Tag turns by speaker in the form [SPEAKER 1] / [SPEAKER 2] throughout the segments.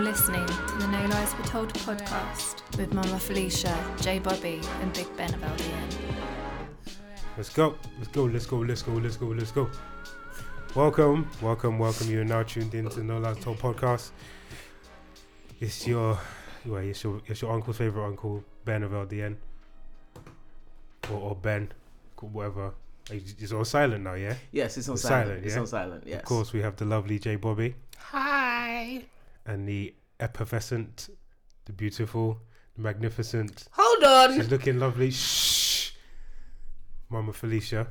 [SPEAKER 1] listening to the No Lies Were Told podcast with Mama Felicia, J Bobby, and Big Ben of LDN.
[SPEAKER 2] Let's go. Let's go. Let's go. Let's go. Let's go. Let's go. Welcome. Welcome. Welcome. You're now tuned in to No Last Told podcast. It's your, well, it's your, it's your uncle's favorite uncle, Ben of LDN, or, or Ben, whatever. It's on silent now, yeah.
[SPEAKER 3] Yes, it's on
[SPEAKER 2] It's
[SPEAKER 3] silent.
[SPEAKER 2] silent,
[SPEAKER 3] It's
[SPEAKER 2] yeah?
[SPEAKER 3] on silent. Yes.
[SPEAKER 2] Of course, we have the lovely J Bobby
[SPEAKER 4] Hi.
[SPEAKER 2] and the effervescent, the beautiful, the magnificent.
[SPEAKER 4] Hold on.
[SPEAKER 2] She's looking lovely. Shh, Mama Felicia.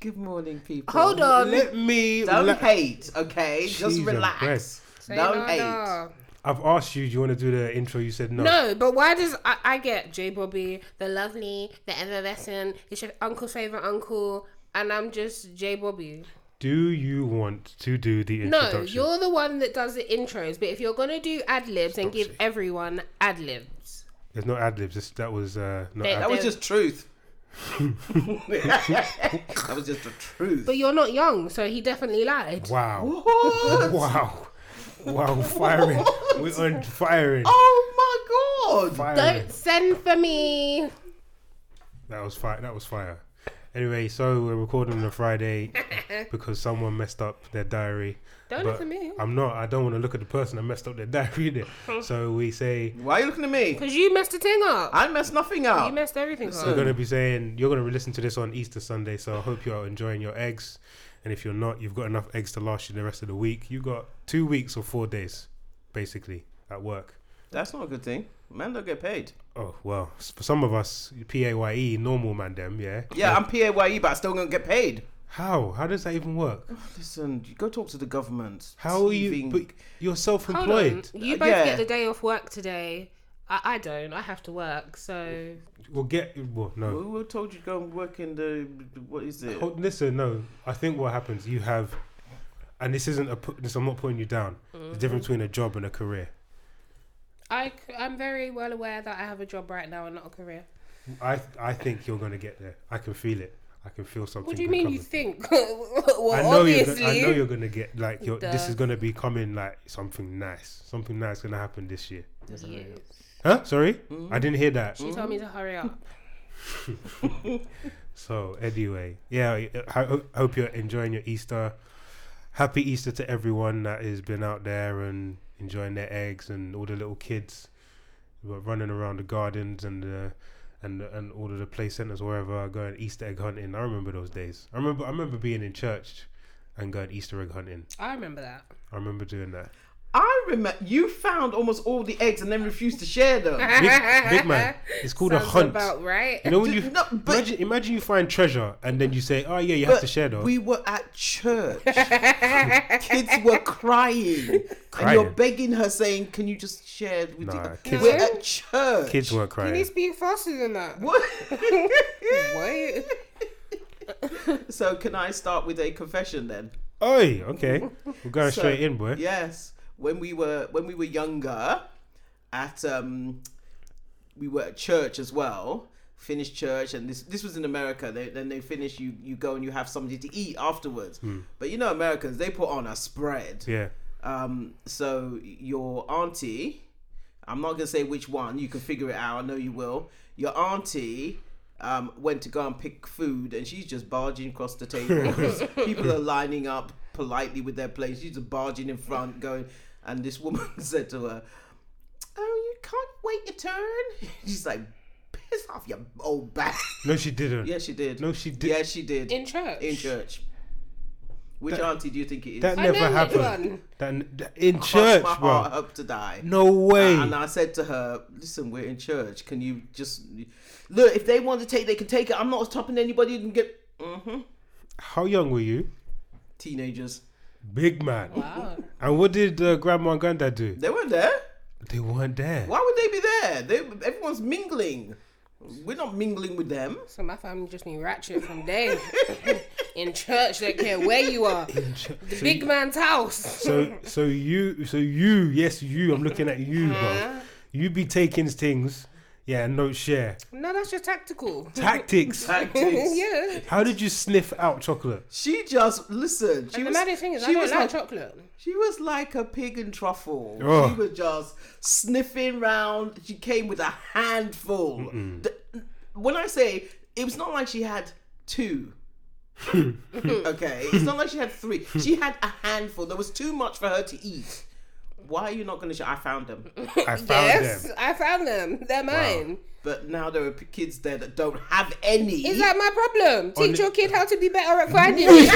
[SPEAKER 3] Good morning, people.
[SPEAKER 4] Hold
[SPEAKER 3] Um,
[SPEAKER 4] on.
[SPEAKER 2] Let me.
[SPEAKER 3] Don't
[SPEAKER 2] la-
[SPEAKER 3] hate, okay?
[SPEAKER 2] Jesus
[SPEAKER 3] Just relax.
[SPEAKER 2] Christ.
[SPEAKER 3] Don't hate.
[SPEAKER 2] I've asked you. Do you want to do the intro? You said no.
[SPEAKER 4] No, but why does I, I get J Bobby, the lovely, the effervescent, it's your uncle's favorite uncle, and I'm just J Bobby.
[SPEAKER 2] Do you want to do the
[SPEAKER 4] No,
[SPEAKER 2] introduction?
[SPEAKER 4] you're the one that does the intros, but if you're gonna do ad libs, then give everyone ad libs.
[SPEAKER 2] There's no ad libs. this- That was uh, not
[SPEAKER 4] They-
[SPEAKER 2] ad-
[SPEAKER 3] That was
[SPEAKER 4] Don't-
[SPEAKER 3] just truth. that was just the truth.
[SPEAKER 4] But you're not young, so he definitely lied.
[SPEAKER 2] wow,
[SPEAKER 3] What?
[SPEAKER 2] wow, wow! Firing. We're on firing.
[SPEAKER 3] Oh my god.
[SPEAKER 2] firing.
[SPEAKER 4] Don't send for me.
[SPEAKER 2] That was fire. That was fire. Anyway, so we're recording on a Friday because someone messed up their diary.
[SPEAKER 4] Don't
[SPEAKER 2] But
[SPEAKER 4] look at me. Oh.
[SPEAKER 2] I'm not. I don't want to look at the person that messed up their diary. Either. so we say
[SPEAKER 3] Why are you looking at me?
[SPEAKER 4] Because you messed the thing up.
[SPEAKER 3] I messed nothing up.
[SPEAKER 4] You messed everything
[SPEAKER 2] we're
[SPEAKER 4] up.
[SPEAKER 2] going to be saying you're going to listen to this on Easter Sunday. So I hope you're enjoying your eggs. And if you're not, you've got enough eggs to last you the rest of the week. You got two weeks or four days, basically, at work.
[SPEAKER 3] That's not a good thing. Man don't get paid.
[SPEAKER 2] Oh well, s- for some of us, P A Y E, normal man, them, yeah.
[SPEAKER 3] Yeah, I'm PAYE, E, but I still gonna get paid.
[SPEAKER 2] How? How does that even work?
[SPEAKER 3] Listen, you go talk to the government.
[SPEAKER 2] How are you?
[SPEAKER 3] Thieving-
[SPEAKER 2] But you're
[SPEAKER 4] Hold on.
[SPEAKER 2] self-employed.
[SPEAKER 4] You
[SPEAKER 3] Uh,
[SPEAKER 4] both
[SPEAKER 3] yeah.
[SPEAKER 4] get the day off work today. I, I don't. I have to work. So
[SPEAKER 2] Well, get well. No,
[SPEAKER 3] Who told you to go and work in the what is it?
[SPEAKER 2] Hold- listen. No, I think what happens, you have, and this isn't a. put- This, I'm not putting you down. The difference between a job and a career.
[SPEAKER 4] I, am very well aware that I have a job right now and not a career.
[SPEAKER 2] I I think you're gonna get there. I can feel it. I can feel something.
[SPEAKER 4] What do you
[SPEAKER 2] good
[SPEAKER 4] mean you
[SPEAKER 2] coming.
[SPEAKER 4] think? well,
[SPEAKER 2] I know you're.
[SPEAKER 4] obviously.
[SPEAKER 2] Gonna, I know you're gonna get like your. This
[SPEAKER 4] Duh.
[SPEAKER 2] is gonna be coming like something nice. Something nice gonna happen this year.
[SPEAKER 4] Yes.
[SPEAKER 2] Huh? Sorry,
[SPEAKER 4] Mm-hmm.
[SPEAKER 2] I didn't hear that.
[SPEAKER 4] She told me to hurry up.
[SPEAKER 2] So anyway, yeah, I, I ho- hope you're enjoying your Easter. Happy Easter to everyone that has been out there and enjoying their eggs and all the little kids who are running around the gardens and the and and all of the play centers wherever going Easter egg hunting. I remember those days. I remember I remember being in church and going Easter egg hunting.
[SPEAKER 4] I remember that.
[SPEAKER 2] I remember doing that.
[SPEAKER 3] I remember you found almost all the eggs and then refused to share them.
[SPEAKER 2] Big, big man, it's called a
[SPEAKER 4] Sounds
[SPEAKER 2] hunt.
[SPEAKER 4] about right.
[SPEAKER 2] you know when you
[SPEAKER 3] No, but-
[SPEAKER 2] imagine, imagine you find treasure and then you say, "Oh yeah, you have to share though."
[SPEAKER 3] We were at church. Kids were crying. And you're
[SPEAKER 2] Crying?
[SPEAKER 3] begging her saying, Can you just share with
[SPEAKER 2] Nah,
[SPEAKER 3] the
[SPEAKER 2] kids-
[SPEAKER 3] We're at church.
[SPEAKER 2] Kids weren't crying.
[SPEAKER 4] Please be faster than that.
[SPEAKER 3] What?
[SPEAKER 4] Wait.
[SPEAKER 3] so can I start with a confession then?
[SPEAKER 2] Oi, okay. We're going
[SPEAKER 3] So,
[SPEAKER 2] straight in, boy.
[SPEAKER 3] Yes, when we were when we were younger, at um, we were at church as well. Finished church, and this this was in America. They, then they finish, you you go and you have something to eat afterwards. But you know Americans, they put on a spread.
[SPEAKER 2] Yeah.
[SPEAKER 3] Um, so your auntie, I'm not gonna say which one. You can figure it out. I know you will. Your auntie. Um, went to go and pick food, and she's just barging across the table. 'cause People are lining up politely with their plates. She's just barging in front, going. And this woman said to her, "Oh, you can't wait your turn." She's like, "Piss off, your old bag."
[SPEAKER 2] No, she didn't.
[SPEAKER 3] yeah, she did.
[SPEAKER 2] No, she did.
[SPEAKER 3] Yeah, she did.
[SPEAKER 4] In church.
[SPEAKER 3] In church. Which auntie do you think it is?
[SPEAKER 2] That
[SPEAKER 4] I
[SPEAKER 2] never
[SPEAKER 4] know that
[SPEAKER 2] happened.
[SPEAKER 4] one.
[SPEAKER 2] That, n- that- in
[SPEAKER 3] Crossed
[SPEAKER 2] church,
[SPEAKER 3] my
[SPEAKER 2] bro.
[SPEAKER 3] heart up to die.
[SPEAKER 2] No way.
[SPEAKER 3] And I said to her, "Listen, we're in church. Can you just look? If they want to take, they can take it. I'm not stopping anybody. You can get Mhm.
[SPEAKER 2] How young were you?
[SPEAKER 3] teenagers.
[SPEAKER 2] Big man.
[SPEAKER 4] Wow.
[SPEAKER 2] And what did uh, grandma and granddad do?
[SPEAKER 3] They weren't there.
[SPEAKER 2] They weren't there.
[SPEAKER 3] Why would they be there? They everyone's mingling. We're not mingling with them.
[SPEAKER 4] So my family just need ratchet from day. In church, they care where you are.
[SPEAKER 2] In church.
[SPEAKER 4] The big man's house.
[SPEAKER 2] So, so you, so you, yes, you. I'm looking at you, bro. You be taking things. Yeah, no share.
[SPEAKER 4] No, that's just tactical.
[SPEAKER 2] Tactics.
[SPEAKER 3] Tactics.
[SPEAKER 4] yeah.
[SPEAKER 2] How did you sniff out chocolate?
[SPEAKER 3] She just listen. She
[SPEAKER 4] And the
[SPEAKER 3] was,
[SPEAKER 4] magic thing is, I
[SPEAKER 3] she
[SPEAKER 4] don't
[SPEAKER 3] was
[SPEAKER 4] like,
[SPEAKER 3] like
[SPEAKER 4] chocolate.
[SPEAKER 3] she was like a pig in truffle.
[SPEAKER 2] Ugh.
[SPEAKER 3] She was just sniffing round. She came with a handful. The- when I say it was not like she had two. okay, it's not like she had three. She had a handful. There was too much for her to eat. Why are you not going to? share? I found them,
[SPEAKER 2] I found
[SPEAKER 4] yes,
[SPEAKER 2] them.
[SPEAKER 4] I found them. They're mine.
[SPEAKER 3] but now there are p- kids there that don't have any.
[SPEAKER 4] Is that my problem? Teach
[SPEAKER 2] the-
[SPEAKER 4] your kid how to be better at finding it.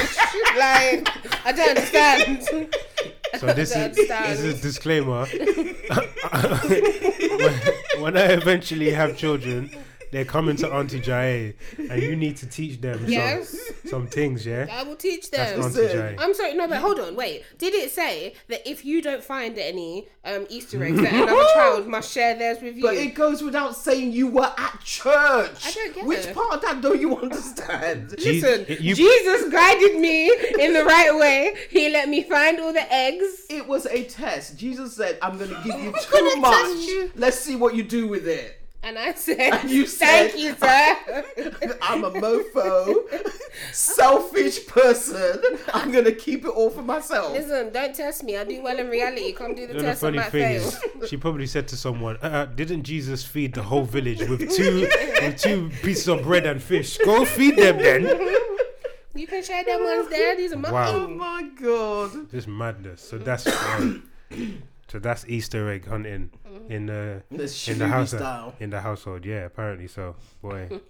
[SPEAKER 4] like, I don't understand.
[SPEAKER 2] So this
[SPEAKER 4] That's
[SPEAKER 2] is
[SPEAKER 4] sad.
[SPEAKER 2] this is disclaimer. when, when I eventually have children, they're coming to Auntie Jae, and you need to teach them
[SPEAKER 4] Yes.
[SPEAKER 2] some, some things. Yeah,
[SPEAKER 4] I will teach
[SPEAKER 2] that's
[SPEAKER 4] them.
[SPEAKER 2] Auntie
[SPEAKER 3] Listen,
[SPEAKER 2] Jae.
[SPEAKER 4] I'm sorry, no, but hold on, wait. Did it say that if you don't find any um, Easter eggs, that another child must share theirs with you?
[SPEAKER 3] But it goes without saying you were at church.
[SPEAKER 4] I don't get
[SPEAKER 3] Which
[SPEAKER 4] it.
[SPEAKER 3] part of that don't you understand?
[SPEAKER 2] Je-
[SPEAKER 4] Listen,
[SPEAKER 2] you-
[SPEAKER 4] Jesus guided me in the right way. He let me find all the eggs.
[SPEAKER 3] It was a test. Jesus said, "I'm going to give you
[SPEAKER 4] gonna
[SPEAKER 3] too much.
[SPEAKER 4] test you."
[SPEAKER 3] Let's see what you do with it."
[SPEAKER 4] And I said,
[SPEAKER 3] And you
[SPEAKER 4] Thank
[SPEAKER 3] said-
[SPEAKER 4] you, sir.
[SPEAKER 3] I'm a mofo, selfish person. I'm going to keep it all for myself.
[SPEAKER 4] Listen, don't test me. I do well in reality. Come do the
[SPEAKER 2] And the
[SPEAKER 4] test, I
[SPEAKER 2] funny
[SPEAKER 4] might
[SPEAKER 2] thing
[SPEAKER 4] fail.
[SPEAKER 2] is, she probably said to someone, uh, "Didn't Jesus feed the whole village with two with two pieces of bread and fish? Go feed them then."
[SPEAKER 4] You can share them ones there. These are mine.
[SPEAKER 3] Oh my god.
[SPEAKER 2] Just madness. So that's um, so that's Easter egg hunting in uh, the
[SPEAKER 3] This
[SPEAKER 2] in the house
[SPEAKER 3] style.
[SPEAKER 2] in the household. Yeah, apparently so. Boy.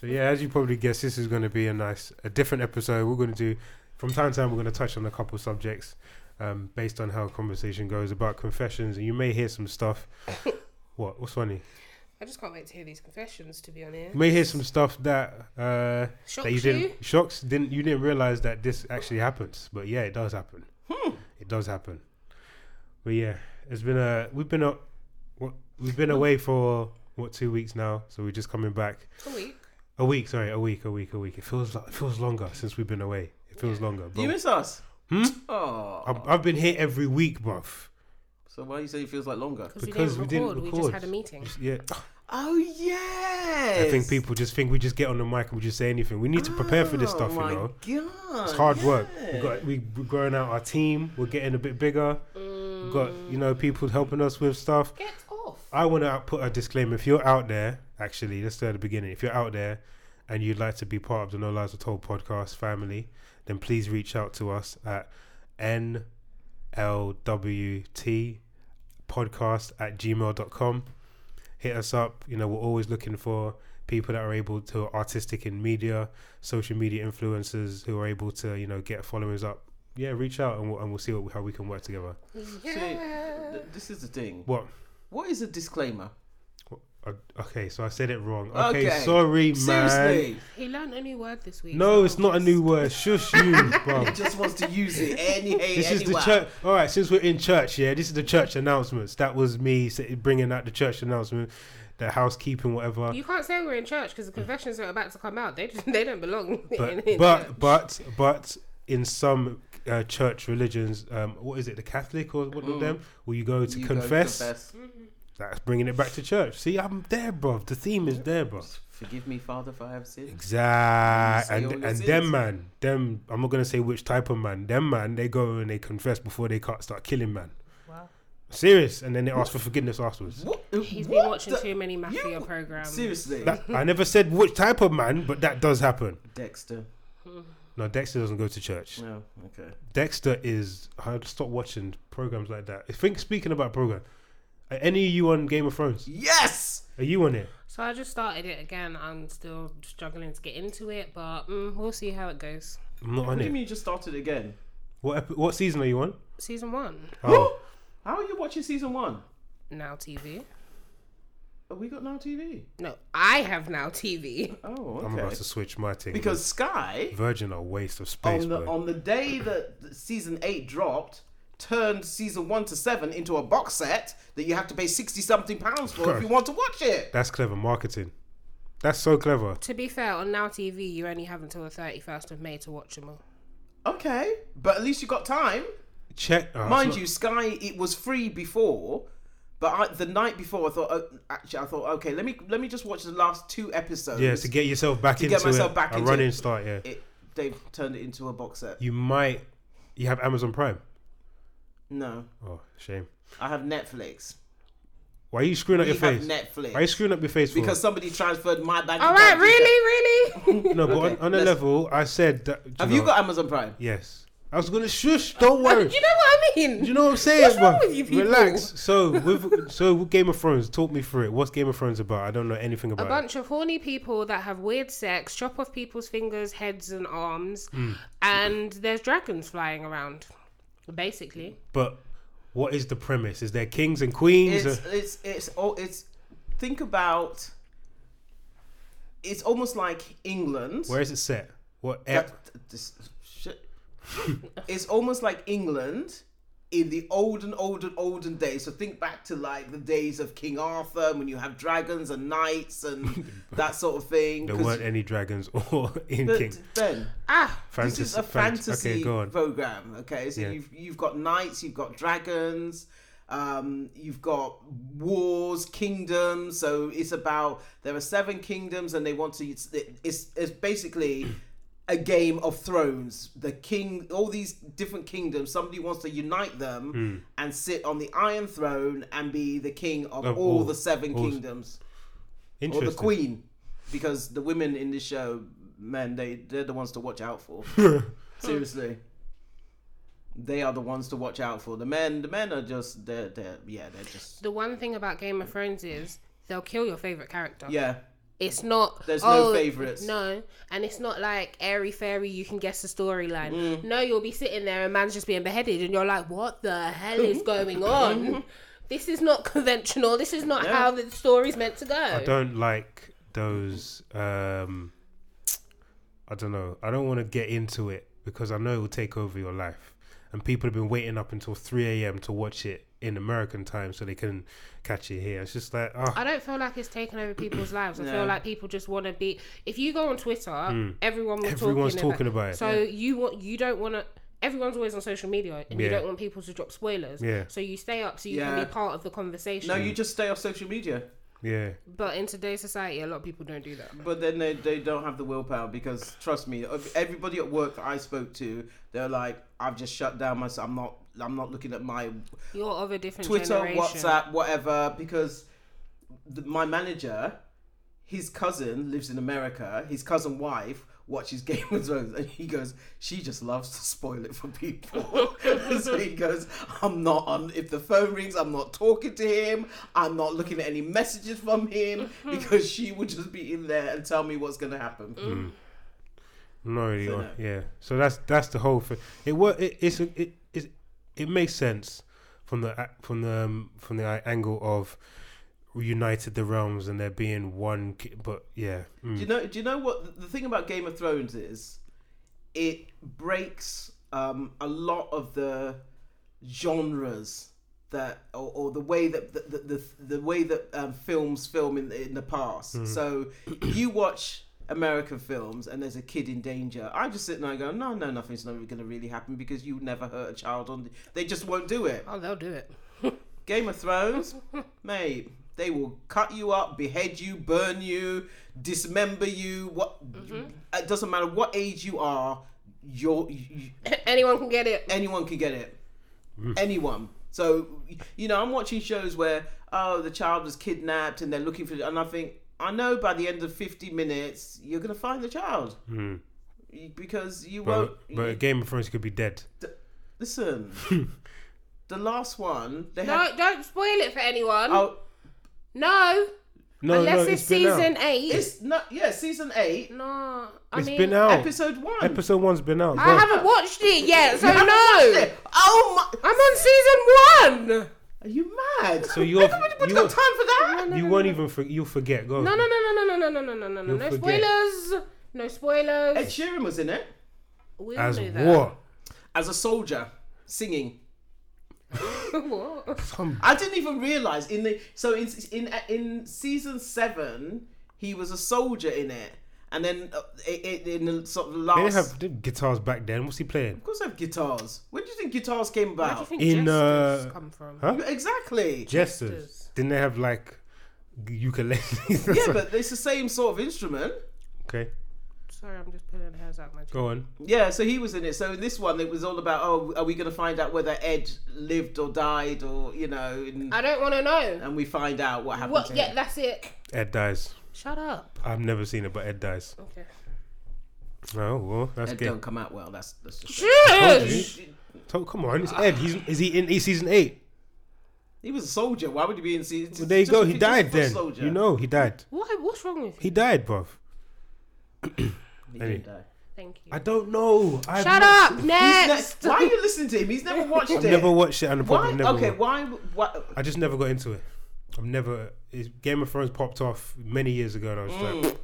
[SPEAKER 2] so yeah, as you probably guess, this is going to be a nice, a different episode. We're going to do from time to time. We're going to touch on a couple subjects um, based on how conversation goes about confessions, and you may hear some stuff. what? What's funny?
[SPEAKER 4] I just can't wait to hear these confessions, to be honest.
[SPEAKER 2] You may hear some stuff that uh, that you
[SPEAKER 4] Shocks
[SPEAKER 2] didn't
[SPEAKER 4] you?
[SPEAKER 2] shocks didn't you didn't realize that this actually happens. But yeah, it does happen.
[SPEAKER 4] Hmm.
[SPEAKER 2] It does happen. But yeah, it's been a we've been a what we've been away for what two weeks now, so we're just coming back.
[SPEAKER 4] A week.
[SPEAKER 2] A week, sorry, a week, a week, a week. It feels like it feels longer since we've been away. It feels longer.
[SPEAKER 3] Do you
[SPEAKER 2] But
[SPEAKER 3] miss us?
[SPEAKER 2] Oh. Hmm?
[SPEAKER 3] Oh.
[SPEAKER 2] I've, I've been here every week, bruv.
[SPEAKER 3] So why do you say it feels like longer?
[SPEAKER 2] Because we didn't
[SPEAKER 4] We just
[SPEAKER 2] record.
[SPEAKER 4] had a meeting.
[SPEAKER 2] Yeah,
[SPEAKER 3] Oh yeah.
[SPEAKER 2] I think people just think we just get on the mic and we just say anything. We need to prepare for this stuff,
[SPEAKER 4] Oh
[SPEAKER 2] you know.
[SPEAKER 3] Oh God.
[SPEAKER 2] It's hard work. We got we, we're growing out our team. We're getting a bit bigger. We've got you know people helping us with stuff.
[SPEAKER 4] Get off.
[SPEAKER 2] I want to put a disclaimer. If you're out there, actually, let's start at the beginning. If you're out there and you'd like to be part of the No Lies Were Told podcast family, then please reach out to us at nlwt podcast at gmail.com. Hit us up. You know, we're always looking for people that are able to artistic in media, social media influencers who are able to, you know, get followers up. Yeah, reach out and we'll, and we'll see what, how we can work together.
[SPEAKER 3] See,
[SPEAKER 4] Yeah.
[SPEAKER 3] th- this is the thing.
[SPEAKER 2] What?
[SPEAKER 3] What is a disclaimer?
[SPEAKER 2] Uh, Okay, so I said it wrong. Okay,
[SPEAKER 3] Okay.
[SPEAKER 2] sorry, man.
[SPEAKER 3] Seriously,
[SPEAKER 4] He learned a new word this week.
[SPEAKER 2] No, it's not a new word. Shush you, bro.
[SPEAKER 3] he just wants to use it any hey
[SPEAKER 2] This is the
[SPEAKER 3] anywhere.
[SPEAKER 2] church. All right, since we're in church, yeah, this is the church announcements. That was me sa- bringing out the church announcement, the housekeeping, whatever.
[SPEAKER 4] You can't say we're in church because the confessions are about to come out. They they don't belong. in,
[SPEAKER 2] But
[SPEAKER 4] in
[SPEAKER 2] but
[SPEAKER 4] church.
[SPEAKER 2] but but in some uh, church religions, um, what is it, the Catholic or what of them? Will you go to
[SPEAKER 3] You go
[SPEAKER 2] confess? That's bringing it back to church. See, I'm there, bro. The theme is there, bro.
[SPEAKER 3] Forgive me, Father, for I have sinned.
[SPEAKER 2] Exactly.
[SPEAKER 3] You see
[SPEAKER 2] And
[SPEAKER 3] all your
[SPEAKER 2] and
[SPEAKER 3] sins.
[SPEAKER 2] them man, them I'm not gonna say which type of man, them man, they go and they confess before they can't start killing man. Serious, and then they ask for forgiveness afterwards.
[SPEAKER 3] What?
[SPEAKER 4] He's
[SPEAKER 3] what
[SPEAKER 4] been watching
[SPEAKER 3] the-
[SPEAKER 4] too um, many mafia
[SPEAKER 3] You-
[SPEAKER 4] programs.
[SPEAKER 3] Seriously,
[SPEAKER 2] That, I never said which type of man, but that does happen.
[SPEAKER 3] Dexter.
[SPEAKER 2] No, Dexter doesn't go to church.
[SPEAKER 3] No, okay.
[SPEAKER 2] Dexter is. I stop watching programs like that. I think speaking about program, are any of you on Game of Thrones?
[SPEAKER 3] Yes.
[SPEAKER 2] Are you on it?
[SPEAKER 4] So I just started it again. I'm still struggling to get into it, but mm, we'll see how it goes.
[SPEAKER 2] I'm not on
[SPEAKER 3] What do you
[SPEAKER 2] it.
[SPEAKER 3] mean you just started again?
[SPEAKER 2] What epi- what season are you on?
[SPEAKER 4] Season one,
[SPEAKER 2] Oh,
[SPEAKER 3] How are you watching season one?
[SPEAKER 4] Now TV.
[SPEAKER 3] Have we got now TV?
[SPEAKER 4] No, I have Now TV.
[SPEAKER 3] Oh,
[SPEAKER 2] I'm about
[SPEAKER 3] okay.
[SPEAKER 2] to switch my thing.
[SPEAKER 3] Because Oh, Sky
[SPEAKER 2] Virgin are a waste of space.
[SPEAKER 3] on the
[SPEAKER 2] bro.
[SPEAKER 3] on the day that the season eight dropped. Turned season one to seven into a box set that you have to pay sixty something pounds for if you want to watch it.
[SPEAKER 2] That's clever marketing. That's so clever.
[SPEAKER 4] To be fair, on Now TV, you only have until the 31st of May to watch them all.
[SPEAKER 3] Okay, but at least you got time.
[SPEAKER 2] Check. uh, it's
[SPEAKER 3] Mind
[SPEAKER 2] not-
[SPEAKER 3] you, Sky it was free before, But I, the night before, I thought oh, actually, I thought okay, let me let me just watch the last two episodes.
[SPEAKER 2] Yeah, to get yourself back
[SPEAKER 3] To
[SPEAKER 2] into
[SPEAKER 3] get myself
[SPEAKER 2] it,
[SPEAKER 3] back
[SPEAKER 2] a
[SPEAKER 3] into
[SPEAKER 2] running
[SPEAKER 3] it.
[SPEAKER 2] start. Yeah,
[SPEAKER 3] it, they've turned it into a box set.
[SPEAKER 2] you might. You have Amazon Prime.
[SPEAKER 3] No,
[SPEAKER 2] Oh, shame.
[SPEAKER 3] I have Netflix.
[SPEAKER 2] Why are you screwing up
[SPEAKER 3] We
[SPEAKER 2] your
[SPEAKER 3] have
[SPEAKER 2] face? Why are you
[SPEAKER 3] Netflix
[SPEAKER 2] screwing up your face?
[SPEAKER 3] because somebody transferred my bank.
[SPEAKER 4] All
[SPEAKER 3] account
[SPEAKER 4] right,
[SPEAKER 3] details.
[SPEAKER 4] really, really.
[SPEAKER 2] for? no, but
[SPEAKER 3] Okay,
[SPEAKER 2] on, on a
[SPEAKER 3] let's-
[SPEAKER 2] level, I said that. do
[SPEAKER 3] Have you
[SPEAKER 2] know-
[SPEAKER 3] got Amazon Prime?
[SPEAKER 2] Yes, I was gonna shush. Don't
[SPEAKER 4] Do
[SPEAKER 2] worry.
[SPEAKER 4] you know what I mean?
[SPEAKER 2] Do you know what I'm saying?
[SPEAKER 4] What's wrong
[SPEAKER 2] bruv?
[SPEAKER 4] with you people?
[SPEAKER 2] Relax. So, with, so with Game of Thrones, talk me through it. What's Game of Thrones about? I don't know anything
[SPEAKER 4] a
[SPEAKER 2] about it.
[SPEAKER 4] bunch of horny people that have weird sex, chop off people's fingers, heads, and arms,
[SPEAKER 3] Hmm.
[SPEAKER 4] and there's dragons flying around. Basically,
[SPEAKER 2] But what is the premise? Is there kings and queens?
[SPEAKER 3] it's
[SPEAKER 2] Uh,
[SPEAKER 3] it's it's all it's think about it's almost like england
[SPEAKER 2] Where is it set? What?
[SPEAKER 3] That-
[SPEAKER 2] ep-
[SPEAKER 3] this- shit. it's almost like england in the olden olden olden days so think back to like the days of king arthur when you have dragons and knights and that sort of thing
[SPEAKER 2] There
[SPEAKER 3] 'Cause-
[SPEAKER 2] weren't any dragons or in
[SPEAKER 3] but
[SPEAKER 2] king.
[SPEAKER 3] Ben,
[SPEAKER 4] ah,
[SPEAKER 2] Fantasy.
[SPEAKER 3] this is a
[SPEAKER 2] fant-
[SPEAKER 3] fantasy
[SPEAKER 2] Okay, go on.
[SPEAKER 3] program. Okay, so
[SPEAKER 2] Yeah.
[SPEAKER 3] you've you've got knights, you've got dragons, um, you've got wars, kingdoms. So it's about there are seven kingdoms, and they want to. It's it's, it's basically. A game of thrones. The king, all these different kingdoms. Somebody wants to unite them and sit on the Iron Throne and be the king of,
[SPEAKER 2] Hmm. Of
[SPEAKER 3] all,
[SPEAKER 2] all-
[SPEAKER 3] the seven
[SPEAKER 2] all-
[SPEAKER 3] kingdoms or
[SPEAKER 2] Interesting.
[SPEAKER 3] the queen because the women in this show man they they're the ones to watch out for seriously they are the ones to watch out for the men the men are just they're, they're yeah they're just
[SPEAKER 4] the one thing about Game of Thrones is they'll kill your favorite character.
[SPEAKER 3] yeah
[SPEAKER 4] It's not. oh,
[SPEAKER 3] There's no favourites.
[SPEAKER 4] No, and it's not like airy fairy. You can guess the storyline.
[SPEAKER 3] Hmm.
[SPEAKER 4] No, you'll be sitting there and man's just being beheaded, and you're like, "What the hell is going on? this is not conventional. This is not
[SPEAKER 3] Yeah.
[SPEAKER 4] how the story's meant to go."
[SPEAKER 2] I don't like those. Um, I don't know. I don't want to get into it because I know it will take over your life. And people have been waiting up until 3 a.m. to watch it in American time so they can catch it here. It's just like, oh,
[SPEAKER 4] I don't feel like it's taking over people's lives. I
[SPEAKER 3] No.
[SPEAKER 4] feel like people just want to be. If you go on Twitter, everyone
[SPEAKER 2] Hmm.
[SPEAKER 4] was
[SPEAKER 2] Everyone's
[SPEAKER 4] talking,
[SPEAKER 2] talking about it.
[SPEAKER 4] So you want you don't want to. Everyone's always on social media, and you
[SPEAKER 2] Yeah.
[SPEAKER 4] don't want people to drop spoilers.
[SPEAKER 2] Yeah.
[SPEAKER 4] So you stay up so you
[SPEAKER 3] Yeah.
[SPEAKER 4] can be part of the conversation.
[SPEAKER 3] no you just stay off social media
[SPEAKER 2] yeah.
[SPEAKER 4] But in today's society, a lot of people don't do that.
[SPEAKER 3] but then they, they don't have the willpower because trust me everybody at work that i spoke to they're like i've just shut down myself i'm not i'm not looking at my
[SPEAKER 4] You're of a different
[SPEAKER 3] Twitter,
[SPEAKER 4] generation.
[SPEAKER 3] WhatsApp, whatever, because th my manager, his cousin lives in America. His cousin wife watches Game of Thrones, and he goes, she just loves to spoil it for people. so he goes, I'm not on. If the phone rings, I'm not talking to him. I'm not looking at any messages from him because she would just be in there and tell me what's going to happen.
[SPEAKER 2] No, really,
[SPEAKER 3] So
[SPEAKER 2] uh,
[SPEAKER 3] no.
[SPEAKER 2] yeah. So that's that's the whole thing. It was it, it's a- it, it it makes sense from the a- from the um, from the uh, angle of united the realms and there being one. ki- But yeah, mm.
[SPEAKER 3] Do you know? Do you know what the thing about Game of Thrones is? It breaks um, a lot of the genres that, or, or the way that the the, the, the way that um, films film in in the past. So you watch. American films and there's a kid in danger. I just sit there and go, no, no, nothing's not going to really happen because you never hurt a child on. The, they just won't do it.
[SPEAKER 4] Oh, they'll do it.
[SPEAKER 3] Game of Thrones, mate, they will cut you up, behead you, burn you, dismember you. What? It doesn't matter what age you are. You're, you,
[SPEAKER 4] Anyone can get it.
[SPEAKER 3] anyone can get it.
[SPEAKER 2] Mm.
[SPEAKER 3] Anyone. So you know, I'm watching shows where oh, the child was kidnapped and they're looking for, and I think I know by the end of 50 minutes you're gonna find the child because you won't.
[SPEAKER 2] Mm. but but Game of Thrones could be dead.
[SPEAKER 3] listen, the last one they
[SPEAKER 4] No,
[SPEAKER 3] had.
[SPEAKER 4] don't spoil it for anyone.
[SPEAKER 3] Oh,
[SPEAKER 4] no,
[SPEAKER 2] No,
[SPEAKER 4] unless
[SPEAKER 2] no,
[SPEAKER 4] it's,
[SPEAKER 2] been out.
[SPEAKER 4] season eight.
[SPEAKER 3] It's not yeah, season eight,
[SPEAKER 4] no, I
[SPEAKER 2] It's
[SPEAKER 4] mean,
[SPEAKER 2] been out.
[SPEAKER 3] episode one.
[SPEAKER 2] Oh, Episode one's been out.
[SPEAKER 4] I
[SPEAKER 2] bro.
[SPEAKER 4] haven't watched it yet, so
[SPEAKER 3] Haven't
[SPEAKER 4] no.
[SPEAKER 3] watched it. Oh my!
[SPEAKER 4] I'm on season one.
[SPEAKER 3] Are you mad?
[SPEAKER 2] So you're-
[SPEAKER 3] Everybody
[SPEAKER 2] you-
[SPEAKER 3] got time for that?
[SPEAKER 2] you won't even for, you'll forget. Go.
[SPEAKER 4] No, no, no, no, no, no, no, no, no, no, no,
[SPEAKER 2] You'll
[SPEAKER 4] no
[SPEAKER 2] forget.
[SPEAKER 4] spoilers. No
[SPEAKER 3] Ed
[SPEAKER 4] spoilers.
[SPEAKER 3] Sheeran was in it
[SPEAKER 4] We all
[SPEAKER 2] As
[SPEAKER 4] knew
[SPEAKER 2] what?
[SPEAKER 3] as a soldier singing.
[SPEAKER 4] what?
[SPEAKER 3] I didn't even realize in the so in in in season seven he was a soldier in it, And then uh, it, it, in the sort of
[SPEAKER 2] They
[SPEAKER 3] last.
[SPEAKER 2] didn't have they didn't have guitars back then. What's he playing?
[SPEAKER 3] Of course, they have guitars. Where do you think guitars came
[SPEAKER 4] Where do you
[SPEAKER 3] about?
[SPEAKER 4] think
[SPEAKER 2] In,
[SPEAKER 4] jesters
[SPEAKER 2] uh,
[SPEAKER 4] come from?
[SPEAKER 2] huh?
[SPEAKER 3] Exactly.
[SPEAKER 2] Jesters.
[SPEAKER 4] Jesters.
[SPEAKER 2] Didn't they have like g- ukuleles?
[SPEAKER 3] yeah, but it's the same sort of instrument.
[SPEAKER 2] okay,
[SPEAKER 4] Sorry, I'm just pulling hairs out my chin.
[SPEAKER 2] go on.
[SPEAKER 3] Yeah, so he was in it. So in this one, it was all about oh, are we going to find out whether Ed lived or died, or you know, and,
[SPEAKER 4] I don't want to know.
[SPEAKER 3] and we find out what happened.
[SPEAKER 4] What?
[SPEAKER 3] To
[SPEAKER 4] Yeah,
[SPEAKER 3] him.
[SPEAKER 4] that's it.
[SPEAKER 2] Ed dies.
[SPEAKER 4] Shut up.
[SPEAKER 2] I've never seen it, but Ed dies.
[SPEAKER 4] Okay.
[SPEAKER 2] Oh well, that's
[SPEAKER 3] Ed
[SPEAKER 2] good.
[SPEAKER 3] don't come out well. That's that's just.
[SPEAKER 4] Shush!
[SPEAKER 2] Oh, come on, it's Ed. He's is he in he's season eight?
[SPEAKER 3] He was a soldier. Why would he be in season?
[SPEAKER 2] Well, there you
[SPEAKER 3] just-
[SPEAKER 2] go. He
[SPEAKER 3] he's just a
[SPEAKER 2] died
[SPEAKER 3] foot
[SPEAKER 2] then.
[SPEAKER 3] Soldier.
[SPEAKER 2] You know, he died.
[SPEAKER 4] What? What's wrong with you?
[SPEAKER 2] He died, bruv.
[SPEAKER 3] He
[SPEAKER 2] Anyway.
[SPEAKER 3] did die.
[SPEAKER 4] Thank you.
[SPEAKER 2] I don't know. I've
[SPEAKER 4] Shut
[SPEAKER 2] not-
[SPEAKER 4] up.
[SPEAKER 3] He's ne-
[SPEAKER 4] Next.
[SPEAKER 3] why are you listening to him? He's never watched it.
[SPEAKER 2] I've never watched it, and I
[SPEAKER 3] Why?
[SPEAKER 2] probably never.
[SPEAKER 3] okay.
[SPEAKER 2] will.
[SPEAKER 3] Why? Why?
[SPEAKER 2] I just never got into it. I've never. It's, Game of Thrones popped off many years ago, and I was just
[SPEAKER 3] Mm.
[SPEAKER 2] like,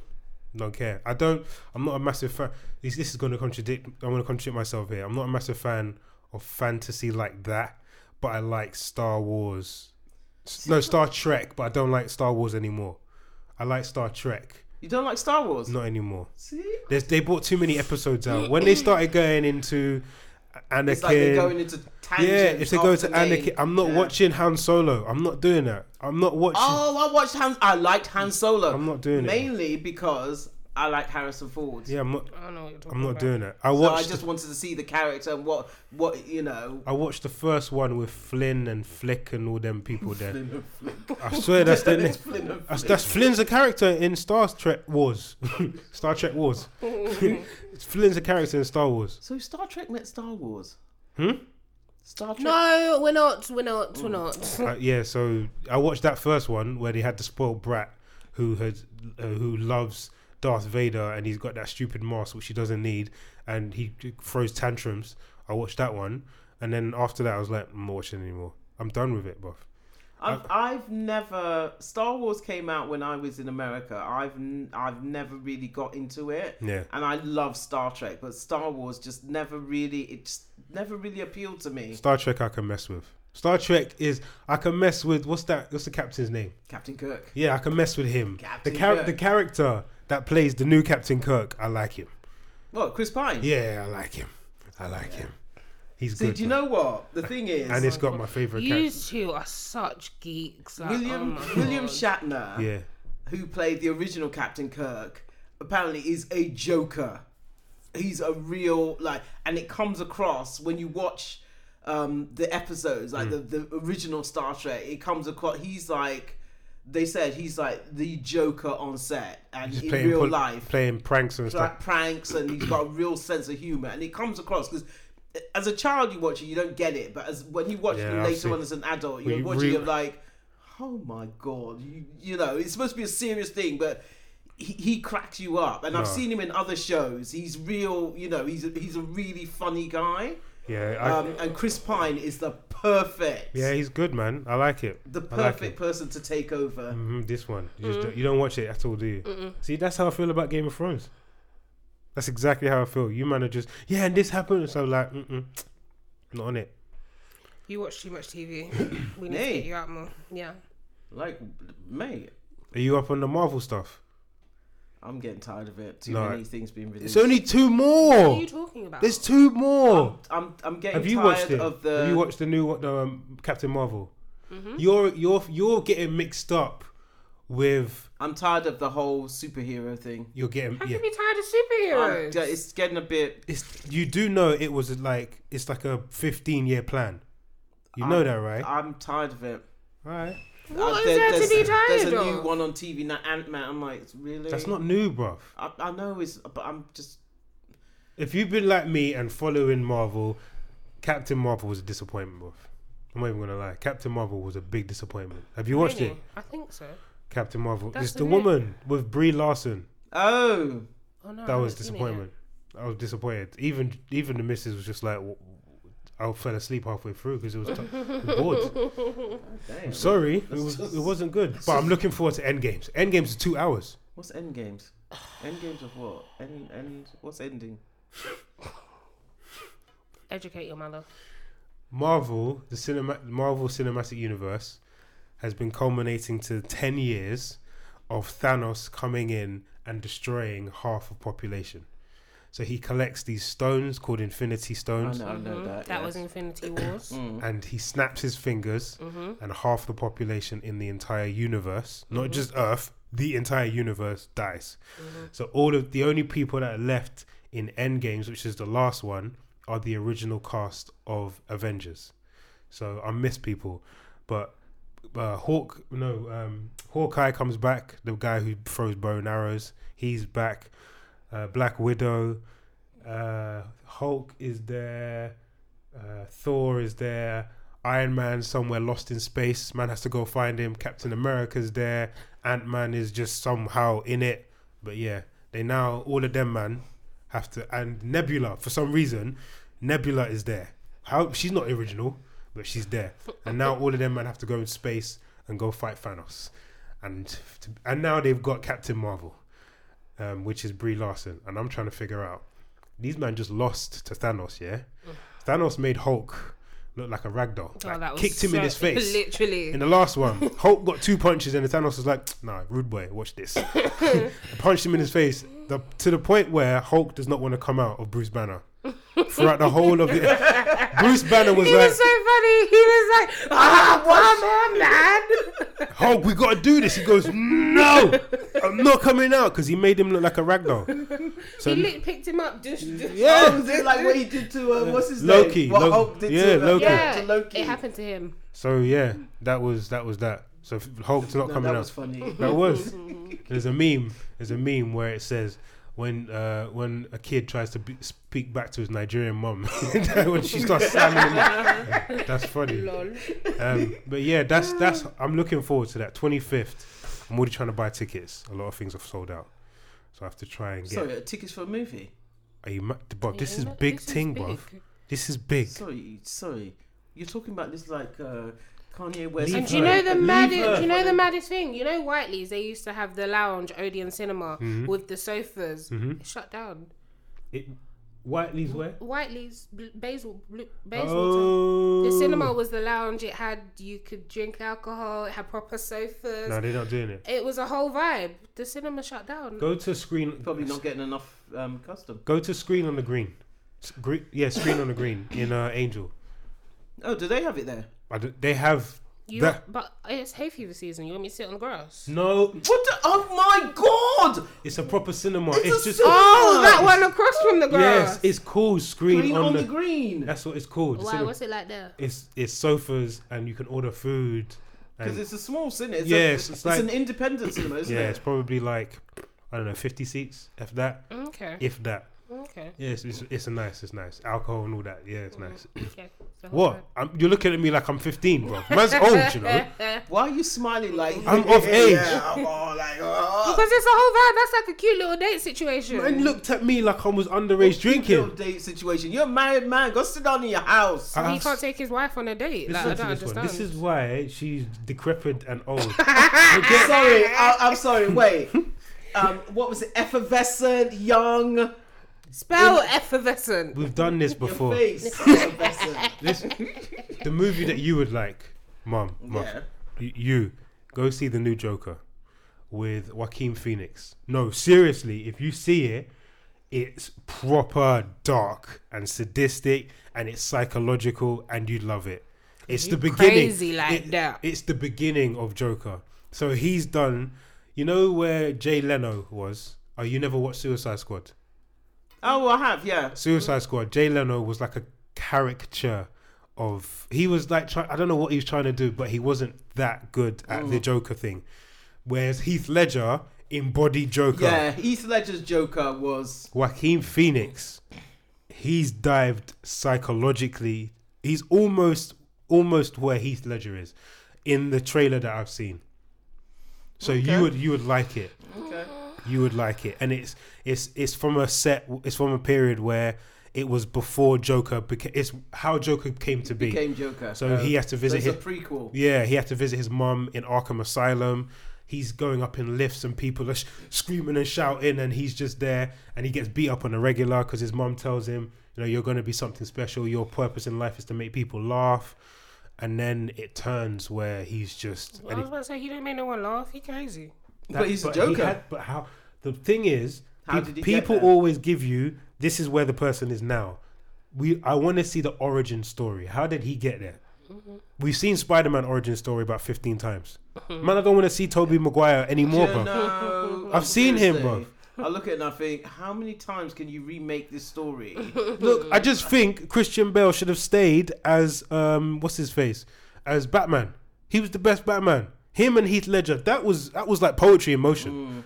[SPEAKER 2] don't care. I don't. I'm not a massive fan. This, this is going to contradict. I'm going to contradict myself here. I'm not a massive fan of fantasy like that, but I like Star Wars. S- No, Star Trek, but I don't like Star Wars anymore. I like Star Trek,
[SPEAKER 3] You don't like Star Wars?
[SPEAKER 2] not anymore.
[SPEAKER 3] See,
[SPEAKER 2] There's, they bought too many episodes out. When they started going into Anakin,
[SPEAKER 3] it's like they're going into tangents.
[SPEAKER 2] yeah, if they go
[SPEAKER 3] after
[SPEAKER 2] to Anakin,
[SPEAKER 3] name.
[SPEAKER 2] I'm not
[SPEAKER 3] Yeah.
[SPEAKER 2] watching Han Solo. I'm not doing that. I'm not watching.
[SPEAKER 3] Oh, I watched Han. I liked Han Solo.
[SPEAKER 2] I'm not doing it.
[SPEAKER 3] mainly because I like Harrison Ford.
[SPEAKER 2] Yeah, I'm not.
[SPEAKER 4] I don't know what you're talking
[SPEAKER 2] I'm not
[SPEAKER 4] about.
[SPEAKER 2] doing that. I
[SPEAKER 3] So I
[SPEAKER 2] watched.
[SPEAKER 3] just wanted to see the character and what what you know.
[SPEAKER 2] I watched the first one with Flynn and Flick and all them people there. I swear that's their name.
[SPEAKER 3] Flynn and
[SPEAKER 2] That's, that's Flynn's a character in Star Trek Wars. Star Trek Wars. Flynn's a character in Star Wars.
[SPEAKER 3] So Star Trek met Star Wars.
[SPEAKER 2] Hmm?
[SPEAKER 3] Star Trek.
[SPEAKER 4] No, we're not. We're not. We're not.
[SPEAKER 2] Uh, yeah, so I watched that first one where they had the spoiled brat who has uh, who loves Darth Vader and he's got that stupid mask which he doesn't need and he throws tantrums. I watched that one and then after that I was like, I'm not watching anymore. I'm done with it, bruv.
[SPEAKER 3] I've, I've never Star Wars came out when I was in America. I've n- I've never really got into it.
[SPEAKER 2] Yeah.
[SPEAKER 3] And I love Star Trek, but Star Wars just never really it just never really appealed to me.
[SPEAKER 2] Star Trek I can mess with. Star Trek is I can mess with what's that? What's the captain's name?
[SPEAKER 3] Captain Kirk.
[SPEAKER 2] Yeah, I can mess with him.
[SPEAKER 3] Captain
[SPEAKER 2] the char-
[SPEAKER 3] Kirk.
[SPEAKER 2] the character that plays the new Captain Kirk, I like him.
[SPEAKER 3] Well, Chris Pine.
[SPEAKER 2] Yeah, I like him. I like him. He's
[SPEAKER 3] See,
[SPEAKER 2] good.
[SPEAKER 3] do you
[SPEAKER 2] man.
[SPEAKER 3] know what the thing is?
[SPEAKER 2] And it's got my favorite
[SPEAKER 4] You
[SPEAKER 2] character.
[SPEAKER 4] two are such geeks. Like,
[SPEAKER 3] William
[SPEAKER 4] oh my
[SPEAKER 3] William
[SPEAKER 4] God.
[SPEAKER 3] Shatner,
[SPEAKER 2] Yeah.
[SPEAKER 3] who played the original Captain Kirk, apparently is a joker. He's a real like, and it comes across when you watch um, the episodes, like the, the original Star Trek. It comes across. He's like, they said he's like the Joker on set and
[SPEAKER 2] Just
[SPEAKER 3] in
[SPEAKER 2] playing
[SPEAKER 3] real
[SPEAKER 2] pol-
[SPEAKER 3] life
[SPEAKER 2] playing pranks and
[SPEAKER 3] like
[SPEAKER 2] stuff.
[SPEAKER 3] pranks and he's got a real sense of humor and it comes across because as a child you watch it you don't get it but as when you watch
[SPEAKER 2] Yeah,
[SPEAKER 3] it
[SPEAKER 2] I've
[SPEAKER 3] later
[SPEAKER 2] seen-
[SPEAKER 3] on as an adult you're
[SPEAKER 2] you
[SPEAKER 3] watching
[SPEAKER 2] re-
[SPEAKER 3] it like oh my god you, you know it's supposed to be a serious thing but he, he cracks you up and I've
[SPEAKER 2] No.
[SPEAKER 3] seen him in other shows he's real you know he's a, he's a really funny guy
[SPEAKER 2] Yeah, I,
[SPEAKER 3] um, and Chris Pine is the perfect
[SPEAKER 2] yeah, he's good, man. I like it.
[SPEAKER 3] the
[SPEAKER 2] I like
[SPEAKER 3] perfect
[SPEAKER 2] it.
[SPEAKER 3] person to take over
[SPEAKER 2] Mhm, this one, you, just don't, you don't watch it at all, do you? See, that's how I feel about Game of Thrones. That's exactly how I feel. You man are just yeah, and this happened, so like, mm-mm, not on it.
[SPEAKER 4] You watch too much TV. We need
[SPEAKER 3] Nay.
[SPEAKER 4] to get you out more. Yeah.
[SPEAKER 3] like mate
[SPEAKER 2] Are you up on the Marvel stuff?
[SPEAKER 3] I'm getting tired of it too
[SPEAKER 2] No.
[SPEAKER 3] many things being released
[SPEAKER 2] It's only two
[SPEAKER 4] What are
[SPEAKER 2] more.
[SPEAKER 4] you talking about?
[SPEAKER 2] There's two more.
[SPEAKER 3] I'm I'm getting
[SPEAKER 2] Have you
[SPEAKER 3] tired
[SPEAKER 2] watched it?
[SPEAKER 3] of the
[SPEAKER 2] Have you watched the new one, the, um, Captain Marvel? You're you're you're getting mixed up with
[SPEAKER 3] I'm tired of the whole superhero thing.
[SPEAKER 2] you're getting
[SPEAKER 4] How
[SPEAKER 2] yeah.
[SPEAKER 4] can you be tired of
[SPEAKER 3] I'm-
[SPEAKER 4] superheroes?
[SPEAKER 3] Oh, It's getting a bit.
[SPEAKER 2] It's you do know it was like it's like a 15 year plan. You know that, right?
[SPEAKER 3] I'm tired of it.
[SPEAKER 2] right.
[SPEAKER 4] What is
[SPEAKER 3] there-
[SPEAKER 4] there to
[SPEAKER 3] there's-
[SPEAKER 4] be tired
[SPEAKER 3] There's a new
[SPEAKER 4] of?
[SPEAKER 3] one on TV now, Ant Man. I'm like, really?
[SPEAKER 2] That's not new, bruv.
[SPEAKER 3] I, I know it's, but I'm just.
[SPEAKER 2] If you've been like me and following Marvel, Captain Marvel was a disappointment, bruv. I'm not even gonna lie. Captain Marvel was a big disappointment. Have you watched
[SPEAKER 4] Really?
[SPEAKER 2] it?
[SPEAKER 4] I think so.
[SPEAKER 2] Captain Marvel.
[SPEAKER 4] That's
[SPEAKER 2] it's the
[SPEAKER 4] it.
[SPEAKER 2] woman with Brie Larson.
[SPEAKER 3] Oh,
[SPEAKER 4] Oh no. I
[SPEAKER 2] That
[SPEAKER 4] haven't
[SPEAKER 2] was
[SPEAKER 4] seen it yet.
[SPEAKER 2] disappointment. I was disappointed. Even even the missus was just like, w- I fell asleep halfway through because it was t- bored.
[SPEAKER 3] damn.
[SPEAKER 2] Sorry, it, was, it wasn't good. But I'm looking forward to Endgames. Endgames is two hours.
[SPEAKER 3] What's end games? End games of what? End end. What's ending?
[SPEAKER 4] Educate your mother.
[SPEAKER 2] Marvel, the cinema, Marvel Cinematic Universe, has been culminating to ten years of Thanos coming in and destroying half a population. So he collects these stones called Infinity
[SPEAKER 3] I
[SPEAKER 2] Stones,
[SPEAKER 3] know, I know that.
[SPEAKER 4] Mm-hmm. That
[SPEAKER 3] Uh, yes. Mm.
[SPEAKER 4] was Infinity Wars.
[SPEAKER 2] and he snaps his fingers, and half the population in the entire universe, not just Earth, the entire universe dies. So all of the only people that are left in Endgames, which is the last one, are the original cast of Avengers. So I miss people, but uh, Hawk no um, Hawkeye comes back. The guy who throws bow and arrows, he's back. Uh, Black Widow, uh, Hulk is there. Uh, Thor is there. Iron Man somewhere lost in space. Man has to go find him. Captain America's there. Ant Man is just somehow in it. But yeah, they now all of them man have to and Nebula for some reason. Nebula is there. How she's not original, but she's there. And now all of them man have to go in space and go fight Thanos. And to, and now they've got Captain Marvel, um, which is Brie Larson. And I'm trying to figure out these man just lost to Thanos. Yeah, Thanos made Hulk look like a ragdoll. Like, kicked him in
[SPEAKER 4] Oh, so-
[SPEAKER 2] his face.
[SPEAKER 4] Literally.
[SPEAKER 2] In the last one, Hulk got two punches, and Thanos was like, "Nah, rude boy, watch this." And punched him in his face the, to the point where Hulk does not want to come out of Bruce Banner. Throughout the whole of the, Bruce Banner was
[SPEAKER 4] he
[SPEAKER 2] like,
[SPEAKER 4] was so funny. He was like, ah, what man?
[SPEAKER 2] Hulk, Oh, we gotta do this. He goes, No, I'm not coming out because he made him look like a ragdoll. So
[SPEAKER 4] he lit, picked him up. Just, just-
[SPEAKER 3] Yeah, oh, is it like what he did to uh, what's his
[SPEAKER 2] Loki,
[SPEAKER 3] name? What
[SPEAKER 2] Lo-
[SPEAKER 3] Hulk did
[SPEAKER 2] yeah,
[SPEAKER 3] to, uh,
[SPEAKER 2] Loki.
[SPEAKER 4] yeah.
[SPEAKER 3] to Loki.
[SPEAKER 4] It happened to him.
[SPEAKER 2] so yeah, that was that was that. So f- Hulk's not
[SPEAKER 3] No,
[SPEAKER 2] coming
[SPEAKER 3] that
[SPEAKER 2] out.
[SPEAKER 3] was funny.
[SPEAKER 2] That was. There's a meme. There's a meme where it says when uh, when a kid tries to be, speak back to his Nigerian mum when she starts slamming him. That's funny.
[SPEAKER 4] Lol.
[SPEAKER 2] Um, but yeah, that's that's. I'm looking forward to that. 25th. I'm already trying to buy tickets. A lot of things have sold out, so I have to try and get.
[SPEAKER 3] Sorry, uh, tickets for a movie.
[SPEAKER 2] Are you, ma- bro, this is
[SPEAKER 4] Yeah,
[SPEAKER 2] big
[SPEAKER 4] this is
[SPEAKER 2] thing,
[SPEAKER 4] big.
[SPEAKER 2] bruv. This is big.
[SPEAKER 3] Sorry, sorry. You're talking about this like uh, Kanye West.
[SPEAKER 2] Leave
[SPEAKER 4] And
[SPEAKER 2] Leave
[SPEAKER 4] do you know the
[SPEAKER 3] Leave her.
[SPEAKER 4] maddest? Do you know the maddest thing? You know Whiteley's. They used to have the lounge, Odeon Cinema,
[SPEAKER 2] Mm-hmm.
[SPEAKER 4] with the sofas. It shut down.
[SPEAKER 2] It, Whiteley's where?
[SPEAKER 4] Whiteley's Bl- Basil Bl- Bayswater.
[SPEAKER 2] Oh,
[SPEAKER 4] The cinema was the lounge. It had you could drink alcohol. It had proper sofas.
[SPEAKER 2] No, they're not doing it.
[SPEAKER 4] It was a whole vibe. The cinema shut down.
[SPEAKER 2] Go to screen.
[SPEAKER 3] Probably not getting enough um, custom.
[SPEAKER 2] Go to Screen on the Green. S- Gre- yeah, Screen on the Green in uh, Angel.
[SPEAKER 3] Oh, do they have it there?
[SPEAKER 2] I d- they have
[SPEAKER 4] You,
[SPEAKER 2] that.
[SPEAKER 4] but it's hay fever season. You want me to sit on the grass?
[SPEAKER 2] No,
[SPEAKER 3] What? The, oh my god!
[SPEAKER 2] it's a proper cinema.
[SPEAKER 3] It's
[SPEAKER 2] It's,
[SPEAKER 3] a
[SPEAKER 2] just
[SPEAKER 3] cinema.
[SPEAKER 4] Oh,
[SPEAKER 3] Ah,
[SPEAKER 4] that one across from the grass.
[SPEAKER 2] yes, it's called Screen,
[SPEAKER 3] Green
[SPEAKER 2] on, the.
[SPEAKER 3] green.
[SPEAKER 2] That's what it's called. the
[SPEAKER 4] Why?
[SPEAKER 2] cinema.
[SPEAKER 4] What's it like there?
[SPEAKER 2] It's it's sofas and you can order food.
[SPEAKER 3] Because
[SPEAKER 2] And,
[SPEAKER 3] it's a small cinema. It's,
[SPEAKER 2] Yeah,
[SPEAKER 3] a,
[SPEAKER 2] it's-
[SPEAKER 3] it's,
[SPEAKER 2] it's like-
[SPEAKER 3] an independent cinema, isn't
[SPEAKER 2] yeah, it's
[SPEAKER 3] it?
[SPEAKER 2] probably like I don't know, fifty seats if that,
[SPEAKER 4] Okay.
[SPEAKER 2] if that.
[SPEAKER 4] Okay.
[SPEAKER 2] Yes, it's, it's, a nice, it's nice. Alcohol and all that. Yeah, it's nice.
[SPEAKER 4] Okay. So
[SPEAKER 2] What? I'm, you're looking at me like I'm 15, bro. Man's old, you know.
[SPEAKER 3] Why are you smiling like
[SPEAKER 2] I'm of age.
[SPEAKER 3] Yeah, I'm all like, oh.
[SPEAKER 4] Because it's a whole vibe. That's like a cute little date situation.
[SPEAKER 2] Man looked at me like I was underage drinking.
[SPEAKER 3] Little date situation. You're a married man. Go sit down in your house.
[SPEAKER 4] He
[SPEAKER 2] I-
[SPEAKER 4] can't take his wife on a date. Like, I
[SPEAKER 2] Listen
[SPEAKER 4] don't
[SPEAKER 2] to this
[SPEAKER 4] understand.
[SPEAKER 2] one. This is why she's decrepit and old.
[SPEAKER 3] sorry, I, I'm sorry. Wait. Um, what was it? Effervescent, young,
[SPEAKER 4] Spell effervescent.
[SPEAKER 2] We've done this
[SPEAKER 3] your
[SPEAKER 2] before.
[SPEAKER 3] face. Effervescent.
[SPEAKER 2] This, the movie that you would like, Mum, Mum,
[SPEAKER 3] Yeah.
[SPEAKER 2] y- you go see the new Joker with Joaquin Phoenix. No, seriously, if you see it, it's proper dark and sadistic, and it's psychological, and you'd love it. It's the beginning.
[SPEAKER 4] crazy like
[SPEAKER 2] it-
[SPEAKER 4] that.
[SPEAKER 2] It's the beginning of Joker. So he's done. You know where Jay Leno was? Oh, you never watched Suicide Squad?
[SPEAKER 3] Oh, I have. Yeah.
[SPEAKER 2] Suicide Squad, Jay Leno was like a caricature of. He was like, try, I don't know what he was trying to do, but he wasn't that good at the Joker thing. Whereas Heath Ledger embodied Joker.
[SPEAKER 3] Yeah. Heath Ledger's Joker was.
[SPEAKER 2] Joaquin Phoenix, he's dived psychologically. He's almost almost where Heath Ledger is in the trailer that I've seen. So you would you would like it
[SPEAKER 3] Okay.
[SPEAKER 2] you would like it and it's it's it's from a set it's from a period where it was before joker beca- it's how joker came to be
[SPEAKER 3] Became Joker.
[SPEAKER 2] so he has to visit
[SPEAKER 3] so
[SPEAKER 2] his
[SPEAKER 3] it's a prequel.
[SPEAKER 2] yeah he had to visit his mum in arkham asylum he's going up in lifts and people are sh- screaming and shouting and he's just there and he gets beat up on a regular because his mum tells him you know you're going to be something special your purpose in life is to make people laugh and then it turns where he's just
[SPEAKER 4] I
[SPEAKER 2] and he-
[SPEAKER 4] was about to say he don't make no one laugh. He crazy.
[SPEAKER 2] That-
[SPEAKER 3] but he's a
[SPEAKER 2] he
[SPEAKER 3] joker.
[SPEAKER 2] had- but how? The thing is,
[SPEAKER 3] How
[SPEAKER 2] peop-
[SPEAKER 3] did he get
[SPEAKER 2] people
[SPEAKER 3] there?
[SPEAKER 2] always give you this is where the person is now. We I want to see the origin story. How did he get there?
[SPEAKER 3] Mm-hmm.
[SPEAKER 2] We've seen Spider-Man origin story about fifteen times.
[SPEAKER 3] Mm-hmm.
[SPEAKER 2] Man, I don't want to see Toby Maguire anymore, bro.
[SPEAKER 3] No,
[SPEAKER 2] I've seen him, bro.
[SPEAKER 3] I look at it and I think, how many times can you remake this story?
[SPEAKER 2] Look, I
[SPEAKER 3] Uh,
[SPEAKER 2] just think Christian Bale should have stayed as um, what's his face as Batman. He was the best Batman. Him and Heath Ledger. That was that was like poetry in motion.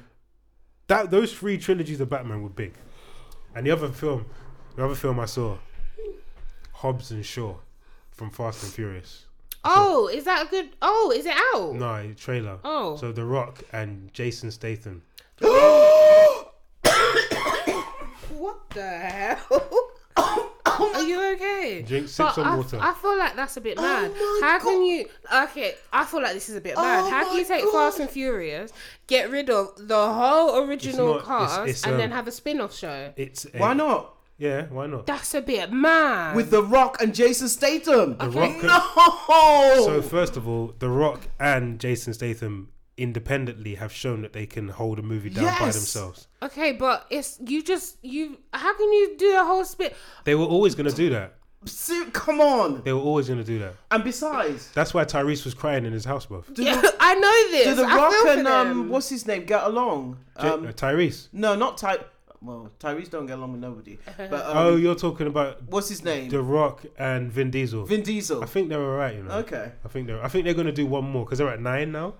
[SPEAKER 2] That those three trilogies of Batman were big. And the other film, the other film I saw, Hobbs and Shaw, from Fast and Furious.
[SPEAKER 4] Oh, is that a good? Oh, is it out?
[SPEAKER 2] No trailer.
[SPEAKER 4] Oh.
[SPEAKER 2] So The Rock and Jason Statham.
[SPEAKER 4] What the hell? Are you okay?
[SPEAKER 2] Drink sip some
[SPEAKER 4] I,
[SPEAKER 2] water. Oh
[SPEAKER 4] I feel like that's a bit mad. How can you? Okay, I feel like this is a bit mad. How can you take Fast and Furious, get rid of the whole original
[SPEAKER 2] not- it's-
[SPEAKER 4] cast,
[SPEAKER 2] it's,
[SPEAKER 4] and
[SPEAKER 2] um,
[SPEAKER 4] then have a spin-off show?
[SPEAKER 2] It's a,
[SPEAKER 3] Why not?
[SPEAKER 2] Yeah, why not?
[SPEAKER 4] That's a bit mad.
[SPEAKER 3] With The Rock and Jason Statham.
[SPEAKER 2] The Rock. and-
[SPEAKER 3] No.
[SPEAKER 2] So first of all, The Rock and Jason Statham independently have shown that they can hold a movie down by
[SPEAKER 3] Yes.
[SPEAKER 2] themselves.
[SPEAKER 4] okay, but it's you just you. How can you do the whole spin?
[SPEAKER 2] They were always going to do that.
[SPEAKER 3] Si- come on.
[SPEAKER 2] They were always going to do that.
[SPEAKER 3] And besides,
[SPEAKER 2] That's why Tyrese was crying in his house, bruv. J-
[SPEAKER 4] Yeah, I know this.
[SPEAKER 3] do The
[SPEAKER 4] I
[SPEAKER 3] Rock
[SPEAKER 4] feel for
[SPEAKER 3] and um,
[SPEAKER 4] them.
[SPEAKER 3] what's his name get along? Um,
[SPEAKER 2] uh, Tyrese.
[SPEAKER 3] no, not Ty. Well, Tyrese don't get along with nobody. But um,
[SPEAKER 2] Oh, you're talking about
[SPEAKER 3] what's his name?
[SPEAKER 2] The Rock and Vin Diesel.
[SPEAKER 3] Vin Diesel.
[SPEAKER 2] I think they're alright, you know.
[SPEAKER 3] Okay.
[SPEAKER 2] I think they're. I think they're going to do one more because they're at nine now.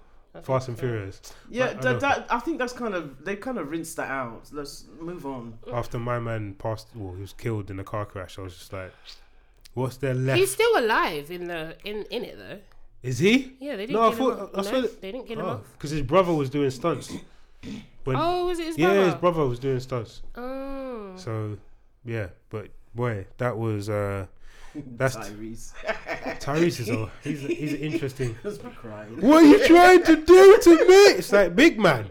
[SPEAKER 2] Fast and Furious.
[SPEAKER 3] Yeah,
[SPEAKER 2] But I
[SPEAKER 3] that,
[SPEAKER 2] know-
[SPEAKER 3] that, I think that's kind of they kind of rinsed that out. Let's move on.
[SPEAKER 2] After my man passed, well, he was killed in a car crash. I was just like, what's there left?
[SPEAKER 4] He's still alive in the in in it though.
[SPEAKER 2] Is he?
[SPEAKER 4] Yeah, they didn't.
[SPEAKER 2] No, I
[SPEAKER 4] get
[SPEAKER 2] thought-
[SPEAKER 4] him off.
[SPEAKER 2] I saw Oh.
[SPEAKER 4] no,
[SPEAKER 2] that-
[SPEAKER 4] they didn't get him off.
[SPEAKER 2] Because his brother was doing stunts. When,
[SPEAKER 4] Oh, was it his
[SPEAKER 2] yeah,
[SPEAKER 4] brother?
[SPEAKER 2] his brother was doing stunts.
[SPEAKER 4] Oh.
[SPEAKER 2] So, yeah, but boy, that was uh, that's
[SPEAKER 3] Tyrese.
[SPEAKER 2] Tyrese is a, he's he's interesting.
[SPEAKER 3] Let's be crying.
[SPEAKER 2] What are you trying to do to me? It's like big man.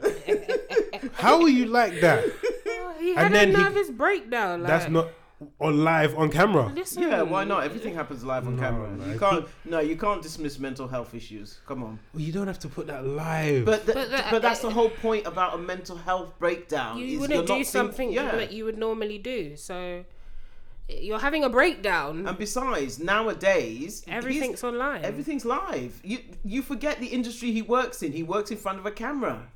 [SPEAKER 2] How are you like that?
[SPEAKER 4] Oh, he
[SPEAKER 2] And
[SPEAKER 4] had
[SPEAKER 2] then
[SPEAKER 4] a
[SPEAKER 2] he-
[SPEAKER 4] nervous breakdown. Like,
[SPEAKER 2] That's not on live on camera.
[SPEAKER 4] Listen,
[SPEAKER 3] Yeah, why not? Everything happens live on
[SPEAKER 2] No,
[SPEAKER 3] camera.
[SPEAKER 2] man.
[SPEAKER 3] You can't. No, you can't dismiss mental health issues. Come on.
[SPEAKER 2] Well, you don't have to put that live.
[SPEAKER 3] But th-
[SPEAKER 4] But
[SPEAKER 3] but,
[SPEAKER 4] the- uh,
[SPEAKER 3] that's the whole point about a mental health breakdown. is
[SPEAKER 4] You
[SPEAKER 3] you're
[SPEAKER 4] wouldn't
[SPEAKER 3] not
[SPEAKER 4] do
[SPEAKER 3] think-
[SPEAKER 4] something you
[SPEAKER 3] yeah.
[SPEAKER 4] that you would normally do. So you're having a breakdown.
[SPEAKER 3] And besides, nowadays Um, he's-
[SPEAKER 4] Everything's online.
[SPEAKER 3] Everything's live. You you forget the industry he works in. He works in front of a camera.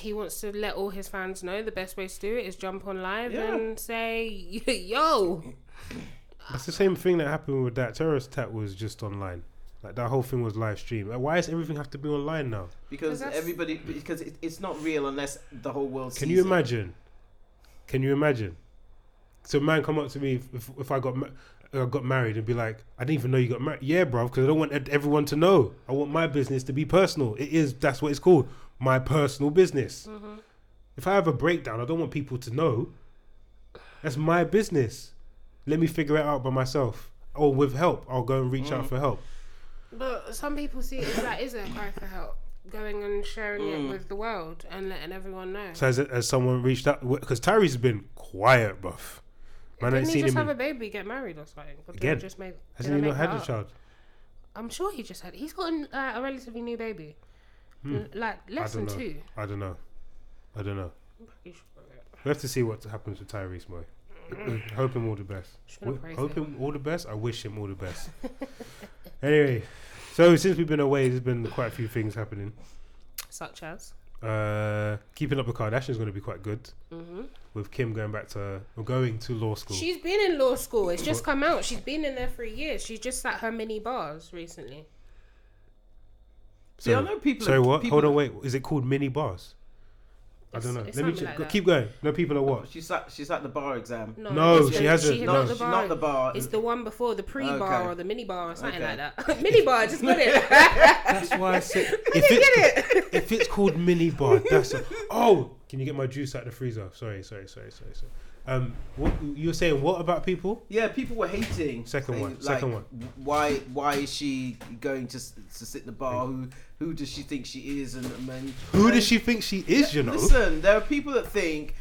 [SPEAKER 4] he wants to let all his fans know the best way to do it is jump on live
[SPEAKER 3] Yeah.
[SPEAKER 4] and say, "Yo,
[SPEAKER 2] That's the same thing that happened with that terrorist attack. Was just online. Like that whole thing was live streamed. Like, why does everything have to be online now?
[SPEAKER 3] Because
[SPEAKER 4] that's-
[SPEAKER 3] everybody, because it, it's not real unless the whole world.
[SPEAKER 2] Can
[SPEAKER 3] sees
[SPEAKER 2] you
[SPEAKER 3] it.
[SPEAKER 2] imagine? Can you imagine? So, man, come up to me if- if, if I got ma- uh, got married and be like, "I didn't even know you got married." Yeah, bro, because I don't want ed- everyone to know. I want my business to be personal. It is that's what it's called, my personal business.
[SPEAKER 4] Mm-hmm.
[SPEAKER 2] If I have a breakdown, I don't want people to know. That's my business. Let me figure it out by myself, or with help. I'll go and reach out
[SPEAKER 4] Mm.
[SPEAKER 2] for help.
[SPEAKER 4] But some people see it as that is a cry for help, going and sharing it with the world and letting everyone know.
[SPEAKER 2] So, has, has someone reached out? Because Tyree's been quiet, buff. Man, I ain't
[SPEAKER 4] Didn't he
[SPEAKER 2] seen
[SPEAKER 4] just
[SPEAKER 2] him.
[SPEAKER 4] have
[SPEAKER 2] in-
[SPEAKER 4] a baby, get married or something? Or did I
[SPEAKER 2] Again.
[SPEAKER 4] just make,
[SPEAKER 2] Hasn't
[SPEAKER 4] did I
[SPEAKER 2] even
[SPEAKER 4] make
[SPEAKER 2] had
[SPEAKER 4] that
[SPEAKER 2] a
[SPEAKER 4] up?
[SPEAKER 2] child.
[SPEAKER 4] I'm sure he just had. He's got an, uh, a relatively new baby, L- like
[SPEAKER 2] Hmm. I
[SPEAKER 4] less
[SPEAKER 2] don't
[SPEAKER 4] than
[SPEAKER 2] know.
[SPEAKER 4] two.
[SPEAKER 2] I don't know. I don't know.
[SPEAKER 4] You should-
[SPEAKER 2] We have to see what happens with Tyrese Moy. hope him all the best.
[SPEAKER 4] Just gonna
[SPEAKER 2] W-
[SPEAKER 4] pray for
[SPEAKER 2] hope him all the best. I wish him all the best. anyway, so since we've been away, there's been quite a few things happening.
[SPEAKER 4] Such as.
[SPEAKER 2] Uh, keeping up with Kardashians is going to be quite good.
[SPEAKER 4] hmm
[SPEAKER 2] With Kim going back to or going to law school.
[SPEAKER 4] She's been in law school. It's just come out. She's been in there for years. She just sat her mini bars recently.
[SPEAKER 3] See, I know people.
[SPEAKER 2] Sorry,
[SPEAKER 3] are,
[SPEAKER 2] what?
[SPEAKER 3] People,
[SPEAKER 2] Hold on, wait. Is it called mini bars? I don't know.
[SPEAKER 4] It's- it's
[SPEAKER 2] Let me check.
[SPEAKER 4] something like
[SPEAKER 2] Go-
[SPEAKER 4] that. Oh,
[SPEAKER 2] keep going. No, people are what?
[SPEAKER 3] She's at she's at the bar exam.
[SPEAKER 4] No,
[SPEAKER 2] No,
[SPEAKER 4] it's
[SPEAKER 2] she
[SPEAKER 4] the-
[SPEAKER 2] hasn't.
[SPEAKER 4] She
[SPEAKER 2] No,
[SPEAKER 4] not the
[SPEAKER 3] she's
[SPEAKER 4] bar.
[SPEAKER 3] not the bar.
[SPEAKER 4] It's the one before the pre-bar
[SPEAKER 3] Okay.
[SPEAKER 4] or the mini bar or something
[SPEAKER 3] Okay.
[SPEAKER 4] like that. mini bar, just put it.
[SPEAKER 2] That's why I said if it's, if it's called mini bar, that's a, oh. Can you get my juice out the freezer? Sorry, sorry, sorry, sorry, sorry. Um, what you were saying? What about people?
[SPEAKER 3] Yeah, people were hating.
[SPEAKER 2] Second
[SPEAKER 3] saying,
[SPEAKER 2] one, second one.
[SPEAKER 3] Why? Why is she going to s- to sit in the bar? Who? Who does she think she is? And, and then-
[SPEAKER 2] Who does she think she is? You know,
[SPEAKER 3] Listen, there are people that think.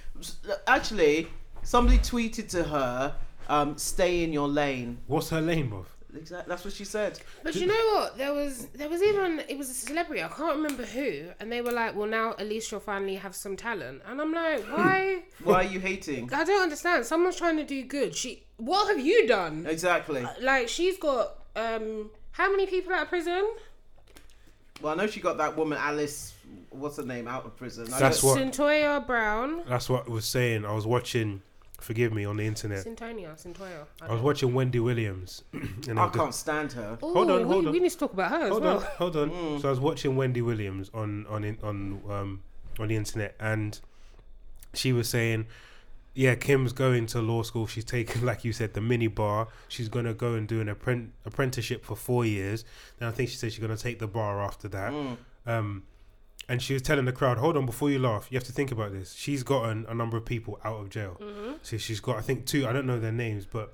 [SPEAKER 3] Actually, somebody tweeted to her, um, "Stay in your lane."
[SPEAKER 2] what's her lane, bruv?
[SPEAKER 3] Exactly. That's what she said.
[SPEAKER 4] But you know what? There was there was even it was a celebrity I can't remember who, and they were like, "Well, now at least you'll finally have some talent." And I'm like, "Why?
[SPEAKER 3] Why are you hating?
[SPEAKER 4] I don't understand. Someone's trying to do good. She, what have you done?
[SPEAKER 3] Exactly.
[SPEAKER 4] Like she's got um, how many people out of prison?
[SPEAKER 3] Well, I know she got that woman Alice. What's her name? Out of prison. I
[SPEAKER 2] That's
[SPEAKER 3] know-
[SPEAKER 2] What?
[SPEAKER 4] Centoya Brown,
[SPEAKER 2] That's what I was saying. I was watching, forgive me, on the internet.
[SPEAKER 4] Centonia, Centoya.
[SPEAKER 2] I was watching Wendy Williams. and
[SPEAKER 3] I
[SPEAKER 2] was just-
[SPEAKER 3] can't stand her.
[SPEAKER 4] Ooh,
[SPEAKER 2] Hold on, hold
[SPEAKER 4] we,
[SPEAKER 2] on.
[SPEAKER 4] we need to talk about her as
[SPEAKER 2] Hold
[SPEAKER 4] well.
[SPEAKER 2] on, hold on. So I was watching Wendy Williams on on in- on um on the internet, and she was saying, "Yeah, Kim's going to law school. She's taking, like you said, the mini bar. She's gonna go and do an appren- apprenticeship for four years. Then I think she said she's gonna take the bar after that." Um, and she was telling the crowd, "Hold on, before you laugh, you have to think about this. She's gotten a number of people out of jail.
[SPEAKER 4] Mm-hmm.
[SPEAKER 2] So she's got, I think, two. I don't know their names, but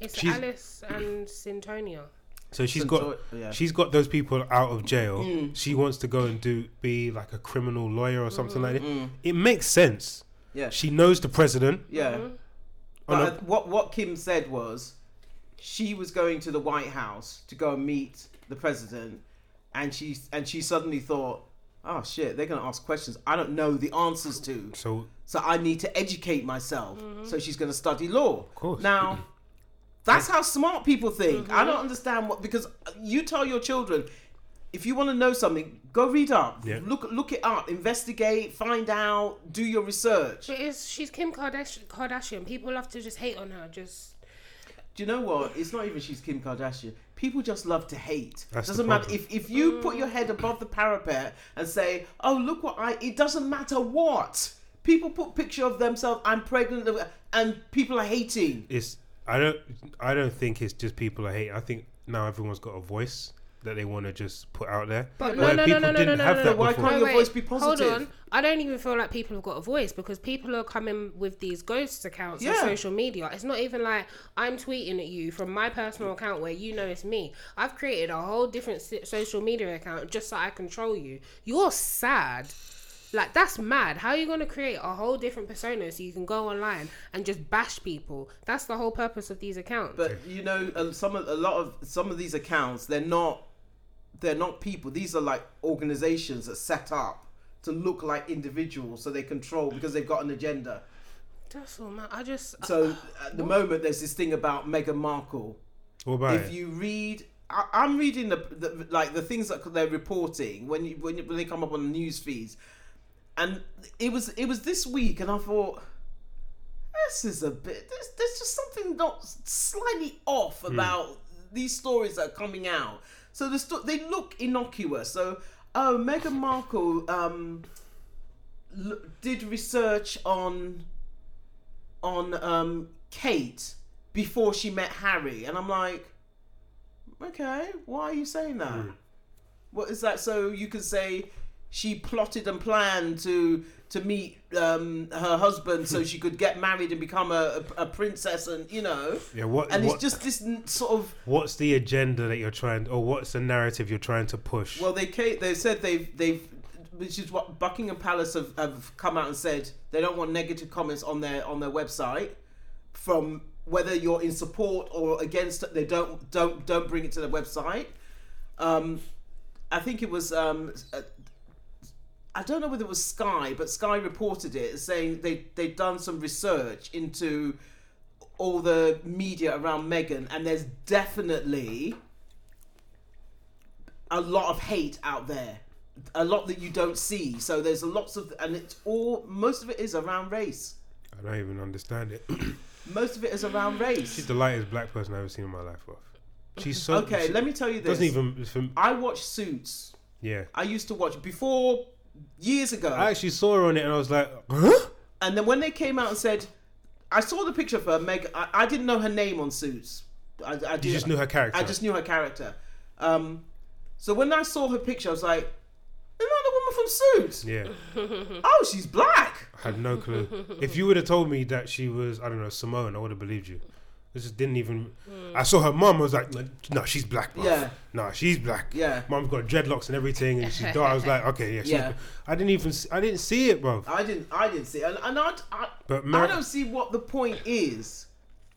[SPEAKER 4] It's
[SPEAKER 2] She's-
[SPEAKER 4] Alice and Centonia.
[SPEAKER 2] So she's
[SPEAKER 3] Some
[SPEAKER 2] got
[SPEAKER 3] sort- yeah.
[SPEAKER 2] she's got those people out of jail.
[SPEAKER 4] Mm.
[SPEAKER 2] She wants to go and do be like a criminal lawyer or something like that.
[SPEAKER 4] Mm-hmm.
[SPEAKER 2] It makes sense.
[SPEAKER 3] Yeah.
[SPEAKER 2] She knows the president.
[SPEAKER 3] Yeah.
[SPEAKER 2] On
[SPEAKER 3] But uh, what what Kim said was, she was going to the White House to go and meet the president, and she and she suddenly thought, oh shit, they're gonna ask questions I don't know the answers to,
[SPEAKER 2] So
[SPEAKER 3] so I need to educate myself. So she's gonna study law. Of
[SPEAKER 2] course.
[SPEAKER 3] Now. That's how smart people think. I don't understand what because you tell your children if you want to know something, go read up,
[SPEAKER 2] Yeah.
[SPEAKER 3] look look it up, investigate, find out, do your research.
[SPEAKER 4] But it's, she's Kim Kardash- Kardashian. People love to just hate on her. Just
[SPEAKER 3] Do you know what? It's not even she's Kim Kardashian. People just love to hate.
[SPEAKER 2] That's the
[SPEAKER 3] doesn't matter
[SPEAKER 2] problem.
[SPEAKER 3] if if you put your head above the parapet and say, "Oh, look what I," it doesn't matter what. People put picture of themselves. I'm pregnant, and people are hating.
[SPEAKER 2] it's I don't I don't think it's just people I hate. I think now everyone's got a voice that they want to just put out there.
[SPEAKER 4] But
[SPEAKER 2] Where
[SPEAKER 4] no, no, no,
[SPEAKER 2] people
[SPEAKER 4] no, no, no,
[SPEAKER 2] didn't
[SPEAKER 4] no,
[SPEAKER 2] have
[SPEAKER 4] no,
[SPEAKER 2] that
[SPEAKER 4] no.
[SPEAKER 3] Why
[SPEAKER 2] before.
[SPEAKER 3] can't
[SPEAKER 4] No,
[SPEAKER 3] your
[SPEAKER 4] wait,
[SPEAKER 3] voice be positive?
[SPEAKER 4] Hold on. I don't even feel like people have got a voice because people are coming with these ghost accounts on
[SPEAKER 3] Yeah.
[SPEAKER 4] social media. It's not even like I'm tweeting at you from my personal account where you know it's me. I've created a whole different si- social media account just so I control you. You're sad. Like that's mad. How are you gonna create a whole different persona so you can go online and just bash people? That's the whole purpose of these accounts.
[SPEAKER 3] But you know, uh, some of, a lot of some of these accounts, they're not they're not people. These are like organizations that set up to look like individuals, so they control because they've got an agenda.
[SPEAKER 4] that's all, man. I just
[SPEAKER 3] So at the moment, there's this thing about Meghan Markle.
[SPEAKER 2] What about
[SPEAKER 3] If
[SPEAKER 2] it?
[SPEAKER 3] you read, I, I'm reading the, the like the things that they're reporting when you when, you, when they come up on the news feeds, and it was it was this week, and I thought. This is a bit. There's, there's just something not slightly off about these stories that are coming out. So the sto- they look innocuous. So oh, Meghan Markle um, l- did research on on um, Kate before she met Harry, and I'm like, okay, why are you saying that?
[SPEAKER 2] Hmm.
[SPEAKER 3] What is that? So you could say she plotted and planned to to meet um, her husband so she could get married and become a, a, a princess, and you know,
[SPEAKER 2] yeah, what,
[SPEAKER 3] and
[SPEAKER 2] what
[SPEAKER 3] it's just this n- sort of
[SPEAKER 2] what's the agenda that you're trying or what's the narrative you're trying to push?
[SPEAKER 3] Well, they ca- they said they've they've which is what Buckingham Palace have, have come out and said they don't want negative comments on their on their website from whether you're in support or against it. They don't don't don't bring it to their website. Um, I think it was um, uh, I don't know whether it was Sky, but Sky reported it as saying they they've done some research into all the media around Meghan, and there's definitely a lot of hate out there, a lot that you don't see. So there's lots of, and it's all most of it is around race.
[SPEAKER 2] I don't even understand it.
[SPEAKER 3] Most of it is around
[SPEAKER 2] She's
[SPEAKER 3] race.
[SPEAKER 2] the lightest black person I've ever seen in my life. Off. She's so
[SPEAKER 3] Okay,
[SPEAKER 2] she
[SPEAKER 3] let me tell you this.
[SPEAKER 2] doesn't even from,
[SPEAKER 3] I watch Suits.
[SPEAKER 2] yeah.
[SPEAKER 3] I used to watch before years ago,
[SPEAKER 2] I actually saw her on it and I was like, huh?
[SPEAKER 3] and then when they came out and said, I saw the picture of her. Meg, I, I didn't know her name on Suits. I, I did,
[SPEAKER 2] You just knew her character.
[SPEAKER 3] I just knew her character. Um, so when I saw her picture, I was like, another woman from Suits.
[SPEAKER 2] yeah,
[SPEAKER 3] Oh, she's black.
[SPEAKER 2] had no clue. if you would have told me that she was, I don't know, Samoan, I would have believed you. I just didn't even. I saw her mum. I was like, no, she's black. Bro.
[SPEAKER 3] Yeah.
[SPEAKER 2] no, she's black.
[SPEAKER 3] Yeah.
[SPEAKER 2] mum's got dreadlocks and everything, and she's dark. I was like, okay, yeah, she's
[SPEAKER 3] Yeah.
[SPEAKER 2] yeah. Uh, I didn't even. See, I didn't see it, bro.
[SPEAKER 3] I didn't. I didn't see. And, and I, I,
[SPEAKER 2] But
[SPEAKER 3] I
[SPEAKER 2] Mer-
[SPEAKER 3] don't see what the point is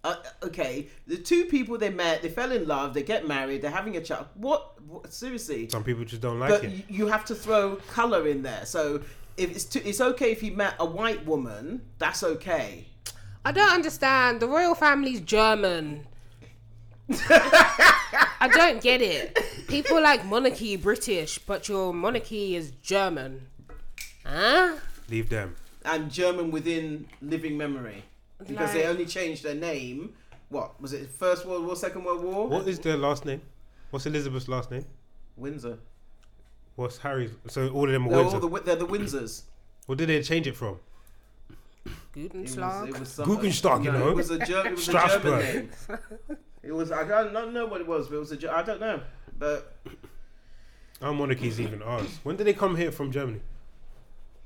[SPEAKER 3] Uh, okay, the two people they met, they fell in love, they get married, they're having a child. What? what seriously?
[SPEAKER 2] Some people just don't like
[SPEAKER 3] but
[SPEAKER 2] it.
[SPEAKER 3] y- you have to throw color in there. So if it's too, it's okay if he met a white woman, that's okay.
[SPEAKER 4] I don't understand. The royal family's German. I don't get it. People like monarchy British, but your monarchy is German. Huh?
[SPEAKER 2] Leave them.
[SPEAKER 3] And German within living memory because they
[SPEAKER 4] Like-
[SPEAKER 3] only changed their name. What was it? First World War, Second World War.
[SPEAKER 2] What is their last name? What's Elizabeth's last name?
[SPEAKER 3] Windsor.
[SPEAKER 2] What's Harry's? So all of them are
[SPEAKER 3] They're, all
[SPEAKER 2] Windsor.
[SPEAKER 3] the, Win- they're the Windsors.
[SPEAKER 2] What did they change it from?
[SPEAKER 4] Guten
[SPEAKER 3] It was, it
[SPEAKER 4] Tag.
[SPEAKER 3] was some-
[SPEAKER 2] Guggenstock, you
[SPEAKER 3] no,
[SPEAKER 2] know.
[SPEAKER 3] It was a, Ger- it was a German
[SPEAKER 2] Strasbourg.
[SPEAKER 3] name. It was. I don't not know what it was, but it was a. Ger- I don't know, but
[SPEAKER 2] Our monarchy's even ours. When did they come here from Germany?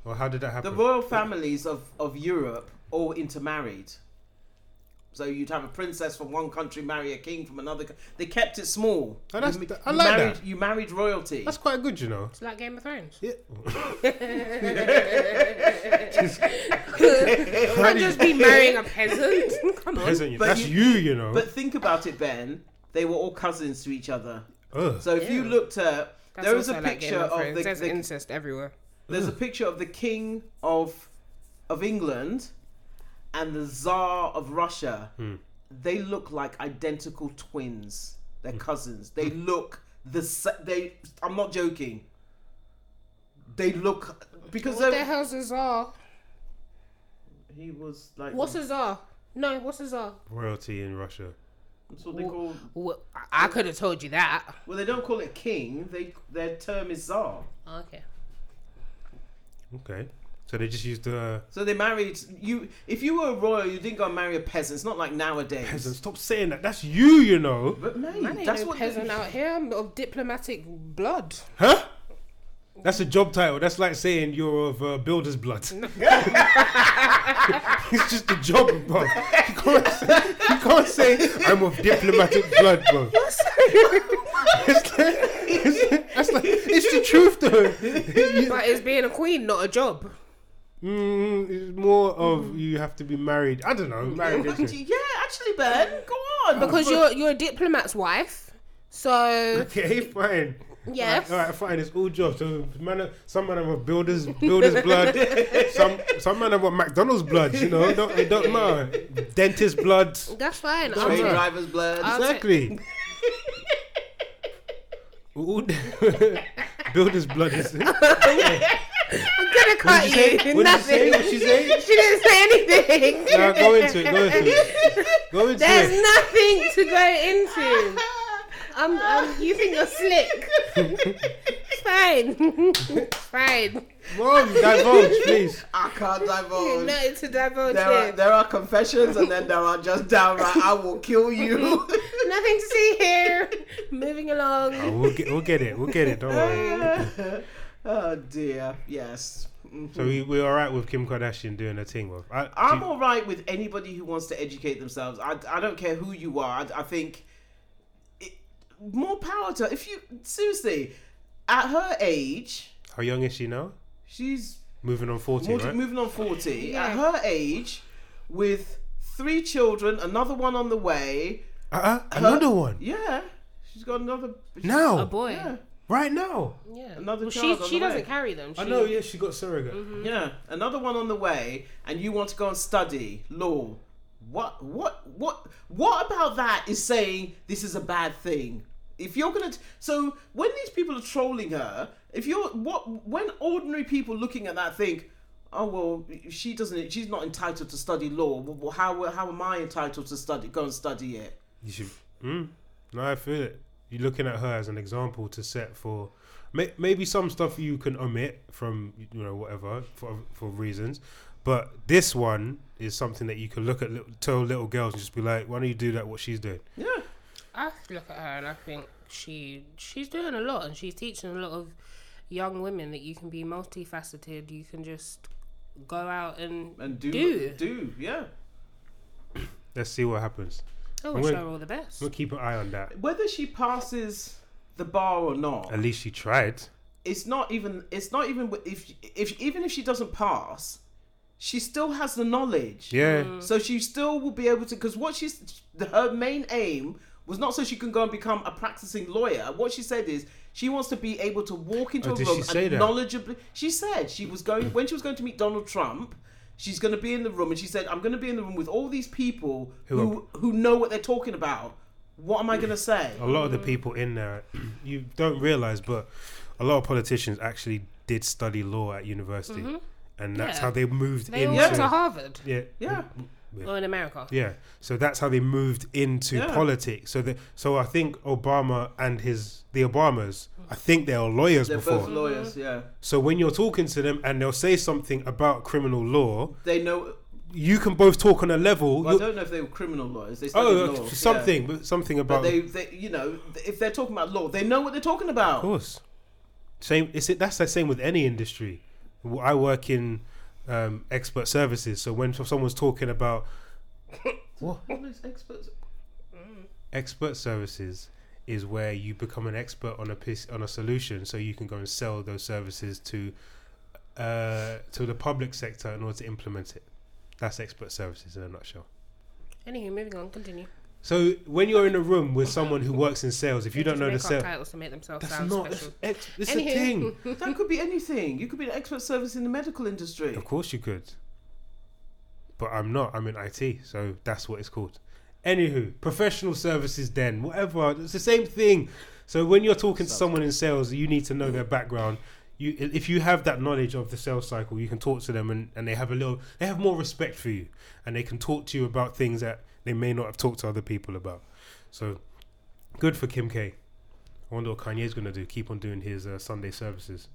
[SPEAKER 2] Or how did that
[SPEAKER 3] the
[SPEAKER 2] happen?
[SPEAKER 3] royal families of, of Europe all intermarried. So you'd have a princess from one country marry a king from another. co- They kept it small.
[SPEAKER 2] Oh, that's-
[SPEAKER 3] you, ma-
[SPEAKER 2] I
[SPEAKER 3] you
[SPEAKER 2] like
[SPEAKER 3] married,
[SPEAKER 2] that.
[SPEAKER 3] You married royalty.
[SPEAKER 2] That's quite good, you know.
[SPEAKER 4] It's like Game of Thrones.
[SPEAKER 2] Yeah.
[SPEAKER 4] You can't just be marrying a peasant. Come on.
[SPEAKER 2] Peasant,
[SPEAKER 3] But
[SPEAKER 2] that's
[SPEAKER 3] you-
[SPEAKER 2] you, you know.
[SPEAKER 3] but think about it, Ben. They were all cousins to each other.
[SPEAKER 2] Ugh.
[SPEAKER 3] So if you
[SPEAKER 4] Ew.
[SPEAKER 3] looked at
[SPEAKER 4] That's
[SPEAKER 3] there is a
[SPEAKER 4] also like Game
[SPEAKER 3] picture of,
[SPEAKER 4] Thrones.
[SPEAKER 3] the,
[SPEAKER 4] There's
[SPEAKER 3] the-
[SPEAKER 4] incest everywhere.
[SPEAKER 3] there's a picture of the king of of England and the Tsar of Russia. They look like identical twins. They're cousins. They look the sa- they. I'm not joking. They look because
[SPEAKER 4] What the
[SPEAKER 3] they're
[SPEAKER 4] hell's a czar?
[SPEAKER 3] he was like
[SPEAKER 4] What's a czar? No, what's a czar?
[SPEAKER 2] Royalty in Russia.
[SPEAKER 3] that's what they call.
[SPEAKER 4] Well, I could have told you that.
[SPEAKER 3] Well, they don't call it king. They their term is Tsar.
[SPEAKER 4] Okay.
[SPEAKER 2] Okay. So they just used the.
[SPEAKER 3] So they married you. If you were a royal, you didn't go and marry a peasant. It's not like nowadays.
[SPEAKER 2] Peasant, stop saying that. That's you, you know.
[SPEAKER 3] But mate,
[SPEAKER 4] Man, ain't
[SPEAKER 3] that's
[SPEAKER 4] no
[SPEAKER 3] what
[SPEAKER 4] peasant out here. I'm of diplomatic blood.
[SPEAKER 2] Huh? That's a job title. That's like saying you're of uh, builder's blood. it's just a job, bro. You can't, say, you can't say I'm of diplomatic blood, bro. it's, like, it's, like- that's like- it's the truth, though. You-
[SPEAKER 4] But it's being a queen, not a job.
[SPEAKER 2] Mm, it's more of you have to be married. I don't know. Married.
[SPEAKER 3] Why
[SPEAKER 2] isn't
[SPEAKER 3] did
[SPEAKER 2] it?
[SPEAKER 3] you- Yeah, actually, Ben, go on.
[SPEAKER 4] Because you're you're a diplomat's wife. So
[SPEAKER 2] Okay, fine.
[SPEAKER 4] yes.
[SPEAKER 2] All right, fine. It's all jobs. So, man, some man have a builder's builder's blood. Some some man have a McDonald's blood. You know, it don't, it don't matter. Dentist blood.
[SPEAKER 4] That's fine. I'm
[SPEAKER 3] Train
[SPEAKER 2] Right.
[SPEAKER 3] driver's blood.
[SPEAKER 2] Exactly. All the- builder's blood is. What
[SPEAKER 4] gonna cut
[SPEAKER 2] did you
[SPEAKER 4] you.
[SPEAKER 2] say? What did you
[SPEAKER 4] Nothing.
[SPEAKER 2] say? What she say?
[SPEAKER 4] She didn't say anything.
[SPEAKER 2] Nah, go into it. Go into it. Go into
[SPEAKER 4] There's
[SPEAKER 2] it.
[SPEAKER 4] nothing to go into. I'm, I'm, you think you're slick? Fine, fine.
[SPEAKER 2] Mom, divulge, please.
[SPEAKER 3] I can't divulge.
[SPEAKER 4] Nothing to divulge
[SPEAKER 3] There are,
[SPEAKER 4] here.
[SPEAKER 3] there are confessions and then there are just downright I will kill you.
[SPEAKER 4] Nothing to see here. Moving along.
[SPEAKER 2] Oh, we'll get we'll get it. We'll get it. Don't worry.
[SPEAKER 3] oh dear, yes. Mm-hmm.
[SPEAKER 2] So we we're all right with Kim Kardashian doing her thing. With I,
[SPEAKER 3] I'm
[SPEAKER 2] do-
[SPEAKER 3] all right with anybody who wants to educate themselves. I, I don't care who you are. I, I think it, more power to if you seriously at her age
[SPEAKER 2] how young is she now?
[SPEAKER 3] she's
[SPEAKER 2] Moving on forty,
[SPEAKER 3] Multi-
[SPEAKER 2] right?
[SPEAKER 3] Moving on 40.
[SPEAKER 4] Yeah.
[SPEAKER 3] At her age, with three children, another one on the way.
[SPEAKER 2] Uh, uh another one
[SPEAKER 3] Yeah. She's got another.
[SPEAKER 2] now,
[SPEAKER 4] boy.
[SPEAKER 3] Yeah.
[SPEAKER 2] right now.
[SPEAKER 4] Yeah.
[SPEAKER 3] Another
[SPEAKER 4] well, she
[SPEAKER 3] child on
[SPEAKER 4] she
[SPEAKER 3] the way.
[SPEAKER 4] doesn't carry them. She,
[SPEAKER 2] I know. Yeah, she got surrogate.
[SPEAKER 3] Yeah. Another one on the way, and you want to go and study law. What? What? What? What about that is saying this is a bad thing? If you're gonna, t- so when these people are trolling her, if you're what, when ordinary people looking at that think, oh well, she doesn't, she's not entitled to study law. Well, how how am I entitled to study? Go and study it.
[SPEAKER 2] You should. Mm, no, I feel it. You're looking at her as an example to set for. May, maybe some stuff you can omit from you know whatever for for reasons, but this one is something that you can look at little, tell little girls and just be like, why don't you do that? What she's doing.
[SPEAKER 3] Yeah.
[SPEAKER 4] I look at her and I think she she's doing a lot and she's teaching a lot of young women that you can be multifaceted. You can just go out and,
[SPEAKER 3] And do
[SPEAKER 4] do.
[SPEAKER 3] do yeah.
[SPEAKER 2] Let's see what happens.
[SPEAKER 4] I
[SPEAKER 2] I'm
[SPEAKER 4] wish
[SPEAKER 2] gonna-
[SPEAKER 4] her all the best.
[SPEAKER 2] We'll keep an eye on that.
[SPEAKER 3] Whether she passes the bar or not,
[SPEAKER 2] At least she tried.
[SPEAKER 3] it's not even it's not even if if even if she doesn't pass she still has the knowledge.
[SPEAKER 2] Yeah.
[SPEAKER 3] So she still will be able to, because what she's her main aim was not so she can go and become a practicing lawyer. What she said is she wants to be able to walk into
[SPEAKER 2] Oh,
[SPEAKER 3] a
[SPEAKER 2] did
[SPEAKER 3] room
[SPEAKER 2] she say
[SPEAKER 3] and
[SPEAKER 2] that?
[SPEAKER 3] knowledgeably. She said she was going when she was going to meet Donald Trump. She's going to be in the room, and she said, "I'm going to be in the room with all these people who who know what they're talking about. What am I going to say?"
[SPEAKER 2] a lot of the people in there you don't realize but a lot of politicians actually did study law at university and that's
[SPEAKER 4] Mm-hmm. Yeah.
[SPEAKER 2] how they moved
[SPEAKER 4] They all
[SPEAKER 2] into
[SPEAKER 4] went to Harvard
[SPEAKER 2] yeah
[SPEAKER 3] Yeah.
[SPEAKER 4] or in America.
[SPEAKER 2] yeah so that's how they moved into
[SPEAKER 3] Yeah.
[SPEAKER 2] politics so the, so i think obama and his the obamas i think they were lawyers
[SPEAKER 3] They're
[SPEAKER 2] before
[SPEAKER 3] both lawyers. Yeah,
[SPEAKER 2] so when you're talking to them and they'll say something about criminal law
[SPEAKER 3] they know.
[SPEAKER 2] you can both talk on a level
[SPEAKER 3] I
[SPEAKER 2] you'll-
[SPEAKER 3] don't know if they were criminal lawyers. They studied
[SPEAKER 2] oh
[SPEAKER 3] law. yeah.
[SPEAKER 2] something but something
[SPEAKER 3] But
[SPEAKER 2] about
[SPEAKER 3] they, they, you know, if they're talking about law, they know what they're talking about.
[SPEAKER 2] Of course. Same. It's it. That's the same with any industry. W- I work in um, expert services, so when someone's talking about what
[SPEAKER 3] All these experts.
[SPEAKER 2] expert services is where you become an expert on a piece on a solution, so you can go and sell those services to uh, to the public sector in order to implement it. That's expert services in a nutshell.
[SPEAKER 4] Anywho, moving on, continue.
[SPEAKER 2] So when you're in a room with someone who works in sales, if you
[SPEAKER 4] They
[SPEAKER 2] don't
[SPEAKER 4] just
[SPEAKER 2] know the
[SPEAKER 4] make up
[SPEAKER 2] sales,
[SPEAKER 4] titles to make themselves
[SPEAKER 2] that's
[SPEAKER 4] sound
[SPEAKER 2] not.
[SPEAKER 4] special.
[SPEAKER 2] It's, it's a
[SPEAKER 4] Anywho.
[SPEAKER 2] thing.
[SPEAKER 3] That could be anything. You could be an expert service in the medical industry.
[SPEAKER 2] Of course you could. But I'm not. I'm in IT, so that's what it's called. Anywho, professional services then, whatever. It's the same thing. So when you're talking to someone in sales, you need to know their background. You, if you have that knowledge of the sales cycle, you can talk to them, and, and they have a little, they have more respect for you, and they can talk to you about things that they may not have talked to other people about. So, good for Kim K. I wonder what Kanye's gonna do. Keep on doing his uh, Sunday services.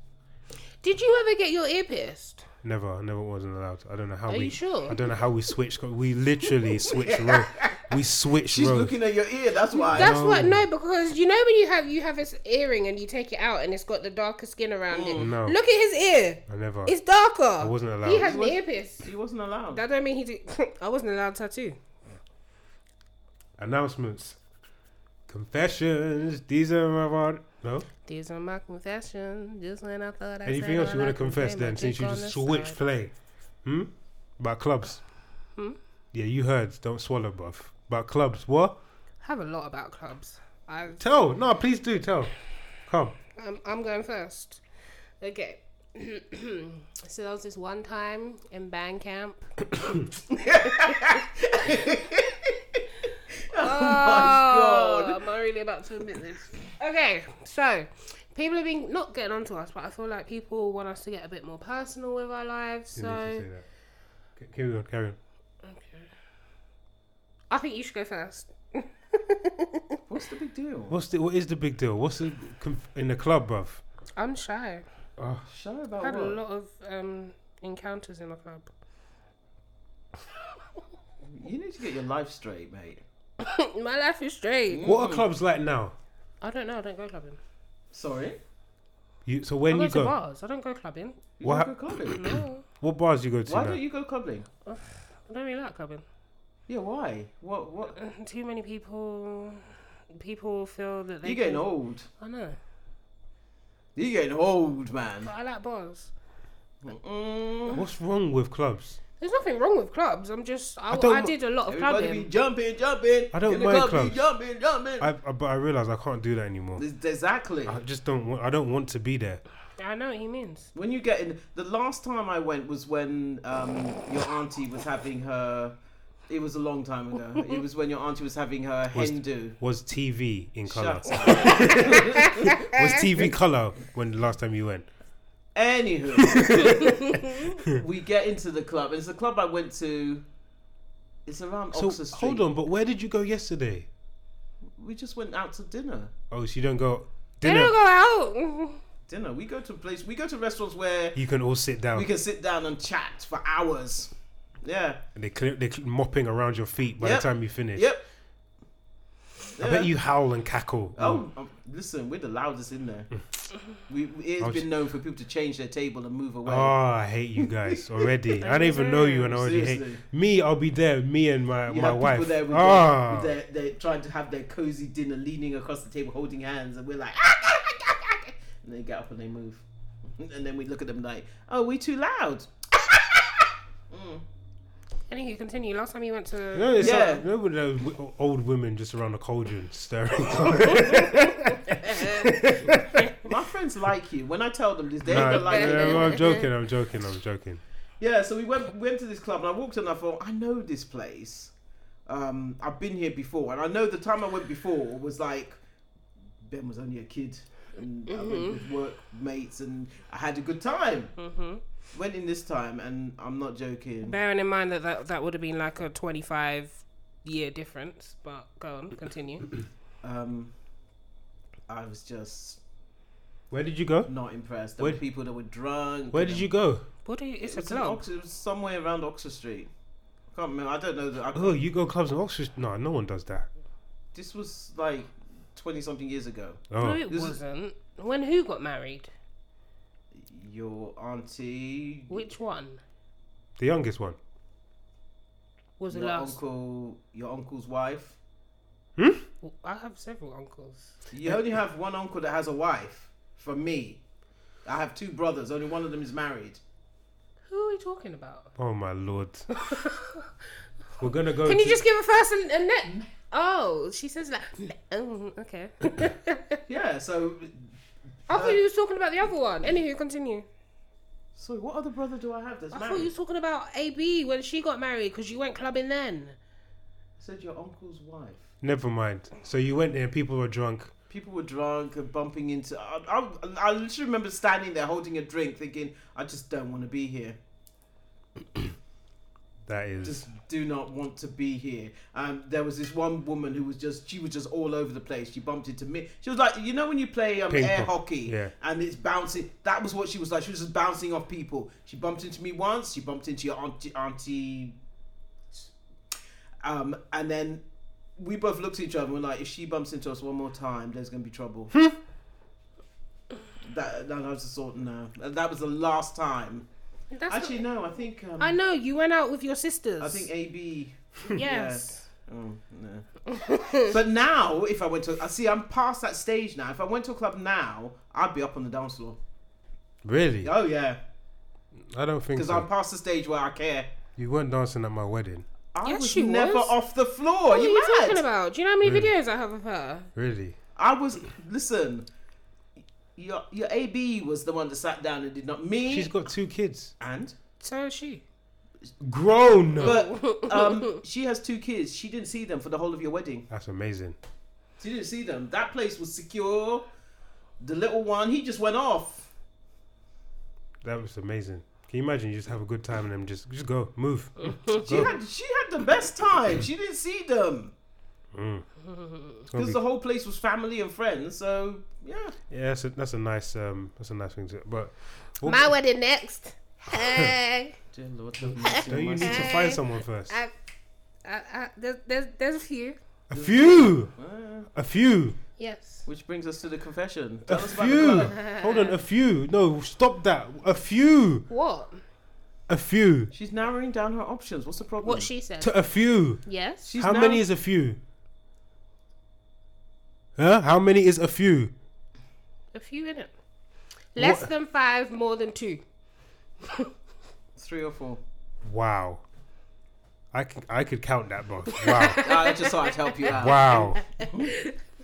[SPEAKER 4] Did you ever get your ear pierced?
[SPEAKER 2] Never, I never wasn't allowed. I don't know how
[SPEAKER 4] Are
[SPEAKER 2] we.
[SPEAKER 4] you sure?
[SPEAKER 2] I don't know how we switched. We literally switched road. We switched
[SPEAKER 3] She's
[SPEAKER 2] road.
[SPEAKER 3] looking at your ear. That's why.
[SPEAKER 4] That's what no, because you know when you have you have this earring and you take it out and it's got the darker skin around it.
[SPEAKER 2] No.
[SPEAKER 4] Look at his ear.
[SPEAKER 2] I never.
[SPEAKER 4] It's darker.
[SPEAKER 2] Mm. I wasn't allowed.
[SPEAKER 4] He has an
[SPEAKER 3] was-
[SPEAKER 4] ear pierce.
[SPEAKER 3] he wasn't allowed.
[SPEAKER 4] That don't mean he did. I wasn't allowed tattoo.
[SPEAKER 2] Announcements, confessions. These are my word. No.
[SPEAKER 4] These are my confessions. Just when I thought I
[SPEAKER 2] Anything
[SPEAKER 4] said
[SPEAKER 2] else
[SPEAKER 4] all
[SPEAKER 2] you want
[SPEAKER 4] I
[SPEAKER 2] to
[SPEAKER 4] can
[SPEAKER 2] confess
[SPEAKER 4] say, my
[SPEAKER 2] then, since you
[SPEAKER 4] dick on
[SPEAKER 2] just
[SPEAKER 4] the
[SPEAKER 2] switched
[SPEAKER 4] side.
[SPEAKER 2] play? Hmm. About clubs.
[SPEAKER 4] Hmm?
[SPEAKER 2] Yeah, you heard. Don't swallow, bruv. About clubs. What?
[SPEAKER 4] I have a lot about clubs. I
[SPEAKER 2] Tell. No, please do tell. Come.
[SPEAKER 4] I'm, I'm going first. Okay. so there was this one time in band camp. oh,
[SPEAKER 3] God.
[SPEAKER 4] Am I really about to admit this? Okay, so people have been not getting onto us, but I feel like people want us to get a bit more personal with our lives.
[SPEAKER 2] You need to
[SPEAKER 4] So
[SPEAKER 2] say that. C- Carry on. Carry on.
[SPEAKER 4] I think you should go first.
[SPEAKER 3] What's the big deal?
[SPEAKER 2] What's the? What is the big deal? What's the conf- in the club, bruv?
[SPEAKER 4] I'm shy.
[SPEAKER 2] Oh,
[SPEAKER 3] Shy
[SPEAKER 4] I
[SPEAKER 3] about
[SPEAKER 4] had a
[SPEAKER 3] what?
[SPEAKER 4] lot of um, encounters in the club.
[SPEAKER 3] You need to get your life straight, mate.
[SPEAKER 4] My life is straight.
[SPEAKER 2] what
[SPEAKER 3] Mm.
[SPEAKER 2] are clubs like now?
[SPEAKER 4] I don't know. I don't go clubbing.
[SPEAKER 3] Sorry.
[SPEAKER 2] You. So
[SPEAKER 4] I
[SPEAKER 2] when
[SPEAKER 4] go
[SPEAKER 2] you
[SPEAKER 4] to
[SPEAKER 2] go,
[SPEAKER 4] bars. I don't go clubbing.
[SPEAKER 3] You
[SPEAKER 2] What
[SPEAKER 3] don't go clubbing.
[SPEAKER 4] No,
[SPEAKER 2] what bars you go to
[SPEAKER 3] why
[SPEAKER 2] now?
[SPEAKER 3] don't you go clubbing?
[SPEAKER 4] I don't really like clubbing.
[SPEAKER 3] Yeah, why? What? What?
[SPEAKER 4] Too many people. People feel that they.
[SPEAKER 3] You're getting
[SPEAKER 4] can-
[SPEAKER 3] old.
[SPEAKER 4] I know,
[SPEAKER 3] You're getting old, man.
[SPEAKER 4] but I like bars.
[SPEAKER 3] Mm.
[SPEAKER 2] What's wrong with clubs?
[SPEAKER 4] There's nothing wrong with clubs. I'm just. I,
[SPEAKER 2] I don't
[SPEAKER 4] I
[SPEAKER 2] wa-
[SPEAKER 4] did a lot of
[SPEAKER 3] Everybody be
[SPEAKER 4] clubbing.
[SPEAKER 3] jumping, jumping.
[SPEAKER 2] I don't
[SPEAKER 3] in the
[SPEAKER 2] mind
[SPEAKER 3] club, be
[SPEAKER 2] clubs.
[SPEAKER 3] Jumping, jumping.
[SPEAKER 2] I, I but I realize I can't do that anymore.
[SPEAKER 3] This- Exactly.
[SPEAKER 2] I just don't want. I don't want to be there.
[SPEAKER 4] I know what he means.
[SPEAKER 3] When you get in, the last time I went was when um, your auntie was having her. It was a long time ago. It was when your auntie was having her
[SPEAKER 2] Was-
[SPEAKER 3] Hindu.
[SPEAKER 2] Was TV in color?
[SPEAKER 3] Shut up.
[SPEAKER 2] Was TV color when the last time you went?
[SPEAKER 3] Anywho, we get into the club. It's the club I went to. It's around
[SPEAKER 2] So
[SPEAKER 3] Oxford Street.
[SPEAKER 2] hold on, but where did you go yesterday?
[SPEAKER 3] We just went out to dinner.
[SPEAKER 2] Oh, so you don't go
[SPEAKER 4] They
[SPEAKER 2] dinner.
[SPEAKER 4] don't go out.
[SPEAKER 3] Dinner. We go to place. We go to restaurants where
[SPEAKER 2] You can all sit down.
[SPEAKER 3] we can sit down and chat for hours. Yeah.
[SPEAKER 2] And they clear, they're mopping around your feet by the
[SPEAKER 3] Yep.
[SPEAKER 2] time you finish.
[SPEAKER 3] Yep.
[SPEAKER 2] I bet you howl and cackle.
[SPEAKER 3] Oh, um, listen, we're the loudest in there. We, it's
[SPEAKER 2] was-
[SPEAKER 3] been known for people to change their table and move away.
[SPEAKER 2] Oh, I hate you guys already. I don't even know you, and I already hate
[SPEAKER 3] Seriously.
[SPEAKER 2] me. I'll be there. Me and my
[SPEAKER 3] you
[SPEAKER 2] my
[SPEAKER 3] have
[SPEAKER 2] wife.
[SPEAKER 3] people there with,
[SPEAKER 2] Ah.
[SPEAKER 3] their, with their, they trying to have their cozy dinner, leaning across the table, holding hands, and we're like, and they get up and they move, and then we look at them like, oh, we too loud.
[SPEAKER 4] I think you continue. Last time you went to.
[SPEAKER 2] You know, it's
[SPEAKER 3] Yeah.
[SPEAKER 2] like, you know when those w- old women just around the cauldron staring.
[SPEAKER 3] My friends like you. When I tell them this, they ain't
[SPEAKER 2] Nah,
[SPEAKER 3] gonna like you.
[SPEAKER 2] yeah, well, I'm joking. I'm joking. I'm joking.
[SPEAKER 3] Yeah, so we went went to this club and I walked in and I thought, I know this place. Um, I've been here before and I know the time I went before was like Ben was only a kid and I went with workmates and I had a good time. Went in this time and I'm not joking.
[SPEAKER 4] Bearing in mind that that, that would have been like a 25 year difference, but go on, continue.
[SPEAKER 3] Um, I was just
[SPEAKER 2] Where did you go?
[SPEAKER 3] not impressed. There were
[SPEAKER 2] Where-
[SPEAKER 3] people that were drunk.
[SPEAKER 2] Where did you go?
[SPEAKER 4] What do you, it's a
[SPEAKER 3] It's in
[SPEAKER 4] club.
[SPEAKER 3] Oxford, it was somewhere around Oxford Street. I can't remember. I don't know. The, I,
[SPEAKER 2] Oh, you go clubs in Oxford? No, no one does that.
[SPEAKER 3] This was like twenty something years ago.
[SPEAKER 4] No,
[SPEAKER 2] Oh,
[SPEAKER 4] it
[SPEAKER 3] This is-
[SPEAKER 4] wasn't. When who got married?
[SPEAKER 3] Your auntie,
[SPEAKER 4] Which one
[SPEAKER 2] the youngest one.
[SPEAKER 4] was the
[SPEAKER 3] your
[SPEAKER 4] last?
[SPEAKER 3] uncle, your uncle's wife.
[SPEAKER 4] I have several uncles.
[SPEAKER 3] You only have one uncle that has a wife. From me, I have two brothers. Only one of them is married.
[SPEAKER 4] Who are we talking about?
[SPEAKER 2] Oh my lord. We're gonna go.
[SPEAKER 4] Can you
[SPEAKER 2] to-
[SPEAKER 4] just give a first and, and then? Oh, she says like. Oh, okay.
[SPEAKER 3] Yeah. So, uh,
[SPEAKER 4] I thought you was talking about the other one. Anywho, continue.
[SPEAKER 3] so what other brother do I have that's
[SPEAKER 4] I thought
[SPEAKER 3] married?
[SPEAKER 4] you was talking about AB when she got married because you went clubbing then.
[SPEAKER 3] I said your uncle's wife.
[SPEAKER 2] Never mind. So you went there. People were drunk.
[SPEAKER 3] People were drunk and bumping into. I, I, I literally remember standing there holding a drink, thinking, I just don't want to be here.
[SPEAKER 2] That is.
[SPEAKER 3] just do not want to be here. Um, there was this one woman who was just she was just all over the place. She bumped into me. She was like, you know, when you play um,
[SPEAKER 2] Ping
[SPEAKER 3] air
[SPEAKER 2] pong.
[SPEAKER 3] hockey
[SPEAKER 2] Yeah.
[SPEAKER 3] and it's bouncing. That was what she was like. She was just bouncing off people. She bumped into me once. She bumped into your auntie, auntie, um, and then we both looked at each other. and We're like, if she bumps into us one more time, there's gonna be trouble.
[SPEAKER 2] Hmm.
[SPEAKER 3] That, that I was just sort no. That was the last time.
[SPEAKER 4] That's
[SPEAKER 3] Actually,
[SPEAKER 4] not-
[SPEAKER 3] no. I think um,
[SPEAKER 4] I know you went out with your sisters.
[SPEAKER 3] I think AB
[SPEAKER 4] yes.
[SPEAKER 3] Oh, no. but now, if I went to, I see, I'm past that stage now. If I went to a club now, I'd be up on the dance floor.
[SPEAKER 2] Really?
[SPEAKER 3] Oh yeah,
[SPEAKER 2] I don't think
[SPEAKER 3] because
[SPEAKER 2] so.
[SPEAKER 3] I'm past the stage where I care.
[SPEAKER 2] You weren't dancing at my wedding.
[SPEAKER 3] I
[SPEAKER 4] Yes,
[SPEAKER 3] was
[SPEAKER 4] she
[SPEAKER 3] never
[SPEAKER 4] was.
[SPEAKER 3] off the floor.
[SPEAKER 4] What are
[SPEAKER 3] you,
[SPEAKER 4] you
[SPEAKER 3] mad?
[SPEAKER 4] talking about? Do you know how many videos I have of her?
[SPEAKER 2] Really?
[SPEAKER 3] I was. Listen, your your AB was the one that sat down and did not me.
[SPEAKER 2] She's got two kids.
[SPEAKER 3] and
[SPEAKER 4] So is she.
[SPEAKER 2] Grown.
[SPEAKER 3] but um, she has two kids. She didn't see them for the whole of your wedding.
[SPEAKER 2] That's amazing.
[SPEAKER 3] She didn't see them. That place was secure. The little one, he just went off.
[SPEAKER 2] That was amazing. Can you imagine? You just have a good time and then just just go move.
[SPEAKER 3] She
[SPEAKER 2] Go.
[SPEAKER 3] had she had the best time. She didn't see them
[SPEAKER 2] It's gonna
[SPEAKER 3] because
[SPEAKER 2] be-
[SPEAKER 3] the whole place was family and friends. So yeah,
[SPEAKER 2] yeah, that's a, that's a nice um that's a nice thing to. But what-
[SPEAKER 4] My wedding next. Hey.
[SPEAKER 3] dear Lord, have mercy
[SPEAKER 2] don't
[SPEAKER 3] on
[SPEAKER 2] you
[SPEAKER 3] my
[SPEAKER 2] need to
[SPEAKER 3] soul.
[SPEAKER 2] find someone first?
[SPEAKER 4] I, I, I, there's, there's, there's a few.
[SPEAKER 2] A few,
[SPEAKER 3] Ah,
[SPEAKER 2] a few,
[SPEAKER 4] Yes.
[SPEAKER 3] Which brings us to the confession.
[SPEAKER 2] a
[SPEAKER 3] Tell us about the
[SPEAKER 2] few.
[SPEAKER 3] club.
[SPEAKER 2] Hold on, a few. No, stop that. A few,
[SPEAKER 4] What?
[SPEAKER 2] a few,
[SPEAKER 3] She's narrowing down her options. What's the problem?
[SPEAKER 2] Mm.
[SPEAKER 4] What she said.
[SPEAKER 2] to a few.
[SPEAKER 4] yes.
[SPEAKER 3] She's
[SPEAKER 2] How
[SPEAKER 3] narrow-
[SPEAKER 2] many is a few? Huh? How many is a few?
[SPEAKER 4] A few in it. Less than five, more than two.
[SPEAKER 3] three or four?
[SPEAKER 2] Wow. I could, I could count that, bro. Wow.
[SPEAKER 3] Ah, I just thought I'd help you out.
[SPEAKER 2] wow.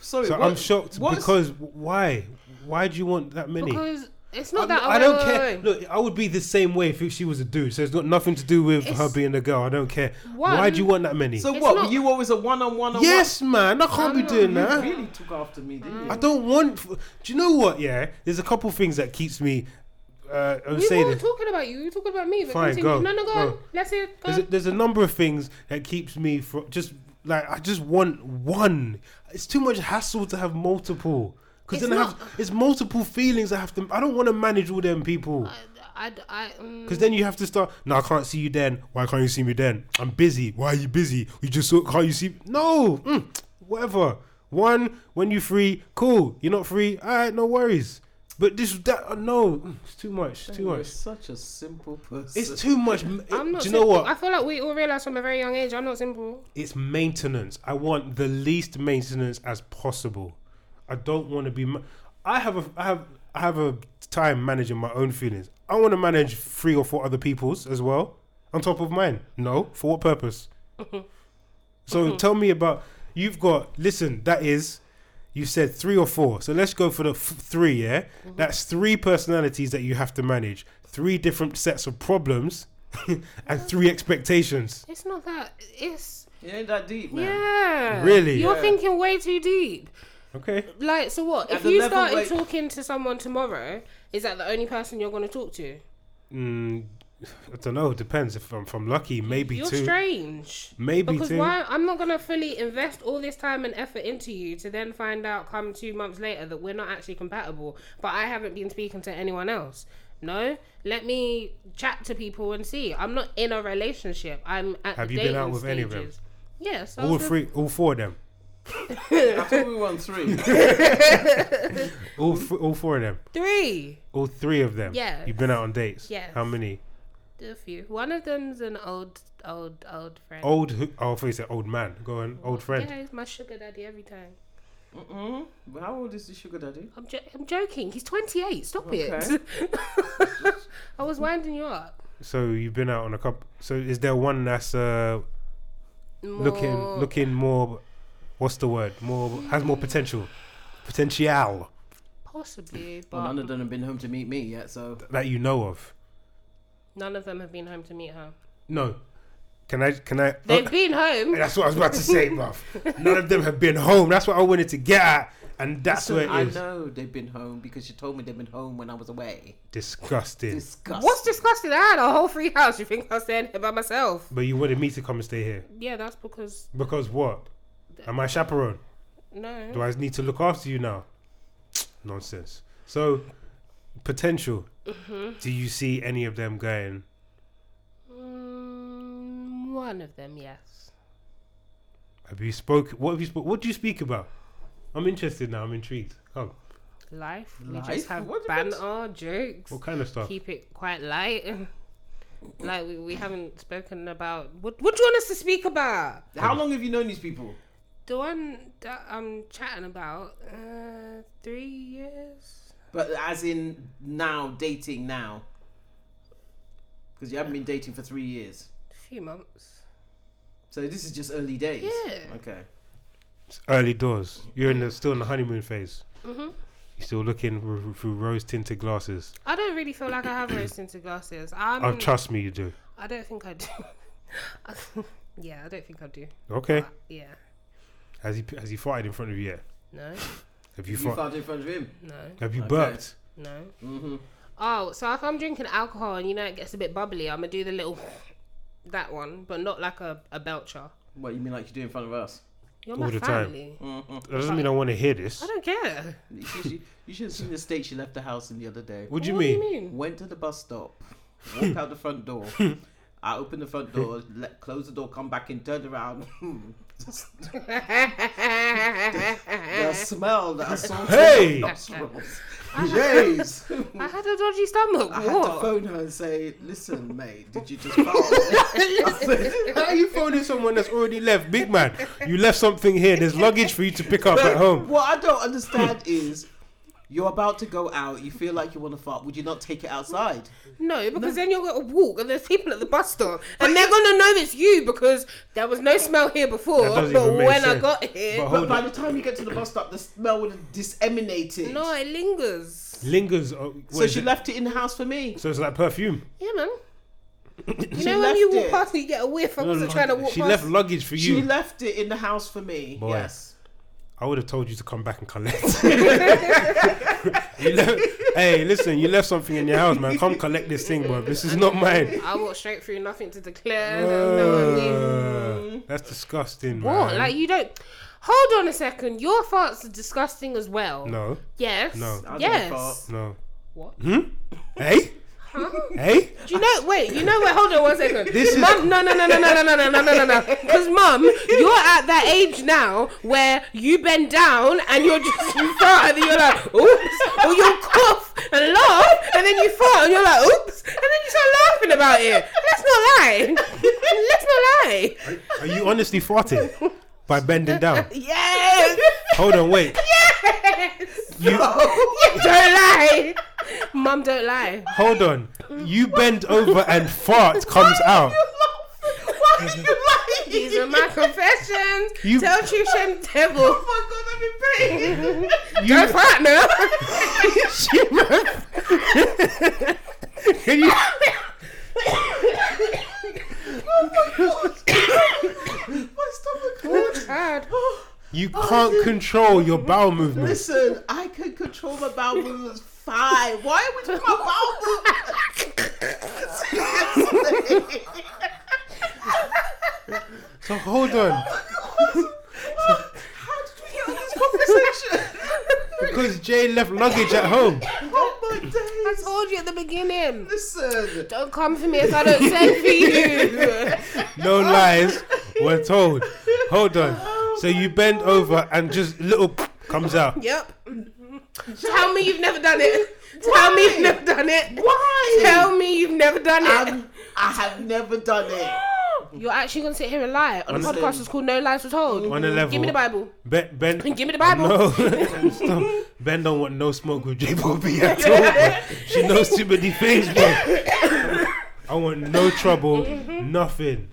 [SPEAKER 3] Sorry,
[SPEAKER 2] So
[SPEAKER 3] what-
[SPEAKER 2] I'm shocked
[SPEAKER 3] what's-
[SPEAKER 2] because why? Why do you want that many?
[SPEAKER 4] Because it's not
[SPEAKER 2] I'm-
[SPEAKER 4] that.
[SPEAKER 2] I don't
[SPEAKER 4] wait, wait,
[SPEAKER 2] care.
[SPEAKER 4] wait.
[SPEAKER 2] Look, I would be the same way if she was a dude. So it's got nothing to do with her
[SPEAKER 4] It's-
[SPEAKER 2] being a girl. I don't care.
[SPEAKER 4] One-
[SPEAKER 2] Why do you want that many?
[SPEAKER 3] So
[SPEAKER 4] It's
[SPEAKER 3] what?
[SPEAKER 4] not-
[SPEAKER 3] Were you always a one-on-one? on
[SPEAKER 2] yes, man, I can't be doing
[SPEAKER 3] one?
[SPEAKER 2] that.
[SPEAKER 3] You really took after me, didn't you?
[SPEAKER 2] I don't want. Do you know what? Yeah, there's a couple things that keeps me. Uh, I would
[SPEAKER 4] We
[SPEAKER 2] say
[SPEAKER 4] were
[SPEAKER 2] this.
[SPEAKER 4] talking about you. We were talking about me. But
[SPEAKER 2] Fine,
[SPEAKER 4] continue.
[SPEAKER 2] go,
[SPEAKER 4] No, no, go,
[SPEAKER 2] go.
[SPEAKER 4] on. Let's hear. Go.
[SPEAKER 2] There's a, there's a number of things that keeps me from just like I just want one. It's too much hassle to have multiple. Because
[SPEAKER 4] It's
[SPEAKER 2] then I have it's multiple feelings I have to. I don't want to manage all them people.
[SPEAKER 4] I, I, I, mm,
[SPEAKER 2] Because then you have to start. No, I can't see you then. Why can't you see me then? I'm busy. Why are you busy? You just saw, can't you see? No, mm, whatever. One when you free, cool. You're not free. All right, no worries. But this that uh, no, mm, it's too much. Too
[SPEAKER 3] You're
[SPEAKER 2] much.
[SPEAKER 3] such a simple person.
[SPEAKER 2] It's too much. m-
[SPEAKER 4] I'm not
[SPEAKER 2] Do you
[SPEAKER 4] simple.
[SPEAKER 2] know what?
[SPEAKER 4] I feel like we all realize from a very young age I'm not simple.
[SPEAKER 2] it's maintenance. I want the least maintenance as possible. I don't want to be. Ma- I have a. I have. I have a time managing my own feelings. I want to manage three or four other people's as well. I on top of mine. No, for what purpose? so tell me about you've got. Listen, that is. You said three or four, so let's go for the f- three. Yeah, that's three personalities that you have to manage, three different sets of problems, and three expectations.
[SPEAKER 4] It's not that. It's
[SPEAKER 3] It ain't that deep, man.
[SPEAKER 4] yeah.
[SPEAKER 2] Really?
[SPEAKER 4] You're
[SPEAKER 3] Yeah.
[SPEAKER 4] thinking way too deep.
[SPEAKER 2] Okay,
[SPEAKER 4] Like, so what?
[SPEAKER 3] At
[SPEAKER 4] if
[SPEAKER 3] the
[SPEAKER 4] you
[SPEAKER 3] level
[SPEAKER 4] started
[SPEAKER 3] where-
[SPEAKER 4] talking to someone tomorrow, is that the only person you're going to talk to?
[SPEAKER 2] mm, I don't know. Depends if I'm from lucky, maybe
[SPEAKER 4] You're
[SPEAKER 2] two.
[SPEAKER 4] strange.
[SPEAKER 2] Maybe
[SPEAKER 4] because
[SPEAKER 2] two.
[SPEAKER 4] why? I'm not gonna fully invest all this time and effort into you to then find out, come two months later, that we're not actually compatible. But I haven't been speaking to anyone else. No, let me chat to people and see. I'm not in a relationship. I'm at.
[SPEAKER 2] Have
[SPEAKER 4] the
[SPEAKER 2] you been
[SPEAKER 4] dating
[SPEAKER 2] out with any of them?
[SPEAKER 4] stages. Yes, I
[SPEAKER 2] All
[SPEAKER 4] was with-
[SPEAKER 2] three, all four of them.
[SPEAKER 3] I thought we won three.
[SPEAKER 2] All,
[SPEAKER 4] Mm.
[SPEAKER 2] th- all four of them.
[SPEAKER 4] three.
[SPEAKER 2] All three of them.
[SPEAKER 4] Yeah.
[SPEAKER 2] You've been out on dates.
[SPEAKER 4] Yes.
[SPEAKER 2] How many?
[SPEAKER 4] A few. One of them's an old, old, old friend.
[SPEAKER 2] Old. Who, oh, I thought you said old man. Go on. Old friend.
[SPEAKER 4] Oh, Yeah, he's my sugar daddy every time.
[SPEAKER 3] Mm-mm. But How old is the sugar daddy?
[SPEAKER 4] I'm, jo- I'm joking. He's 28. Stop
[SPEAKER 3] Okay.
[SPEAKER 4] it. I was winding you up.
[SPEAKER 2] So you've been out on a couple. So is there one that's uh, looking
[SPEAKER 4] More-
[SPEAKER 2] looking more? What's the word? More has more potential. Potential
[SPEAKER 4] Possibly, but
[SPEAKER 3] Well, none of them have been home to meet me yet, so
[SPEAKER 2] that you know of.
[SPEAKER 4] None of them have been home to meet her.
[SPEAKER 2] No. Can I? Can I?
[SPEAKER 4] They've
[SPEAKER 2] oh,
[SPEAKER 4] been home.
[SPEAKER 2] that's what I was about to say, bruv. None of them have been home. That's what I wanted to get at, and that's where
[SPEAKER 3] I
[SPEAKER 2] it is.
[SPEAKER 3] know they've been home because you told me they've been home when I was away.
[SPEAKER 2] Disgusting.
[SPEAKER 3] Disgusting.
[SPEAKER 4] What's disgusting? I had a whole free house. You think I was staying here by myself?
[SPEAKER 2] But you wanted me to come and stay here
[SPEAKER 4] Yeah, that's because
[SPEAKER 2] because what? Am I a chaperone?
[SPEAKER 4] no.
[SPEAKER 2] Do I need to look after you now? Nonsense. So, potential. Do you see any of them going?
[SPEAKER 4] Mm, one of them, yes.
[SPEAKER 2] Have you spoke? What have you spoke? What do you speak about? I'm interested now. I'm intrigued. Oh, Come.
[SPEAKER 4] Life. We
[SPEAKER 3] Life?
[SPEAKER 4] just have
[SPEAKER 3] What about-
[SPEAKER 4] banter, jokes.
[SPEAKER 2] What kind of stuff?
[SPEAKER 4] Keep it quite light. like we, we haven't spoken about what. What do you want us to speak about?
[SPEAKER 3] How long have you known these people?
[SPEAKER 4] The one that I'm chatting about. Uh, three years.
[SPEAKER 3] But as in now, dating now. Because you haven't been dating for three years.
[SPEAKER 4] A few months.
[SPEAKER 3] So this is just early days.
[SPEAKER 4] Yeah.
[SPEAKER 3] Okay.
[SPEAKER 2] It's early doors. You're in the still in the honeymoon phase. You're still looking r- r- through rose tinted glasses.
[SPEAKER 4] I don't really feel like I have rose tinted glasses. I'm,
[SPEAKER 2] Oh, trust me, you do.
[SPEAKER 4] I don't think I do. yeah, I don't think I do.
[SPEAKER 2] Okay.
[SPEAKER 4] Yeah.
[SPEAKER 2] Has he has he farted in front of you yet?
[SPEAKER 4] No,
[SPEAKER 2] Have you,
[SPEAKER 3] You
[SPEAKER 2] fart?
[SPEAKER 3] found in front of him.
[SPEAKER 4] no,
[SPEAKER 2] Have you burped?
[SPEAKER 4] no.
[SPEAKER 3] Mm-hmm.
[SPEAKER 4] Oh, so if I'm drinking alcohol and you know it gets a bit bubbly, I'm going to do the little. That one, but not like a, a belcher.
[SPEAKER 3] What you mean, like you do in front of us?
[SPEAKER 4] You're
[SPEAKER 2] All
[SPEAKER 4] my
[SPEAKER 2] the time.
[SPEAKER 4] family.
[SPEAKER 3] Mm.
[SPEAKER 2] That doesn't mean I want to hear this.
[SPEAKER 4] I don't care.
[SPEAKER 3] You should, you should have seen the state she left the house in the other day.
[SPEAKER 2] What do you
[SPEAKER 4] what
[SPEAKER 2] mean?
[SPEAKER 4] do you mean?
[SPEAKER 3] Went to the bus stop, walked out the front door. I opened the front door, let, closed the door, come back in, turned around. Just the
[SPEAKER 4] I
[SPEAKER 3] smell that I saw.
[SPEAKER 2] Hey!
[SPEAKER 3] Hey! Nostrils. Jeez!
[SPEAKER 4] had a dodgy stomach.
[SPEAKER 3] I had to
[SPEAKER 4] What?
[SPEAKER 3] phone her and say, listen, mate, did you just fart?
[SPEAKER 2] How are you phoning someone that's already left? Big man, you left something here. There's luggage for you to pick up at home.
[SPEAKER 3] what I don't understand is you're about to go out, you feel like you want to fart, would you not take it outside?
[SPEAKER 4] No, because then you're going to walk and there's people at the bus stop and they're going to know it's you because there was no smell here before.
[SPEAKER 2] That doesn't
[SPEAKER 4] But
[SPEAKER 2] even make
[SPEAKER 4] when I
[SPEAKER 2] sense.
[SPEAKER 4] got here,
[SPEAKER 2] But
[SPEAKER 3] But
[SPEAKER 2] hold
[SPEAKER 3] by
[SPEAKER 2] on.
[SPEAKER 3] the time you get to the bus stop, the smell would have disseminated.
[SPEAKER 4] No, it lingers.
[SPEAKER 2] Lingers. Oh, what
[SPEAKER 3] so
[SPEAKER 2] is
[SPEAKER 3] she
[SPEAKER 2] it?
[SPEAKER 3] left it in the house for me.
[SPEAKER 2] So it's like perfume.
[SPEAKER 4] Yeah, man. You
[SPEAKER 3] She
[SPEAKER 4] know when
[SPEAKER 3] left
[SPEAKER 4] you walk
[SPEAKER 3] it.
[SPEAKER 4] past and you get a whiff. I wasn't trying to walk
[SPEAKER 2] she
[SPEAKER 4] past.
[SPEAKER 2] left luggage for
[SPEAKER 3] She
[SPEAKER 2] you.
[SPEAKER 3] left it in the house for me.
[SPEAKER 2] Boy.
[SPEAKER 3] Yes.
[SPEAKER 2] I would have told you to come back and collect. you left, hey, listen, you left something in your house, man. Come collect this thing, bro. This is not mine.
[SPEAKER 4] I walked straight through, nothing to declare. no, no, I mean,
[SPEAKER 2] Uh, that's disgusting,
[SPEAKER 4] what?
[SPEAKER 2] man.
[SPEAKER 4] Like you don't. Hold on a second. Your farts are disgusting as well.
[SPEAKER 2] no,
[SPEAKER 4] Yes.
[SPEAKER 2] No.
[SPEAKER 3] I don't
[SPEAKER 4] Yes.
[SPEAKER 3] fart.
[SPEAKER 2] no. Hmm?
[SPEAKER 4] What?
[SPEAKER 2] Hey,
[SPEAKER 4] Huh?
[SPEAKER 2] hey.
[SPEAKER 4] Do you know? Wait. You know what? Hold on one second.
[SPEAKER 2] This is-
[SPEAKER 4] mum. No, no, no, no, no, no, no, no, no, no, no. Because mum, you're at that age now where you bend down and you're just you fart and then you're like, oops, or you cough and laugh and then you fart and you're like, oops, and then you start laughing about it. Let's not lie. Let's not lie.
[SPEAKER 2] Are you honestly farting by bending down?
[SPEAKER 4] Yes.
[SPEAKER 2] Hold on, wait. You,
[SPEAKER 4] don't lie. Mum, don't lie.
[SPEAKER 2] Hold on. You bend over and fart comes out.
[SPEAKER 3] Why are you lying?
[SPEAKER 4] These are my confessions.
[SPEAKER 2] You-
[SPEAKER 4] Tell truth, shame the devil.
[SPEAKER 3] Oh my god, I've been praying.
[SPEAKER 4] Go partner.
[SPEAKER 2] Can you?
[SPEAKER 3] My stomach hurts.
[SPEAKER 4] God.
[SPEAKER 2] You can't control your bowel movements.
[SPEAKER 3] Listen, I can control my bowel movements fine. Why are we talking about bowel movements?
[SPEAKER 2] So hold on,
[SPEAKER 3] How did we get on this conversation?
[SPEAKER 2] because Jay left luggage at home.
[SPEAKER 3] oh my days.
[SPEAKER 4] I told you at the beginning.
[SPEAKER 3] Listen.
[SPEAKER 4] Don't come for me if I don't send for you.
[SPEAKER 2] No lies were told. Hold on. So you bend over and just little comes out.
[SPEAKER 4] yep. Tell me you've never done it. Tell me you've never done it. Why? Um, Tell me you've never done it.
[SPEAKER 3] I'm, I have never done it.
[SPEAKER 4] You're actually gonna sit here and lie on a
[SPEAKER 3] Honestly.
[SPEAKER 4] podcast that's called No Lies Were Told.
[SPEAKER 2] On a level.
[SPEAKER 4] Give me the Bible.
[SPEAKER 2] Be- bend.
[SPEAKER 4] Give me the Bible.
[SPEAKER 2] No. Stop. Ben don't want no smoke with J Bobby at all. bro. She knows too many things, bro. I want no trouble, nothing.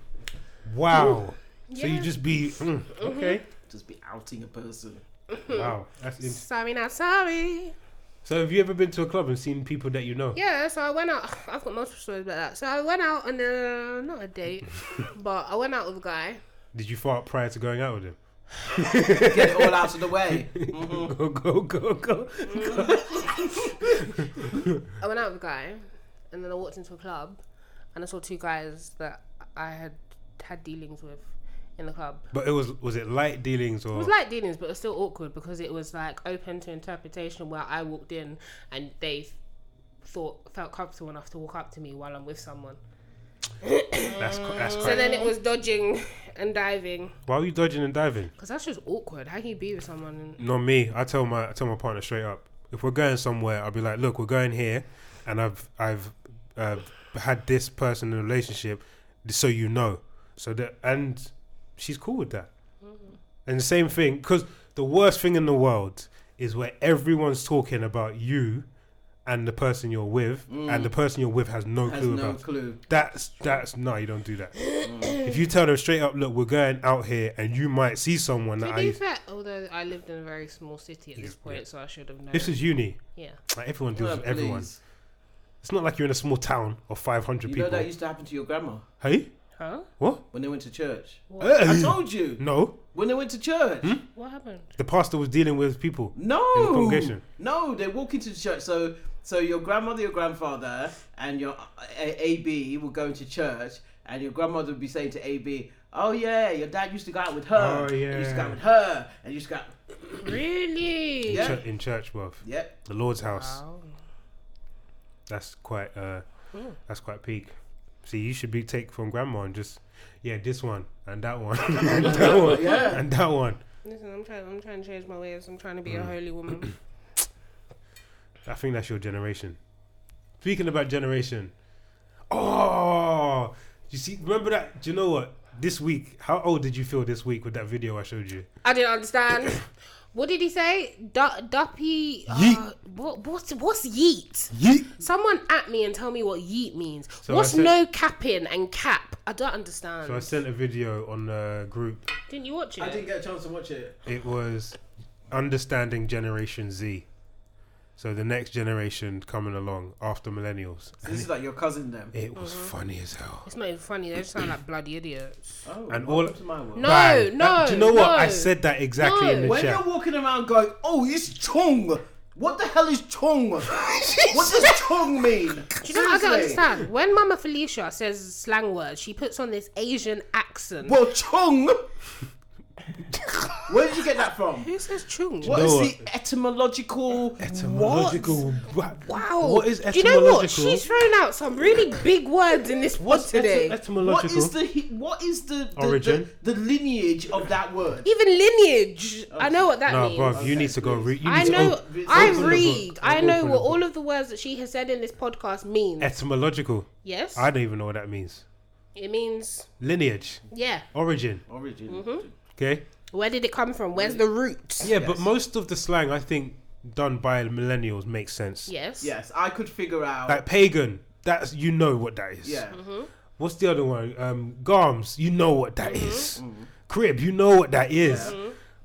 [SPEAKER 2] Wow. So you just be mm, okay.
[SPEAKER 3] Just be outing a person.
[SPEAKER 4] Mm-hmm.
[SPEAKER 2] Wow, that's in-
[SPEAKER 4] Sorry, not sorry.
[SPEAKER 2] so. Have you ever been to a club and seen people that you know?
[SPEAKER 4] Yeah, so I went out. I've got multiple stories about that. So I went out on a not a date, but I went out with a guy.
[SPEAKER 2] Did you fart prior to going out with them?
[SPEAKER 3] Get it all out of the way.
[SPEAKER 2] Go go go go.
[SPEAKER 4] I went out with a guy, and then I walked into a club, and I saw two guys that I had had dealings with in the club.
[SPEAKER 2] But it was was it light dealings or
[SPEAKER 4] It was like dealings, but it was still awkward because it was like open to interpretation. Where I walked in, and they thought felt comfortable enough to walk up to me while I'm with someone.
[SPEAKER 2] that's qu- that's
[SPEAKER 4] So
[SPEAKER 2] quite.
[SPEAKER 4] then it was dodging and diving
[SPEAKER 2] Why were you dodging and diving?
[SPEAKER 4] because that's just awkward. How can you be with someone? And
[SPEAKER 2] Not me. I tell my I tell my partner straight up. If we're going somewhere, I'll be like, look, we're going here, and I've I've uh, had this person in a relationship, so you know. So that and she's cool with that. And the same thing, because the worst thing in the world is where everyone's talking about you and the person you're with, and the person you're with has no
[SPEAKER 3] Has
[SPEAKER 2] clue
[SPEAKER 3] no
[SPEAKER 2] about. it.
[SPEAKER 3] clue.
[SPEAKER 2] That's that's no, you don't do that. if you tell them straight up, look, we're going out here, and you might see someone
[SPEAKER 4] to
[SPEAKER 2] that
[SPEAKER 4] be
[SPEAKER 2] I.
[SPEAKER 4] fair, although I lived in a very small city at this point, so I should have known.
[SPEAKER 2] This is uni.
[SPEAKER 4] yeah.
[SPEAKER 2] Like everyone deals
[SPEAKER 3] Oh,
[SPEAKER 2] with everyone.
[SPEAKER 3] please.
[SPEAKER 2] It's not like you're in a small town of 500
[SPEAKER 3] You know
[SPEAKER 2] people.
[SPEAKER 3] that used to happen to your grandma
[SPEAKER 2] hey,
[SPEAKER 4] Huh?
[SPEAKER 2] what?
[SPEAKER 3] when they went to church. I
[SPEAKER 2] Eh,
[SPEAKER 3] told you
[SPEAKER 2] no,
[SPEAKER 3] when they went to church.
[SPEAKER 4] What happened?
[SPEAKER 2] the pastor was dealing with people.
[SPEAKER 3] No,
[SPEAKER 2] Hmm? In the congregation.
[SPEAKER 3] no, they walk into the church. So, so your grandmother, your grandfather, and your A- AB will go into church, and your grandmother would be saying to AB, "Oh yeah, your dad used to go out with her.
[SPEAKER 2] Oh,
[SPEAKER 3] and used to go
[SPEAKER 2] yeah.
[SPEAKER 3] out with her, and used to go." Out...
[SPEAKER 4] Really?
[SPEAKER 3] Yeah.
[SPEAKER 2] Chu- in church, bruv.
[SPEAKER 3] Yep.
[SPEAKER 2] The Lord's house.
[SPEAKER 4] Wow.
[SPEAKER 2] That's quite. Uh,
[SPEAKER 3] Hmm.
[SPEAKER 2] that's quite peak. See, you should be take from grandma and just, yeah, this one and that one and that one
[SPEAKER 3] Yeah.
[SPEAKER 2] and that one.
[SPEAKER 4] Listen, I'm trying. I'm trying to change my ways. I'm trying to be
[SPEAKER 2] Mm.
[SPEAKER 4] a holy woman.
[SPEAKER 2] I think that's your generation. Speaking about generation, oh, you see, remember that? Do you know what? This week, how old did you feel this week with that video I showed you?
[SPEAKER 4] I didn't understand. What did he say? Du- duppy. Uh,
[SPEAKER 2] Yeet.
[SPEAKER 4] what, what's what's yeet?
[SPEAKER 2] Yeet.
[SPEAKER 4] Someone at me and tell me what yeet means.
[SPEAKER 2] So
[SPEAKER 4] what's
[SPEAKER 2] I said-
[SPEAKER 4] no capping and cap? I don't understand.
[SPEAKER 2] So I sent a video on the group.
[SPEAKER 4] Didn't you watch it?
[SPEAKER 3] I didn't get a chance to watch it.
[SPEAKER 2] It was understanding Generation Z. So the next generation coming along after millennials.
[SPEAKER 3] This is like your cousin then.
[SPEAKER 2] It was
[SPEAKER 4] Mm-hmm.
[SPEAKER 2] funny as hell.
[SPEAKER 4] It's not even funny. They just sound like bloody idiots.
[SPEAKER 3] Oh,
[SPEAKER 2] And
[SPEAKER 3] and
[SPEAKER 2] all-
[SPEAKER 3] all to my world.
[SPEAKER 4] No,
[SPEAKER 2] Bang. That- do you know
[SPEAKER 4] no,
[SPEAKER 2] what? I
[SPEAKER 4] no.
[SPEAKER 2] said that exactly in the
[SPEAKER 4] No.
[SPEAKER 3] When
[SPEAKER 2] chat.
[SPEAKER 3] you're walking around going, "Oh, it's Chong." What the hell is Chong? what does Chong mean?
[SPEAKER 4] Do you know what I don't
[SPEAKER 3] Seriously.
[SPEAKER 4] understand? When Mama Felicia says slang words, she puts on this Asian accent.
[SPEAKER 3] Well, Chong. Where did you get that from?
[SPEAKER 4] Who says chung?
[SPEAKER 3] What
[SPEAKER 2] know
[SPEAKER 3] is
[SPEAKER 2] what?
[SPEAKER 4] uh,
[SPEAKER 3] the etymological?
[SPEAKER 2] Etymological. Wow.
[SPEAKER 4] Wow.
[SPEAKER 2] What is
[SPEAKER 4] Do you know what?
[SPEAKER 2] etymological?
[SPEAKER 4] She's thrown out some really big words in this pod
[SPEAKER 3] What's
[SPEAKER 4] today.
[SPEAKER 3] What
[SPEAKER 2] Etymological.
[SPEAKER 3] is the he- what is the the,
[SPEAKER 2] Origin?
[SPEAKER 3] the the lineage of that word?
[SPEAKER 4] Even lineage. I know what that
[SPEAKER 2] Nah,
[SPEAKER 4] means.
[SPEAKER 2] bruv, you
[SPEAKER 3] Okay,
[SPEAKER 2] need to go
[SPEAKER 3] please.
[SPEAKER 2] read. You need
[SPEAKER 4] I
[SPEAKER 2] to
[SPEAKER 4] know.
[SPEAKER 2] op-
[SPEAKER 3] open
[SPEAKER 4] I
[SPEAKER 2] the book.
[SPEAKER 4] read. I
[SPEAKER 2] Open
[SPEAKER 4] know
[SPEAKER 2] the
[SPEAKER 4] what
[SPEAKER 2] book.
[SPEAKER 4] all of the words that she has said in this podcast mean.
[SPEAKER 2] etymological.
[SPEAKER 4] yes.
[SPEAKER 2] I don't even know what that means.
[SPEAKER 4] it means.
[SPEAKER 2] Lineage,
[SPEAKER 4] Yeah.
[SPEAKER 2] origin.
[SPEAKER 3] Origin.
[SPEAKER 2] Okay.
[SPEAKER 4] Where did it come from? Where's the root?
[SPEAKER 2] Yeah, but most of the slang I think done by millennials makes sense.
[SPEAKER 4] Yes.
[SPEAKER 3] Yes, I could figure out.
[SPEAKER 2] Like pagan, that's you know what that is.
[SPEAKER 3] yeah,
[SPEAKER 2] What's the other one? Um, Garms. You know what that
[SPEAKER 4] Mm-hmm.
[SPEAKER 2] is. Crib. You know what that is.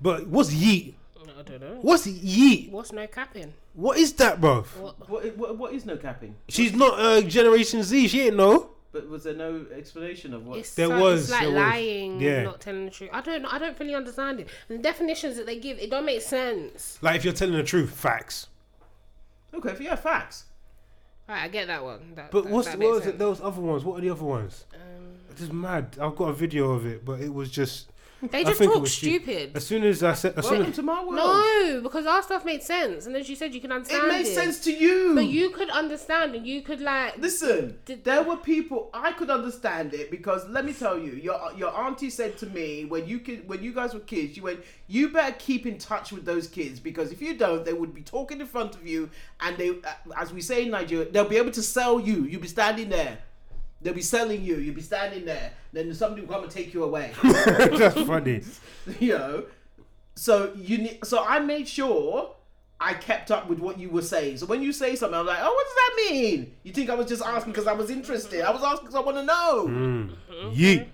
[SPEAKER 2] But what's yeet?
[SPEAKER 4] I don't know.
[SPEAKER 2] What's yeet?
[SPEAKER 4] What's no capping?
[SPEAKER 2] What is that, bruv?
[SPEAKER 3] What, what, what is no capping?
[SPEAKER 2] She's not uh, Generation Z. She ain't know.
[SPEAKER 3] But was there no explanation of what?
[SPEAKER 4] It's
[SPEAKER 2] There
[SPEAKER 4] so-
[SPEAKER 2] was-
[SPEAKER 4] it's like
[SPEAKER 2] there was.
[SPEAKER 4] lying,
[SPEAKER 2] Yeah.
[SPEAKER 4] not telling the truth. I don't know. I don't fully understand it. And the definitions that they give, it don't make sense.
[SPEAKER 2] Like if you're telling the truth, facts.
[SPEAKER 3] Okay, yeah, facts.
[SPEAKER 4] Right, I get that one. That,
[SPEAKER 2] But
[SPEAKER 4] that-
[SPEAKER 2] what's
[SPEAKER 4] that
[SPEAKER 2] what
[SPEAKER 4] makes
[SPEAKER 2] was it?
[SPEAKER 4] sense. Um,
[SPEAKER 2] Those other ones. What are the other ones? It's just mad. I've got a video of it, but it was just.
[SPEAKER 4] They
[SPEAKER 2] I
[SPEAKER 4] just
[SPEAKER 2] think it
[SPEAKER 4] talk
[SPEAKER 2] was stu-
[SPEAKER 4] stupid.
[SPEAKER 2] As soon as I said, as soon
[SPEAKER 3] Welcome
[SPEAKER 2] as,
[SPEAKER 3] to my world.
[SPEAKER 4] No, because our stuff made sense, and as you said, you can understand.
[SPEAKER 3] it made sense to you.
[SPEAKER 4] But you could understand, and you could like.
[SPEAKER 3] Listen,
[SPEAKER 4] Did-
[SPEAKER 3] there were people I could understand it because let me tell you, your your auntie said to me when you kid, when you guys were kids, she went, "You better keep in touch with those kids because if you don't, they would be talking in front of you, and they, uh, as we say in Nigeria, they'll be able to sell you. You'll be standing there." They'll be selling you. You'll be standing there. Then somebody will come and take you away.
[SPEAKER 2] that's funny.
[SPEAKER 3] you know. So you need. So I made sure I kept up with what you were saying. So when you say something, I'm like, oh, what does that mean? You think I was just asking because I was interested? I was asking because I want to know.
[SPEAKER 2] Yeet.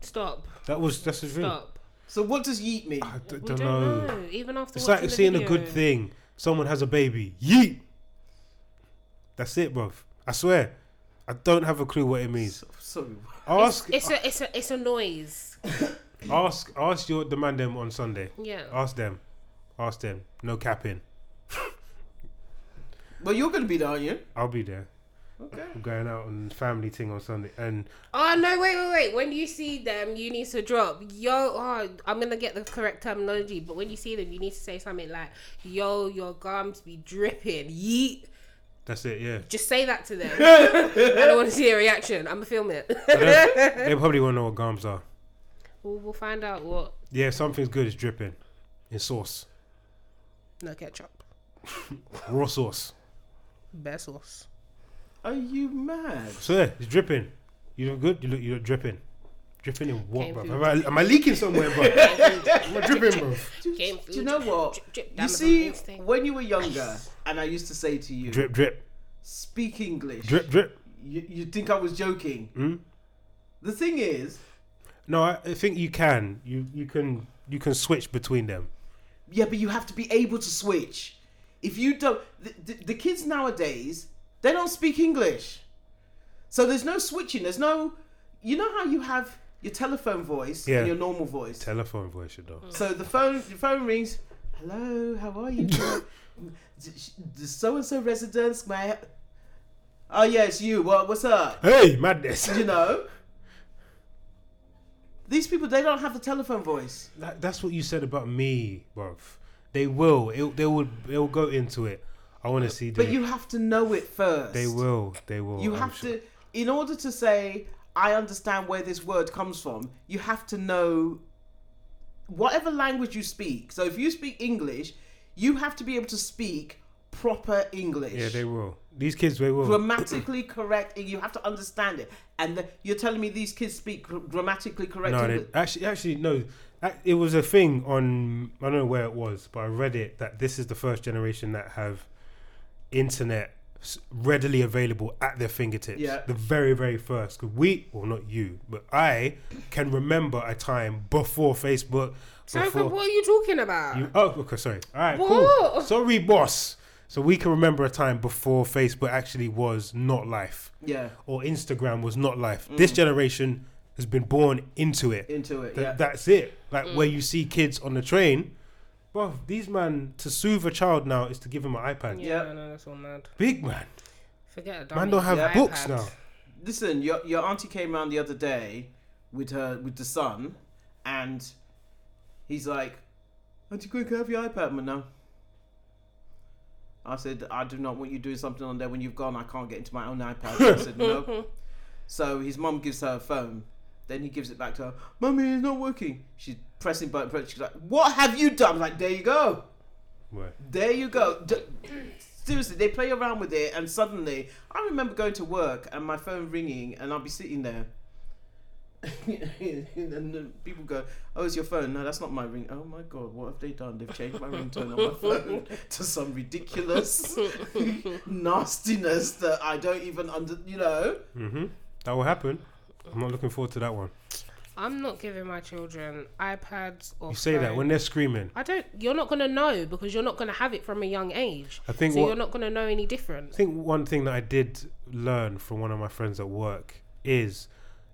[SPEAKER 4] Stop.
[SPEAKER 2] That was that's the thing.
[SPEAKER 4] Stop.
[SPEAKER 3] So what does yeet mean?
[SPEAKER 2] I d-
[SPEAKER 4] We
[SPEAKER 2] Hmm. don't
[SPEAKER 4] don't
[SPEAKER 2] know.
[SPEAKER 4] know. Even after
[SPEAKER 2] It's
[SPEAKER 4] watching
[SPEAKER 2] like
[SPEAKER 4] the
[SPEAKER 2] seeing a
[SPEAKER 4] video.
[SPEAKER 2] good thing. Someone has a baby. Yeet. That's it, bruv. I swear. I don't have a clue what it means.
[SPEAKER 3] So
[SPEAKER 2] Ask,
[SPEAKER 4] It's a it's a it's a noise.
[SPEAKER 2] ask, ask your the man them on Sunday.
[SPEAKER 4] Yeah.
[SPEAKER 2] Ask them, ask them. No capping.
[SPEAKER 3] well, you're gonna be there, aren't you?
[SPEAKER 2] I'll be there.
[SPEAKER 3] Okay.
[SPEAKER 2] I'm going out on family thing on Sunday, and
[SPEAKER 4] Oh no! Wait, wait, wait! When you see them, you need to drop yo. Oh, I'm gonna get the correct terminology, but when you see them, you need to say something like "Yo, your gums be dripping." Yeet.
[SPEAKER 2] that's it. Yeah.
[SPEAKER 4] Just say that to them. I don't want to see a reaction. I'm gonna film it.
[SPEAKER 2] they probably won't know what gums are.
[SPEAKER 4] we'll, we'll find out what.
[SPEAKER 2] Yeah, if something's good. It's dripping in sauce,
[SPEAKER 4] No ketchup.
[SPEAKER 2] raw sauce.
[SPEAKER 4] Bear sauce.
[SPEAKER 3] Are you mad?
[SPEAKER 2] So yeah, it's dripping. You look good. You look. You look dripping. Dripping in what,
[SPEAKER 4] Came
[SPEAKER 2] bro?
[SPEAKER 4] through.
[SPEAKER 2] Am I, am I leaking somewhere, bro? am I dripping, bro?
[SPEAKER 4] Game
[SPEAKER 3] Do you know what?
[SPEAKER 4] Drip, drip,
[SPEAKER 3] you
[SPEAKER 4] diamond on
[SPEAKER 3] see,
[SPEAKER 4] this thing.
[SPEAKER 3] when you were younger, and I used to say to you,
[SPEAKER 2] Drip, drip,
[SPEAKER 3] speak English.
[SPEAKER 2] drip, drip.
[SPEAKER 3] You, you think I was joking? The thing is,
[SPEAKER 2] No, I, I think you can. You you can you can switch between them.
[SPEAKER 3] Yeah, but you have to be able to switch. If you don't, the, the, the kids nowadays they don't speak English, so there's no switching. There's no, you know how you have your telephone voice
[SPEAKER 2] Yeah.
[SPEAKER 3] and your normal voice.
[SPEAKER 2] Telephone voice, you know.
[SPEAKER 3] so the phone, the phone rings. Hello, how are you? So and so residence, my. Oh yeah, it's you. What? What's up?
[SPEAKER 2] Hey, madness.
[SPEAKER 3] You know. These people, they don't have the telephone voice.
[SPEAKER 2] That, that's what you said about me, bruv. They will. It, they will. They will go into it. I want to see them.
[SPEAKER 3] But you have to know it first.
[SPEAKER 2] they will. They will.
[SPEAKER 3] You
[SPEAKER 2] I'm
[SPEAKER 3] have
[SPEAKER 2] sure.
[SPEAKER 3] to, in order to say, I understand where this word comes from, you have to know whatever language you speak. So if you speak English, you have to be able to speak proper English.
[SPEAKER 2] Yeah, they will. These kids, they will.
[SPEAKER 3] Grammatically correct, and you have to understand it. And the, you're telling me these kids speak gr- grammatically correct
[SPEAKER 2] no, they,
[SPEAKER 3] English?
[SPEAKER 2] actually, actually, no. A- It was a thing on. I don't know where it was, but I read it that this is the first generation that have internet s- readily available at their fingertips.
[SPEAKER 3] Yeah.
[SPEAKER 2] The very, very first. 'Cause we, well, not you, but I can remember a time before Facebook.
[SPEAKER 4] So,
[SPEAKER 2] before,
[SPEAKER 4] what are you talking about?
[SPEAKER 2] You, oh, okay, sorry. All right, cool.
[SPEAKER 4] Whoa.
[SPEAKER 2] Sorry, boss. So we can remember a time before Facebook actually was not life,
[SPEAKER 3] Yeah,
[SPEAKER 2] or Instagram was not life. This generation has been born into it.
[SPEAKER 3] into it.
[SPEAKER 2] Th-
[SPEAKER 3] yeah. Mm.
[SPEAKER 2] That's it. Like where you see kids on the train, bro. These man to soothe a child now is to give him an iPad.
[SPEAKER 4] yeah,
[SPEAKER 3] Yep.
[SPEAKER 4] no, no, that's all mad.
[SPEAKER 2] Big man,
[SPEAKER 4] Forget it.
[SPEAKER 2] man don't have
[SPEAKER 3] Yeah.
[SPEAKER 2] books now.
[SPEAKER 3] Listen, your your auntie came round the other day with her with the son, and he's like, "Auntie, quick, have your iPad, man." Now, I said, "I do not want you doing something on there when you've gone. I can't get into my own iPad." I said, "No." So his mum gives her a phone. Then he gives it back to her. Mummy, it's not working. She's pressing button. press- She's like, "What have you done?" I'm like, "There you go."
[SPEAKER 2] Right.
[SPEAKER 3] There you go. D- Seriously, they play around with it, and suddenly, I remember going to work and my phone ringing, and I'll be sitting there. and the people go, "Oh, it's your phone." No, that's not my ring. Oh my god, what have they done? They've changed my ringtone on my phone to some ridiculous nastiness that I don't even under. You know,
[SPEAKER 2] Mhm. That will happen. I'm not looking forward to that one.
[SPEAKER 4] I'm not giving my children iPads or.
[SPEAKER 2] You say that when they're screaming.
[SPEAKER 4] I don't. You're not gonna know because you're not gonna have it from a young age.
[SPEAKER 2] I think
[SPEAKER 4] so.
[SPEAKER 2] what-
[SPEAKER 4] you're not gonna know any
[SPEAKER 2] I
[SPEAKER 4] different.
[SPEAKER 2] think one thing that I did learn from one of my friends at work is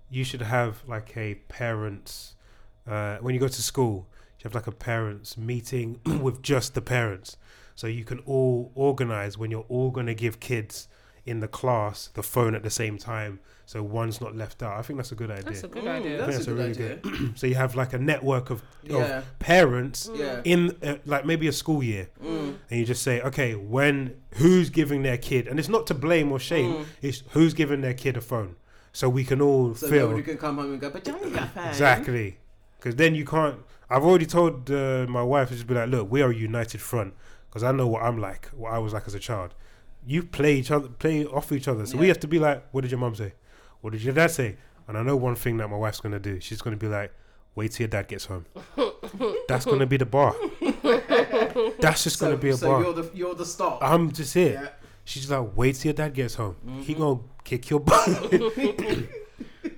[SPEAKER 2] you should have like a parents uh, when you go to school. You have like a parents meeting with just the parents, so you can all organize when you're all gonna give kids in the class the phone at the same time, so one's not left out. I think that's a good idea.
[SPEAKER 4] That's a good
[SPEAKER 3] Mm,
[SPEAKER 4] idea.
[SPEAKER 2] I
[SPEAKER 3] that's
[SPEAKER 2] think
[SPEAKER 3] a good oh, idea.
[SPEAKER 2] so you have like a network of,
[SPEAKER 3] Yeah.
[SPEAKER 2] of parents
[SPEAKER 3] Yeah. Mm.
[SPEAKER 2] in uh, like maybe a school year and you just say okay when who's giving their kid and it's not to blame or shame it's who's giving their kid a phone so we can all
[SPEAKER 3] Mm. So
[SPEAKER 2] feel
[SPEAKER 3] nobody can come home and go, but Johnny got five.
[SPEAKER 2] exactly because then you can't i've already told uh, my wife just be like look we are a united front because i know what i'm like what i was like as a child you play each other play off each other so we
[SPEAKER 3] Yeah.
[SPEAKER 2] have to be like what did your mom say what did your dad say and i know one thing that my wife's going to do she's going to be like wait till your dad gets home that's going to be the bar that's just going
[SPEAKER 3] So,
[SPEAKER 2] to be a
[SPEAKER 3] so
[SPEAKER 2] bar
[SPEAKER 3] you're the you're the star.
[SPEAKER 2] i'm just here
[SPEAKER 3] Uh-huh. Yeah.
[SPEAKER 2] She's like, wait till your dad gets home. He gonna kick your butt.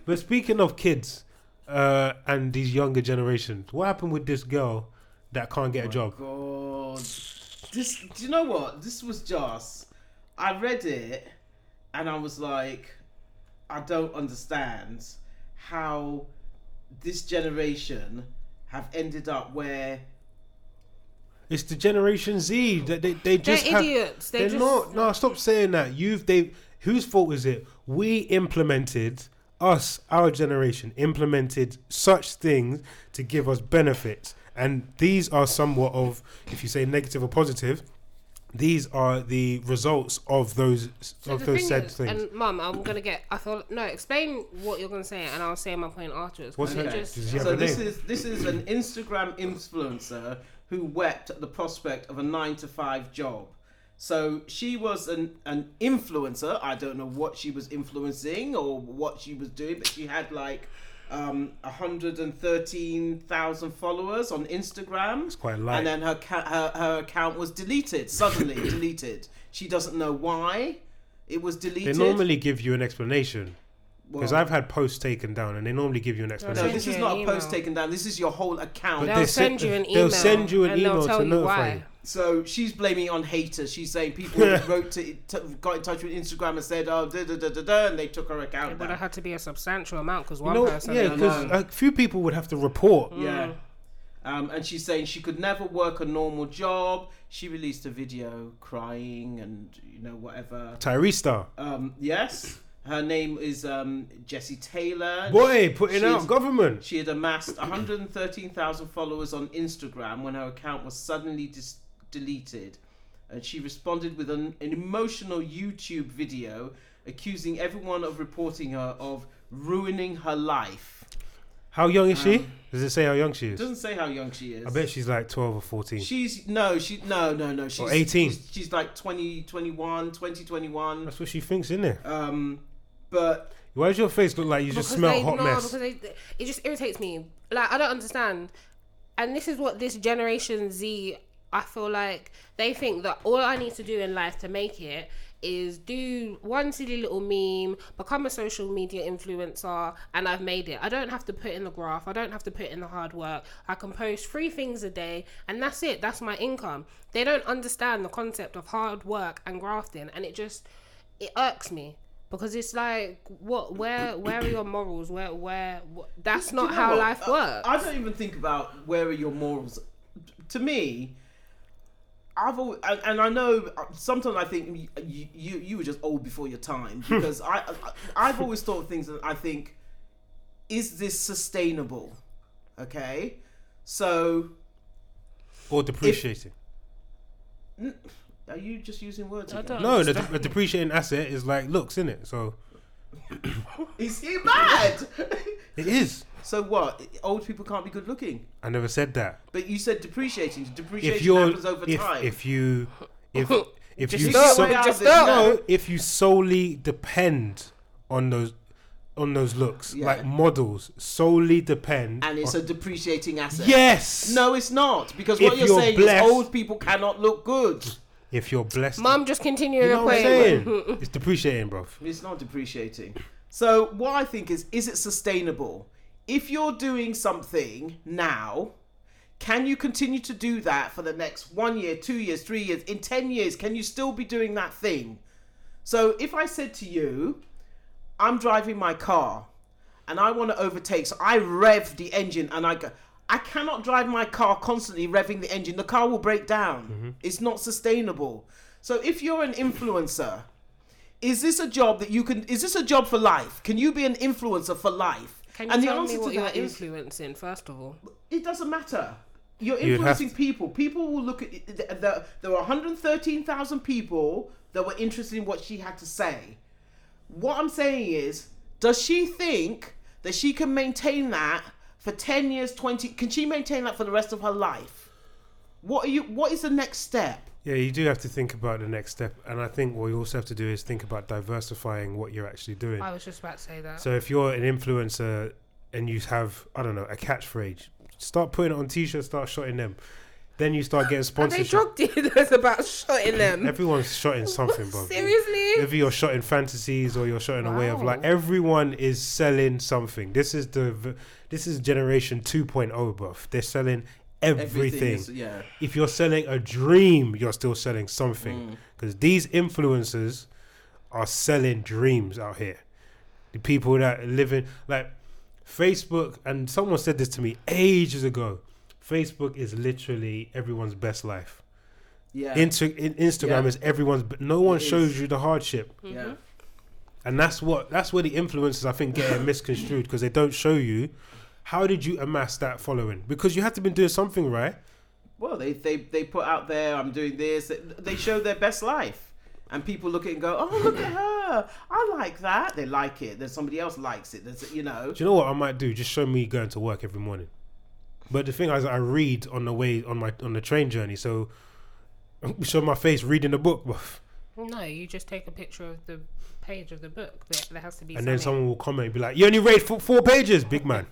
[SPEAKER 2] but speaking of kids uh, and these younger generations, what happened with this girl that can't get a job?
[SPEAKER 3] God, this. Do you know what? This was just. I read it, and I was like, I don't understand how this generation have ended up where
[SPEAKER 2] It's the Generation Z that they, they just have-
[SPEAKER 4] idiots. They
[SPEAKER 2] they're
[SPEAKER 4] just-
[SPEAKER 2] not. No, stop saying that. You've they. Whose fault is it? We implemented us, our generation implemented such things to give us benefits, and these are somewhat of, if you say negative or positive, these are the results of those of those
[SPEAKER 4] the thing
[SPEAKER 2] said
[SPEAKER 4] is-
[SPEAKER 2] things.
[SPEAKER 4] And mum, I'm gonna get. I thought no. Explain what you're gonna say, and I'll say my point afterwards.
[SPEAKER 2] What's
[SPEAKER 4] 'cause it
[SPEAKER 2] her-
[SPEAKER 4] just-
[SPEAKER 2] does she have
[SPEAKER 3] So
[SPEAKER 2] a
[SPEAKER 3] this
[SPEAKER 2] name?
[SPEAKER 3] is this is an Instagram influencer who wept at the prospect of a nine to five job. So she was an, an influencer. I don't know what she was influencing or what she was doing, but she had like um, 113,000 followers on Instagram. It's
[SPEAKER 2] quite light.
[SPEAKER 3] And then her, ca- her her account was deleted suddenly. deleted. She doesn't know why it was
[SPEAKER 2] They
[SPEAKER 3] deleted.
[SPEAKER 2] normally give you an explanation because
[SPEAKER 3] Well-
[SPEAKER 2] I've had posts taken down, and they normally give you an
[SPEAKER 3] no,
[SPEAKER 2] explanation.
[SPEAKER 4] Send
[SPEAKER 3] this is
[SPEAKER 4] you
[SPEAKER 3] not
[SPEAKER 4] an
[SPEAKER 3] a post
[SPEAKER 4] email.
[SPEAKER 3] taken down. This is your whole account.
[SPEAKER 2] But
[SPEAKER 4] They'll
[SPEAKER 2] they
[SPEAKER 4] send
[SPEAKER 2] sen-
[SPEAKER 4] you an email.
[SPEAKER 2] They'll send you an
[SPEAKER 4] and
[SPEAKER 2] email
[SPEAKER 4] they'll tell
[SPEAKER 2] to
[SPEAKER 4] you
[SPEAKER 2] notify
[SPEAKER 4] why.
[SPEAKER 2] you.
[SPEAKER 3] So she's blaming it on haters. She's saying people wrote to, to got in touch with Instagram and said, "Oh, da da da da da," and they took her account
[SPEAKER 4] But it
[SPEAKER 3] down.
[SPEAKER 4] had to be a substantial amount because one
[SPEAKER 2] No,
[SPEAKER 4] person. Mm.
[SPEAKER 2] yeah,
[SPEAKER 4] did.
[SPEAKER 2] because
[SPEAKER 3] know.
[SPEAKER 2] a few people would have to report.
[SPEAKER 3] Yeah. Um, and she's saying she could never work a normal job. She released a video crying and you know whatever.
[SPEAKER 2] Tyrese star.
[SPEAKER 3] Um, yes, her name is um, Jessie Taylor.
[SPEAKER 2] Boy, putting
[SPEAKER 3] She
[SPEAKER 2] out
[SPEAKER 3] is-
[SPEAKER 2] government.
[SPEAKER 3] She had amassed 113,000 followers on Instagram when her account was suddenly dis- deleted. And she responded with an, an emotional YouTube video accusing everyone of reporting her of ruining her life.
[SPEAKER 2] How young is she? Does it say how young she
[SPEAKER 3] It
[SPEAKER 2] is?
[SPEAKER 3] Um, doesn't say how young she is.
[SPEAKER 2] I bet she's like 12 or 14.
[SPEAKER 3] She's no, she no, no, no. She's
[SPEAKER 2] 18.
[SPEAKER 3] She's, she's like 20, 21, 20, 21.
[SPEAKER 2] That's what she thinks, isn't it?
[SPEAKER 3] Um, but
[SPEAKER 2] Why does your face look like you just smell
[SPEAKER 4] they-
[SPEAKER 2] hot
[SPEAKER 4] no,
[SPEAKER 2] mess?
[SPEAKER 4] Because they, it just irritates me. Like I don't understand. And this is what this generation Z. I feel like they think that all I need to do in life to make it is do one silly little meme, become a social media influencer, and I've made it. I don't have to put in the graph. I don't have to put in the hard work. I can post three things a day, and that's it. That's my income. They don't understand the concept of hard work and grafting, and it just it irks me because it's like what where where are your morals where where what, that's
[SPEAKER 3] you
[SPEAKER 4] not
[SPEAKER 3] know
[SPEAKER 4] how
[SPEAKER 3] what?
[SPEAKER 4] life
[SPEAKER 3] I-
[SPEAKER 4] works
[SPEAKER 3] I don't even think about where are your morals. To me, I've always, and and I know sometimes I think you, you you were just old before your time because I, I I've always thought things and I think is this sustainable? Okay, so
[SPEAKER 2] or depreciating.
[SPEAKER 3] are you just using words? again?
[SPEAKER 4] don't
[SPEAKER 2] No, the, de- a depreciating asset is like looks, isn't it? So
[SPEAKER 3] Is he mad?
[SPEAKER 2] it is.
[SPEAKER 3] so what? Old people can't be good looking.
[SPEAKER 2] I never said that.
[SPEAKER 3] But you said depreciating.
[SPEAKER 2] If
[SPEAKER 3] Depreciation
[SPEAKER 2] you're,
[SPEAKER 3] happens over
[SPEAKER 2] if,
[SPEAKER 3] time.
[SPEAKER 2] if you, if if
[SPEAKER 4] Just
[SPEAKER 2] you,
[SPEAKER 4] stop,
[SPEAKER 2] so-
[SPEAKER 4] just
[SPEAKER 3] stop.
[SPEAKER 2] no, if you solely depend on those, on those looks,
[SPEAKER 3] Yeah.
[SPEAKER 2] like models, solely depend.
[SPEAKER 3] and it's
[SPEAKER 2] on,
[SPEAKER 3] a depreciating asset.
[SPEAKER 2] yes.
[SPEAKER 3] No, it's not because
[SPEAKER 2] If
[SPEAKER 3] what you're,
[SPEAKER 2] you're
[SPEAKER 3] saying
[SPEAKER 2] blessed-
[SPEAKER 3] is old people cannot look good.
[SPEAKER 2] If you're blessed,
[SPEAKER 4] mum just continue
[SPEAKER 2] you
[SPEAKER 4] your
[SPEAKER 2] know what I'm
[SPEAKER 4] point
[SPEAKER 2] saying? it's depreciating, bro.
[SPEAKER 3] It's not depreciating. So what I think is, is it sustainable? If you're doing something now, can you continue to do that for the next one year, two years, three years, in 10 years? Can you still be doing that thing? So if I said to you, I'm driving my car and I want to overtake, so I rev the engine and I go, I cannot drive my car constantly revving the engine. The car will break down. It's not sustainable. So if you're an influencer, is this a job that you can? Is this a job for life? Can you be an influencer for life?
[SPEAKER 4] Can you tell me what you're influencing first of all?
[SPEAKER 3] it doesn't matter. You're
[SPEAKER 2] You'd have
[SPEAKER 3] influencing
[SPEAKER 2] to-
[SPEAKER 3] people. People will look at there. There were 113,000 people that were interested in what she had to say. What I'm saying is, does she think that she can maintain that for 10 years, 20? Can she maintain that for the rest of her life? What are you? What is the next step?
[SPEAKER 2] Yeah, you do have to think about the next step, and I think what you also have to do is think about diversifying what you're actually doing.
[SPEAKER 4] I was just about to say that.
[SPEAKER 2] So if you're an influencer and you have, I don't know, a catchphrase, start putting it on t-shirts, start shotting them. Then you start getting
[SPEAKER 4] Are they
[SPEAKER 2] sponsorship.
[SPEAKER 4] drug dealers about shotting them?
[SPEAKER 2] Everyone's shotting something, bro.
[SPEAKER 4] Seriously?
[SPEAKER 2] Whether you're shotting fantasies or you're shotting a way of life,
[SPEAKER 4] Wow.
[SPEAKER 2] everyone is selling something. This is the, v- this is generation 2.0, bro. They're selling everything.
[SPEAKER 3] is- yeah.
[SPEAKER 2] if you're selling a dream, you're still selling
[SPEAKER 3] Mm.
[SPEAKER 2] something. Because these influencers are selling dreams out here. The people that live in, like, Facebook, and someone said this to me ages ago Facebook is literally everyone's best life.
[SPEAKER 3] Yeah.
[SPEAKER 2] Inter- in- Instagram
[SPEAKER 3] Yeah.
[SPEAKER 2] is everyone's, but no one
[SPEAKER 3] It
[SPEAKER 2] shows
[SPEAKER 3] is.
[SPEAKER 2] you the hardship.
[SPEAKER 3] yeah.
[SPEAKER 2] And that's what that's where the influencers I think get it misconstrued because they don't show you how did you amass that following because you had to been doing something right.
[SPEAKER 3] Well, they, they they put out there, I'm doing this. They show their best life, and people look at it and go, "Oh, look at her! I like that." They like it. Then somebody else likes it. There's, you know,
[SPEAKER 2] Do you know what I might do? Just show me going to work every morning. But the thing is, I read on the way on my on the train journey, so show my face reading the book, bruv.
[SPEAKER 4] No, you just take a picture of the page of the book. There, there has to be.
[SPEAKER 2] and then
[SPEAKER 4] something.
[SPEAKER 2] someone will comment and be like, "You only read four, four pages, big man."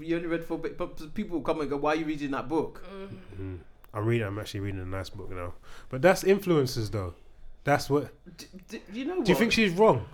[SPEAKER 3] you only read four, but but people will come and go, "Why are you reading that book?"
[SPEAKER 4] Mm.
[SPEAKER 2] I'm reading. I'm actually reading a nice book now. But that's influences, though. That's what.
[SPEAKER 3] D- d- you know what?
[SPEAKER 2] Do you think she's wrong?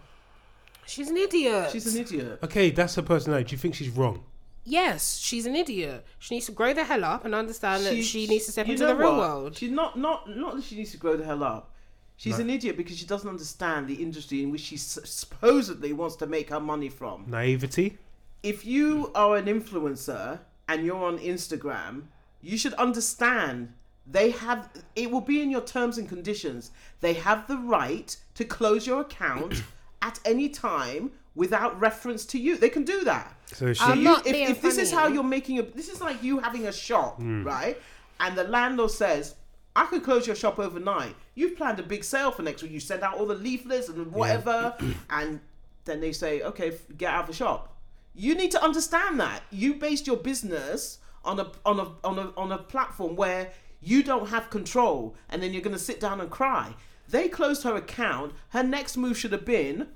[SPEAKER 4] She's an idiot.
[SPEAKER 3] she's an idiot?
[SPEAKER 2] Okay, that's her personality. Do you think she's wrong?
[SPEAKER 4] yes, she's an idiot. She needs to grow the hell up and understand that she needs to step
[SPEAKER 3] you
[SPEAKER 4] into
[SPEAKER 3] know
[SPEAKER 4] the real
[SPEAKER 3] what?
[SPEAKER 4] world.
[SPEAKER 3] She's not not not that she needs to grow the hell up. She's an idiot because she doesn't understand the industry in which she s- supposedly wants to make her money from.
[SPEAKER 2] Naivety.
[SPEAKER 3] if you are an influencer and you're on Instagram, you should understand they have it will be in your terms and conditions. They have the right to close your account at any time without reference to you. They can do that.
[SPEAKER 2] So she.
[SPEAKER 4] I'm
[SPEAKER 3] You-
[SPEAKER 4] not
[SPEAKER 3] if,
[SPEAKER 4] being
[SPEAKER 3] if this is
[SPEAKER 4] funny.
[SPEAKER 3] how you're making a this is like you having a shop, right? And the landlord says, I could close your shop overnight. You've planned a big sale for next week. You send out all the leaflets and whatever, and then they say, okay, f- get out of the shop. You need to understand that you based your business on a on a on a on a platform where you don't have control, and then you're going to sit down and cry. They closed her account. Her next move should have been,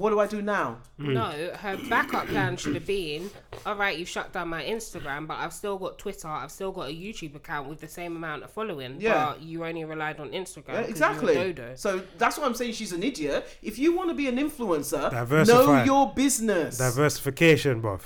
[SPEAKER 3] what do I do now?
[SPEAKER 4] No, her backup plan should have been all right, you've shut down my Instagram, but I've still got Twitter, I've still got a YouTube account with the same amount of following.
[SPEAKER 3] Yeah.
[SPEAKER 4] But you only relied on Instagram.
[SPEAKER 3] Yeah,
[SPEAKER 4] 'cause you were
[SPEAKER 3] exactly.
[SPEAKER 4] Dodo.
[SPEAKER 3] So that's what I'm saying. She's an idiot. If you want to be an influencer, know
[SPEAKER 2] Diversify.
[SPEAKER 3] your business.
[SPEAKER 2] Diversification, bruv.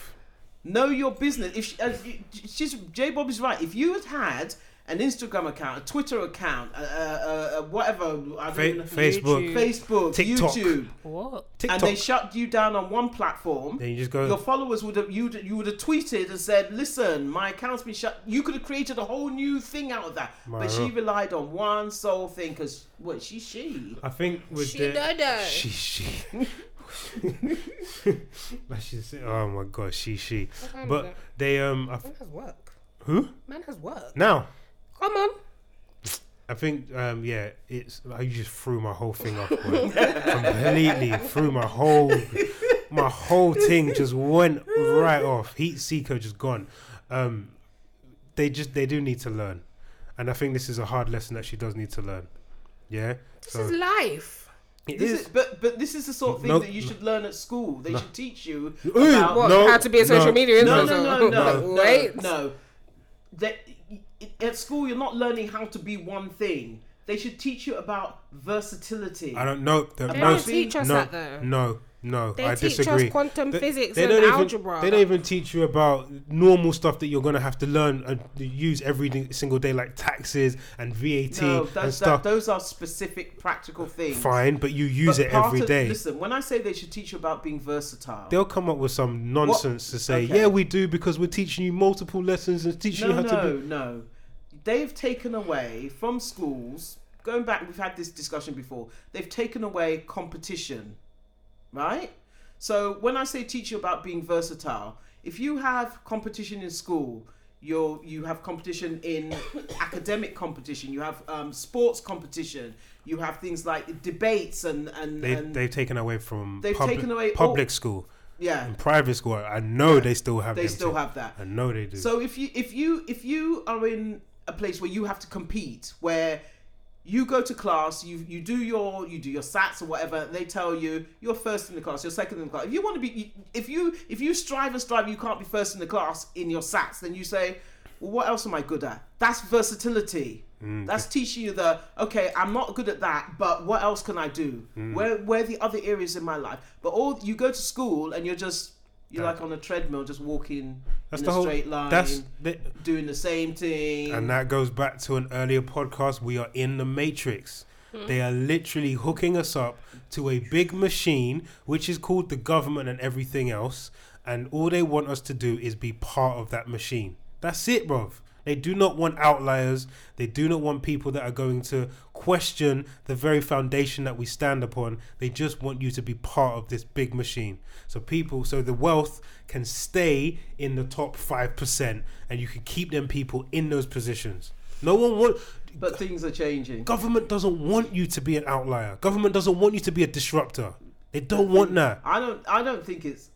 [SPEAKER 3] know your business. If she, uh, she's J Bob is right. If you had had an Instagram account, a Twitter account, uh, uh, uh, whatever, I
[SPEAKER 2] Fa-
[SPEAKER 3] mean,
[SPEAKER 2] Facebook,
[SPEAKER 3] Facebook,
[SPEAKER 2] TikTok.
[SPEAKER 3] YouTube,
[SPEAKER 4] What?
[SPEAKER 2] TikTok.
[SPEAKER 3] and they shut you down on one platform.
[SPEAKER 2] Then you just go-
[SPEAKER 3] Your followers would have you you would have tweeted and said, "Listen, my account's been shut." You could have created a whole new thing out of that,
[SPEAKER 2] My
[SPEAKER 3] but she
[SPEAKER 2] God.
[SPEAKER 3] relied on one sole thing because what she she.
[SPEAKER 2] I think with
[SPEAKER 4] She
[SPEAKER 2] the
[SPEAKER 4] Dodo.
[SPEAKER 2] she she. Like she said- oh my god, she she.
[SPEAKER 4] time is
[SPEAKER 2] But
[SPEAKER 4] it?
[SPEAKER 2] they um, I, f-
[SPEAKER 4] Man has work.
[SPEAKER 2] who
[SPEAKER 4] Man has work.
[SPEAKER 2] now?
[SPEAKER 4] Come on.
[SPEAKER 2] I think um, yeah, it's I just threw my whole thing off boy. completely. Threw my whole my whole thing just went right off. Heat seeker just gone. Um, they just they do need to learn, and I think this is a hard lesson that she does need to learn. Yeah,
[SPEAKER 4] This is life.
[SPEAKER 2] it
[SPEAKER 3] This is, but but this is the sort of thing
[SPEAKER 2] Nope.
[SPEAKER 3] that you should learn at school. They should teach you
[SPEAKER 2] Ooh,
[SPEAKER 3] about
[SPEAKER 4] What?
[SPEAKER 2] No,
[SPEAKER 4] how to be a social
[SPEAKER 2] no,
[SPEAKER 4] media influencer?
[SPEAKER 3] no, no, no, no, no,
[SPEAKER 4] Wait.
[SPEAKER 3] no. That, at school, you're not learning how to be one thing. They should teach you about versatility.
[SPEAKER 2] I don't know. There,
[SPEAKER 4] They
[SPEAKER 2] no,
[SPEAKER 4] don't teach us
[SPEAKER 2] no,
[SPEAKER 4] that though.
[SPEAKER 2] No, no,
[SPEAKER 4] They
[SPEAKER 2] I
[SPEAKER 4] teach us
[SPEAKER 2] disagree.
[SPEAKER 4] quantum physics and
[SPEAKER 2] don't even,
[SPEAKER 4] algebra.
[SPEAKER 2] They don't even teach you about normal stuff that you're gonna have to learn and use every d- single day, like taxes and VAT
[SPEAKER 3] no,
[SPEAKER 2] and
[SPEAKER 3] that's, that,
[SPEAKER 2] stuff.
[SPEAKER 3] those are specific practical things.
[SPEAKER 2] Fine, but you use
[SPEAKER 3] But
[SPEAKER 2] it
[SPEAKER 3] part
[SPEAKER 2] every
[SPEAKER 3] of-
[SPEAKER 2] day.
[SPEAKER 3] Listen, when I say they should teach you about being versatile,
[SPEAKER 2] They'll come up with some nonsense to say,
[SPEAKER 3] Okay.
[SPEAKER 2] yeah, we do because we're teaching you multiple lessons and teaching
[SPEAKER 3] no,
[SPEAKER 2] you how
[SPEAKER 3] no,
[SPEAKER 2] to be.
[SPEAKER 3] no. They've taken away from schools. Going back, we've had this discussion before. They've taken away competition, right? So when I say teach you about being versatile, if you have competition in school, you're you have competition in academic competition. You have um, sports competition. You have things like debates and and,
[SPEAKER 2] They,
[SPEAKER 3] and
[SPEAKER 2] they've taken away from
[SPEAKER 3] They've
[SPEAKER 2] public,
[SPEAKER 3] taken away all-
[SPEAKER 2] public school
[SPEAKER 3] yeah,
[SPEAKER 2] and private school. I know they still have.
[SPEAKER 3] they
[SPEAKER 2] them
[SPEAKER 3] still
[SPEAKER 2] too.
[SPEAKER 3] have that.
[SPEAKER 2] I know they do.
[SPEAKER 3] So if you if you if you are in a place where you have to compete, where you go to class, you you do your you do your sats or whatever. They tell you you're first in the class, you're second in the class. If you want to be, if you if you strive and strive, you can't be first in the class in your sats. Then you say, well, what else am I good at? That's versatility.
[SPEAKER 2] Mm.
[SPEAKER 3] That's teaching you the okay. I'm not good at that, but what else can I do?
[SPEAKER 2] Mm.
[SPEAKER 3] Where where are the other areas in my life? But all you go to school and you're just you're like on a treadmill, just walking
[SPEAKER 2] that's
[SPEAKER 3] in
[SPEAKER 2] the
[SPEAKER 3] a
[SPEAKER 2] whole.
[SPEAKER 3] straight line
[SPEAKER 2] That's the,
[SPEAKER 3] doing the same thing.
[SPEAKER 2] And that goes back to an earlier podcast. We are in the matrix. They are literally hooking us up to a big machine, which is called the government and everything else. And all they want us to do is be part of that machine. That's it, bruv. They do not want outliers. They do not want people that are going to question the very foundation that we stand upon. They just want you to be part of this big machine. So people, so the wealth can stay in the top five percent, and you can keep them people in those positions. No one want.
[SPEAKER 3] but things are changing.
[SPEAKER 2] Government doesn't want you to be an outlier. Government doesn't want you to be a disruptor. They don't want that.
[SPEAKER 3] I don't. I don't think it's.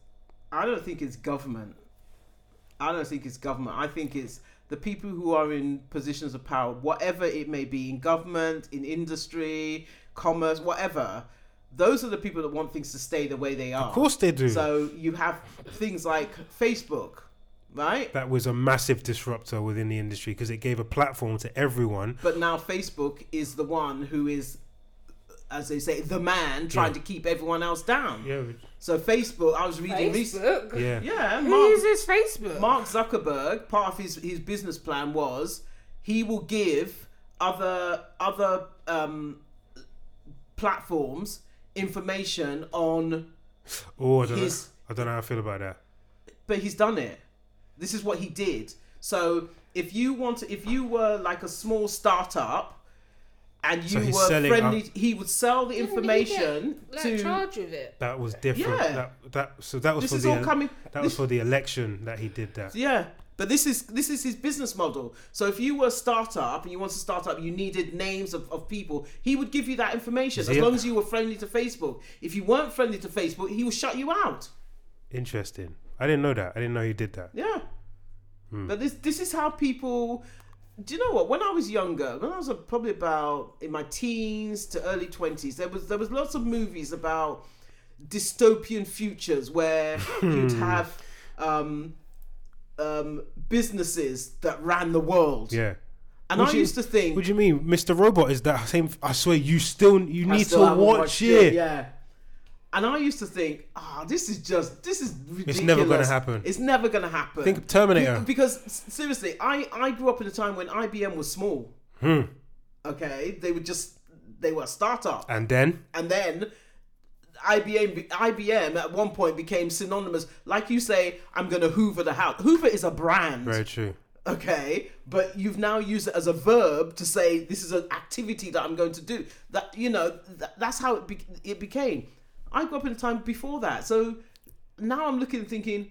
[SPEAKER 3] I don't think it's government. I don't think it's government. I think it's the people who are in positions of power, whatever it may be, in government, in industry, commerce, whatever. Those are the people that want things to stay the way they are.
[SPEAKER 2] Of course they do.
[SPEAKER 3] So you have things like Facebook, right?
[SPEAKER 2] that was a massive disruptor within the industry because it gave a platform to everyone
[SPEAKER 3] But now Facebook is the one who is, as they say, the man trying to keep everyone else down.
[SPEAKER 2] Yeah,
[SPEAKER 3] So Facebook, I was reading recently.
[SPEAKER 4] Facebook.
[SPEAKER 2] yeah.
[SPEAKER 3] Yeah,
[SPEAKER 4] Who
[SPEAKER 3] Mark,
[SPEAKER 4] uses Facebook?
[SPEAKER 3] Mark Zuckerberg. Part of his his business plan was he will give other other um, platforms information on,
[SPEAKER 2] Oh, I don't, know.
[SPEAKER 3] His-
[SPEAKER 2] I don't know how I feel about that.
[SPEAKER 3] but he's done it. This is what he did. So if you want, to, if you were like a small startup. And you
[SPEAKER 2] he's
[SPEAKER 3] were
[SPEAKER 2] selling um,
[SPEAKER 3] friendly.
[SPEAKER 2] up-
[SPEAKER 3] He would sell the
[SPEAKER 4] Didn't he
[SPEAKER 3] information
[SPEAKER 4] get, like,
[SPEAKER 3] to.
[SPEAKER 4] charge with it.
[SPEAKER 2] That was different.
[SPEAKER 3] Yeah.
[SPEAKER 2] That, that so that was
[SPEAKER 3] This
[SPEAKER 2] for
[SPEAKER 3] is
[SPEAKER 2] the
[SPEAKER 3] all
[SPEAKER 2] el-
[SPEAKER 3] coming-
[SPEAKER 2] that was
[SPEAKER 3] this-
[SPEAKER 2] for the election that he did that.
[SPEAKER 3] Yeah, but this is this is his business model. So if you were a startup and you wanted to start up, you needed names of, of people. He would give you that information as
[SPEAKER 2] Yeah.
[SPEAKER 3] long as you were friendly to Facebook. If you weren't friendly to Facebook, he will shut you out.
[SPEAKER 2] Interesting. I didn't know that. I didn't know he did that.
[SPEAKER 3] Yeah.
[SPEAKER 2] Hmm.
[SPEAKER 3] But this this is how people. Do you know what? When I was younger, when I was probably about in my teens to early twenties, there was there was lots of movies about dystopian futures where
[SPEAKER 2] Hmm.
[SPEAKER 3] you'd have um, um, businesses that ran the world.
[SPEAKER 2] Yeah.
[SPEAKER 3] And
[SPEAKER 2] Would
[SPEAKER 3] I
[SPEAKER 2] you-
[SPEAKER 3] used to think
[SPEAKER 2] What do you mean, Mr. Robot? Is that same? I swear, you still you
[SPEAKER 3] I
[SPEAKER 2] need to
[SPEAKER 3] still haven't
[SPEAKER 2] watch
[SPEAKER 3] watched
[SPEAKER 2] it.
[SPEAKER 3] Yeah. And I used to think, ah, this is just this is ridiculous.
[SPEAKER 2] never gonna happen.
[SPEAKER 3] It's never gonna happen.
[SPEAKER 2] Think of Terminator.
[SPEAKER 3] Be- because s- seriously, I I grew up in a time when IBM was small.
[SPEAKER 2] Hmm.
[SPEAKER 3] Okay, they were just they were a startup,
[SPEAKER 2] And then
[SPEAKER 3] and then. IBM, be- IBM at one point became synonymous. Like you say, I'm going to Hoover the house. Hoover is a brand
[SPEAKER 2] very true.
[SPEAKER 3] okay but you've now used it as a verb to say this is an activity that i'm going to do that you know that, that's how it, be- it became i grew up in a time before that so now i'm looking and thinking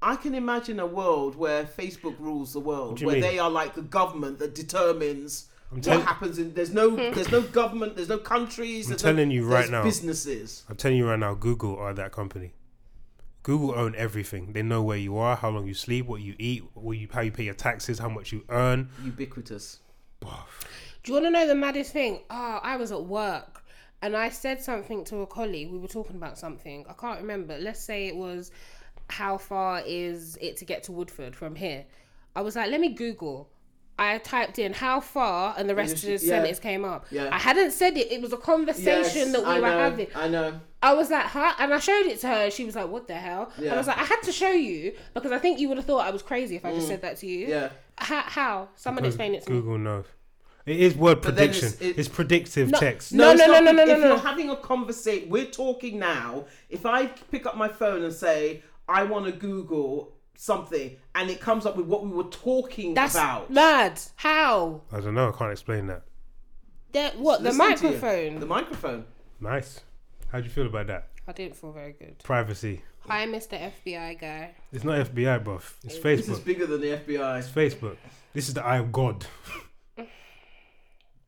[SPEAKER 3] i can imagine a world where facebook rules the world
[SPEAKER 2] do you
[SPEAKER 3] where
[SPEAKER 2] mean?
[SPEAKER 3] they are like the government that determines
[SPEAKER 2] tell-
[SPEAKER 3] what happens in there's no there's no government there's no countries I'm
[SPEAKER 2] telling you right now.
[SPEAKER 3] businesses
[SPEAKER 2] I'm telling you right now, Google are that company. Google own everything. They know where you are, how long you sleep, what you eat, what you, how you pay your taxes, how much you earn.
[SPEAKER 3] ubiquitous
[SPEAKER 4] Do you want to know the maddest thing? Ah, I was at work and I said something to a colleague. We were talking about something. I can't remember. Let's say it was how far is it to get to Woodford from here? I was like, let me Google. I typed in how far, and the rest of
[SPEAKER 3] Yeah.
[SPEAKER 4] the sentence came up.
[SPEAKER 3] Yeah.
[SPEAKER 4] I hadn't said it. It was a conversation that we
[SPEAKER 3] I
[SPEAKER 4] were
[SPEAKER 3] know,
[SPEAKER 4] having.
[SPEAKER 3] I know.
[SPEAKER 4] I was like, huh? And I showed it to her. and She was like, what the hell? And
[SPEAKER 3] Yeah.
[SPEAKER 4] I was like, I had to show you because I think you would have thought I was crazy if I just said that to you.
[SPEAKER 3] Mm. Yeah.
[SPEAKER 4] How? how? Someone explain it to me.
[SPEAKER 2] Google knows. It is word
[SPEAKER 3] But then
[SPEAKER 2] prediction.
[SPEAKER 3] it's-
[SPEAKER 2] It's,
[SPEAKER 3] it-
[SPEAKER 2] predictive
[SPEAKER 4] No,
[SPEAKER 2] text.
[SPEAKER 4] no,
[SPEAKER 3] it's
[SPEAKER 4] no,
[SPEAKER 3] not-
[SPEAKER 4] no, no, no,
[SPEAKER 3] If
[SPEAKER 4] no,
[SPEAKER 3] you're
[SPEAKER 4] no.
[SPEAKER 3] having a conversation, we're talking now. If I pick up my phone and say I want to Google something, and it comes up with what we were talking
[SPEAKER 4] That's
[SPEAKER 3] about.
[SPEAKER 4] mad. How?
[SPEAKER 2] I don't know. I can't explain that.
[SPEAKER 4] That what? The
[SPEAKER 3] Listen to you.
[SPEAKER 4] microphone.
[SPEAKER 3] The microphone.
[SPEAKER 2] Nice. How do you feel about that?
[SPEAKER 4] I didn't feel very good.
[SPEAKER 2] Privacy.
[SPEAKER 4] Hi, Mr. FBI guy.
[SPEAKER 2] It's not FBI, buff. It's
[SPEAKER 3] This is
[SPEAKER 2] Facebook.
[SPEAKER 3] bigger than the FBI.
[SPEAKER 2] Facebook. This is the eye of God.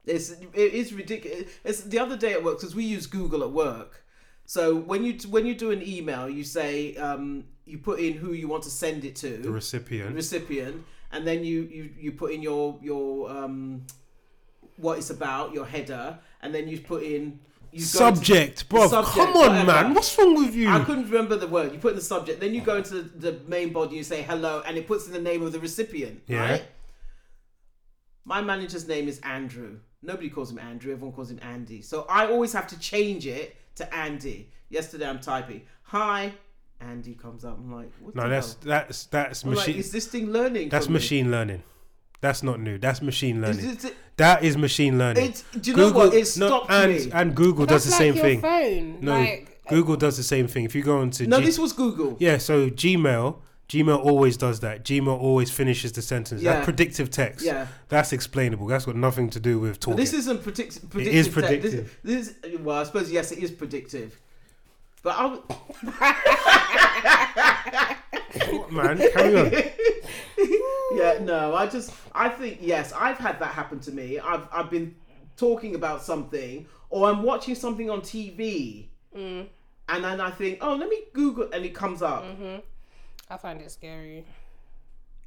[SPEAKER 3] It's it is ridiculous. It's the other day at work because we use Google at work. So when you when you do an email, you say um, you put in who you want to send it to,
[SPEAKER 2] The recipient.
[SPEAKER 3] recipient, and then you you you put in your your um, what it's about, your header, and then you put in you go into-
[SPEAKER 2] Subject, bro.
[SPEAKER 3] subject,
[SPEAKER 2] Come on,
[SPEAKER 3] whatever.
[SPEAKER 2] man. What's wrong with
[SPEAKER 3] I
[SPEAKER 2] you?
[SPEAKER 3] couldn't remember the word. You put in the subject, then you go into the the main body, you say hello, and it puts in the name of the recipient.
[SPEAKER 2] Yeah.
[SPEAKER 3] Right? My manager's name is Andrew. Nobody calls him Andrew, everyone calls him Andy. So I always have to change it to Andy. Yesterday I'm typing, Hi, Andy comes up. I'm like, what
[SPEAKER 2] No,
[SPEAKER 3] the
[SPEAKER 2] that's
[SPEAKER 3] hell?
[SPEAKER 2] that's that's
[SPEAKER 3] I'm like,
[SPEAKER 2] machine.
[SPEAKER 3] is this thing learning?
[SPEAKER 2] That's
[SPEAKER 3] from me?
[SPEAKER 2] machine learning. That's not new. That's machine learning.
[SPEAKER 3] Is it-
[SPEAKER 2] that is machine learning.
[SPEAKER 3] It's- do you know what? It stopped
[SPEAKER 2] and,
[SPEAKER 3] me.
[SPEAKER 2] And Google
[SPEAKER 4] That's
[SPEAKER 2] does the same
[SPEAKER 4] like your
[SPEAKER 2] thing.
[SPEAKER 4] phone.
[SPEAKER 2] No,
[SPEAKER 4] Like,
[SPEAKER 2] Google does the same thing. If you go into
[SPEAKER 3] No,
[SPEAKER 2] G-
[SPEAKER 3] this was Google.
[SPEAKER 2] yeah, so Gmail, Gmail always does that. Gmail always finishes the sentence.
[SPEAKER 3] Yeah.
[SPEAKER 2] That's predictive text.
[SPEAKER 3] Yeah.
[SPEAKER 2] that's explainable. That's got nothing to do with talking.
[SPEAKER 3] This isn't predict- predictive.
[SPEAKER 2] is
[SPEAKER 3] tech. This-
[SPEAKER 2] predictive.
[SPEAKER 3] This, is, well, I suppose yes, it is predictive. But I, w-
[SPEAKER 2] man, carry on.
[SPEAKER 3] yeah, no, I just I think yes, I've had that happen to me. I've I've been talking about something, or I'm watching something on TV,
[SPEAKER 4] Mm.
[SPEAKER 3] and then I think, oh, let me Google, and it comes up.
[SPEAKER 4] Mm-hmm. I find it scary.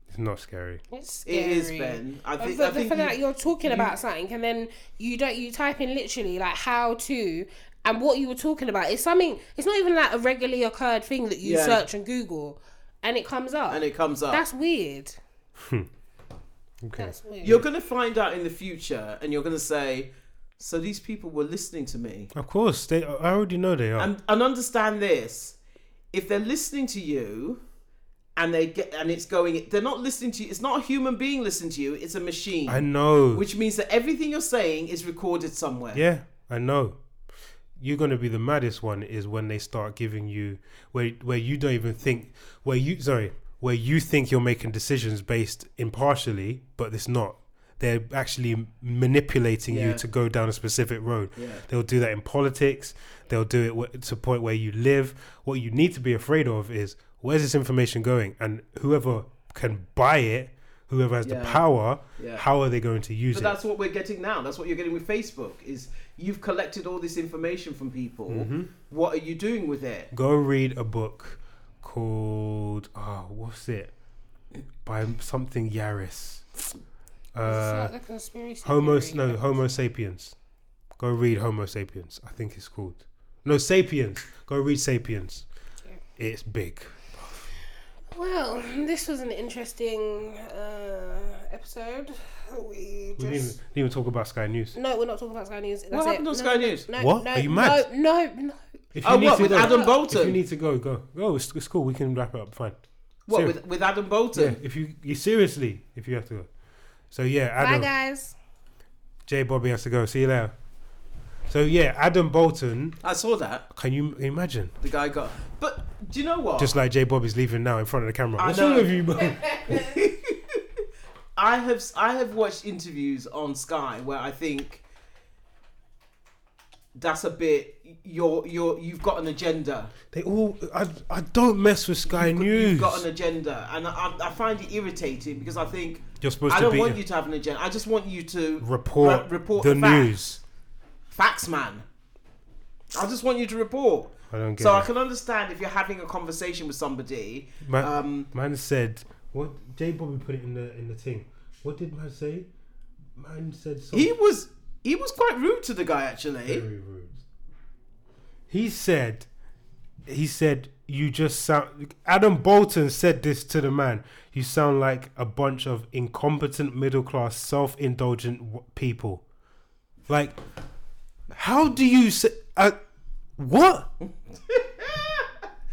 [SPEAKER 2] It's not scary.
[SPEAKER 4] It's scary.
[SPEAKER 3] It is Ben. I think I
[SPEAKER 4] But the
[SPEAKER 3] think
[SPEAKER 4] fact that
[SPEAKER 3] you,
[SPEAKER 4] you're talking about something and then you don't you type in literally like how to and what you were talking about it's something it's not even like a regularly occurred thing that you
[SPEAKER 3] Yeah.
[SPEAKER 4] search on Google and it comes up.
[SPEAKER 3] and it comes up.
[SPEAKER 4] That's weird.
[SPEAKER 2] Okay.
[SPEAKER 4] That's weird.
[SPEAKER 3] You're gonna find out in the future, and you're gonna say, so these people were listening to me.
[SPEAKER 2] Of course, they. I already know they are.
[SPEAKER 3] and, and understand this if they're listening to you and they get and it's going they're not listening to you it's not a human being listening to you it's a machine
[SPEAKER 2] I know.
[SPEAKER 3] which means that everything you're saying is recorded somewhere
[SPEAKER 2] Yeah, I know. You're gonna be the maddest one is when they start giving you where where you don't even think where you sorry where you think you're making decisions based impartially, but it's not. They're actually manipulating
[SPEAKER 3] Yeah.
[SPEAKER 2] you to go down a specific road.
[SPEAKER 3] Yeah.
[SPEAKER 2] They'll do that in politics. They'll do it wh- to a point where you live. What you need to be afraid of is where's this information going, and whoever can buy it, whoever has the
[SPEAKER 3] Yeah.
[SPEAKER 2] power,
[SPEAKER 3] Yeah.
[SPEAKER 2] how are they going to use
[SPEAKER 3] but
[SPEAKER 2] it?
[SPEAKER 3] that's what we're getting now that's what you're getting with facebook is you've collected all this information from people
[SPEAKER 2] Mm-hmm.
[SPEAKER 3] what are you doing with it
[SPEAKER 2] go read a book called oh what's it by something Yaris. Uh,
[SPEAKER 4] it's like a conspiracy
[SPEAKER 2] Homo
[SPEAKER 4] theory.
[SPEAKER 2] no Homo sapiens. Go read Homo sapiens. I think it's called no Sapiens. Go read Sapiens. It's big.
[SPEAKER 4] Well, this was an interesting uh, episode. We
[SPEAKER 2] We didn't even,
[SPEAKER 4] just
[SPEAKER 2] didn't even talk about Sky News.
[SPEAKER 4] no, we're not talking about Sky News. That's
[SPEAKER 3] what happened
[SPEAKER 4] it.
[SPEAKER 3] on
[SPEAKER 4] No,
[SPEAKER 3] sky news
[SPEAKER 4] No,
[SPEAKER 2] What?
[SPEAKER 4] No,
[SPEAKER 2] Are you mad?
[SPEAKER 4] No, no, no.
[SPEAKER 2] If
[SPEAKER 3] Oh, what, with
[SPEAKER 2] go,
[SPEAKER 3] Adam
[SPEAKER 2] If you
[SPEAKER 3] Bolton?
[SPEAKER 2] need to go, go go. It's, it's cool. We can wrap it up. Fine.
[SPEAKER 3] what
[SPEAKER 2] Seri-
[SPEAKER 3] with, with adam
[SPEAKER 2] yeah,
[SPEAKER 3] bolton
[SPEAKER 2] if you, you seriously if you have to go. So yeah,
[SPEAKER 4] Bye,
[SPEAKER 2] Adam.
[SPEAKER 4] guys.
[SPEAKER 2] J Bobby has to go. See you later. So yeah, Adam Bolton.
[SPEAKER 3] i saw that
[SPEAKER 2] Can you imagine?
[SPEAKER 3] the guy got but do you know what
[SPEAKER 2] Just like J Bobby's leaving now in front of the camera.
[SPEAKER 3] I
[SPEAKER 2] What's
[SPEAKER 3] know.
[SPEAKER 2] wrong with you, bro?
[SPEAKER 3] I have I have watched interviews on Sky where I think that's a bit you're you're you've got an agenda.
[SPEAKER 2] They all. I, I don't mess with Sky News.
[SPEAKER 3] You've got an agenda, and I, I find it irritating because I think
[SPEAKER 2] You're supposed
[SPEAKER 3] I
[SPEAKER 2] to
[SPEAKER 3] don't
[SPEAKER 2] be
[SPEAKER 3] want you to have an agenda. I just want you to
[SPEAKER 2] report,
[SPEAKER 3] re- report
[SPEAKER 2] the,
[SPEAKER 3] facts.
[SPEAKER 2] news.
[SPEAKER 3] facts, man. I just want you to report.
[SPEAKER 2] I don't get
[SPEAKER 3] So I
[SPEAKER 2] it.
[SPEAKER 3] can understand if you're having a conversation with somebody.
[SPEAKER 2] Man,
[SPEAKER 3] Um,
[SPEAKER 2] man said what? J Bobby put it in the in the thing. What did man say? Man said something.
[SPEAKER 3] He was he was quite rude to the guy actually.
[SPEAKER 2] Very rude. He said he said, "You just sound." Adam Bolton said this to the man. You sound like a bunch of incompetent, middle class, self indulgent w- people. Like, how do you say? Uh, what?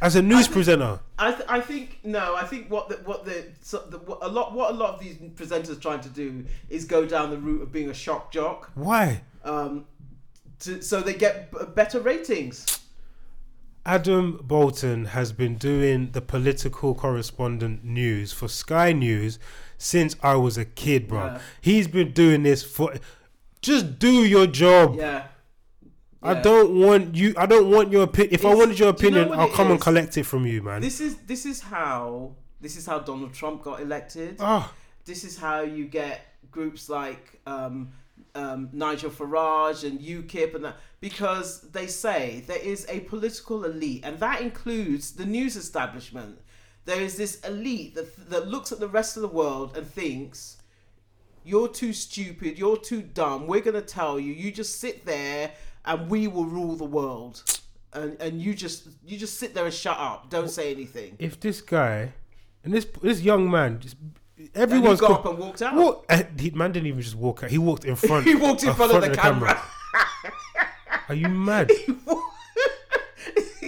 [SPEAKER 2] As a news presenter,
[SPEAKER 3] I, th- I think no. I think what the, what the, so the what a lot what a lot of these presenters trying to do is go down the route of being a shock jock,
[SPEAKER 2] why?
[SPEAKER 3] um, to, so they get b- better ratings.
[SPEAKER 2] Adam Bolton has been doing the political correspondent news for Sky News since I was a kid, bro.
[SPEAKER 3] Yeah.
[SPEAKER 2] He's been doing this for. Just do your job.
[SPEAKER 3] Yeah.
[SPEAKER 2] I
[SPEAKER 3] Yeah.
[SPEAKER 2] don't want you. I don't want your opinion. If I
[SPEAKER 3] It's-
[SPEAKER 2] wanted your
[SPEAKER 3] do you know
[SPEAKER 2] opinion,
[SPEAKER 3] what
[SPEAKER 2] I'll
[SPEAKER 3] it
[SPEAKER 2] come and
[SPEAKER 3] is?
[SPEAKER 2] collect it from you, man.
[SPEAKER 3] This is this is how this is how Donald Trump got elected.
[SPEAKER 2] Ah,
[SPEAKER 3] this is how you get groups like um, um, Nigel Farage and UKIP and that because they say there is a political elite, and that includes the news establishment. There is this elite that, that looks at the rest of the world and thinks, You're too stupid, you're too dumb, we're going to tell you, you just sit there and we will rule the world. And, and you just you just sit there and shut up. Don't say anything.
[SPEAKER 2] if this guy and this this young man, just
[SPEAKER 3] And he
[SPEAKER 2] everyone's
[SPEAKER 3] got
[SPEAKER 2] co-
[SPEAKER 3] up and walked out.
[SPEAKER 2] Walk, uh, the man didn't even just walk out. He walked in front.
[SPEAKER 3] He walked in
[SPEAKER 2] uh,
[SPEAKER 3] front of the
[SPEAKER 2] Are you mad?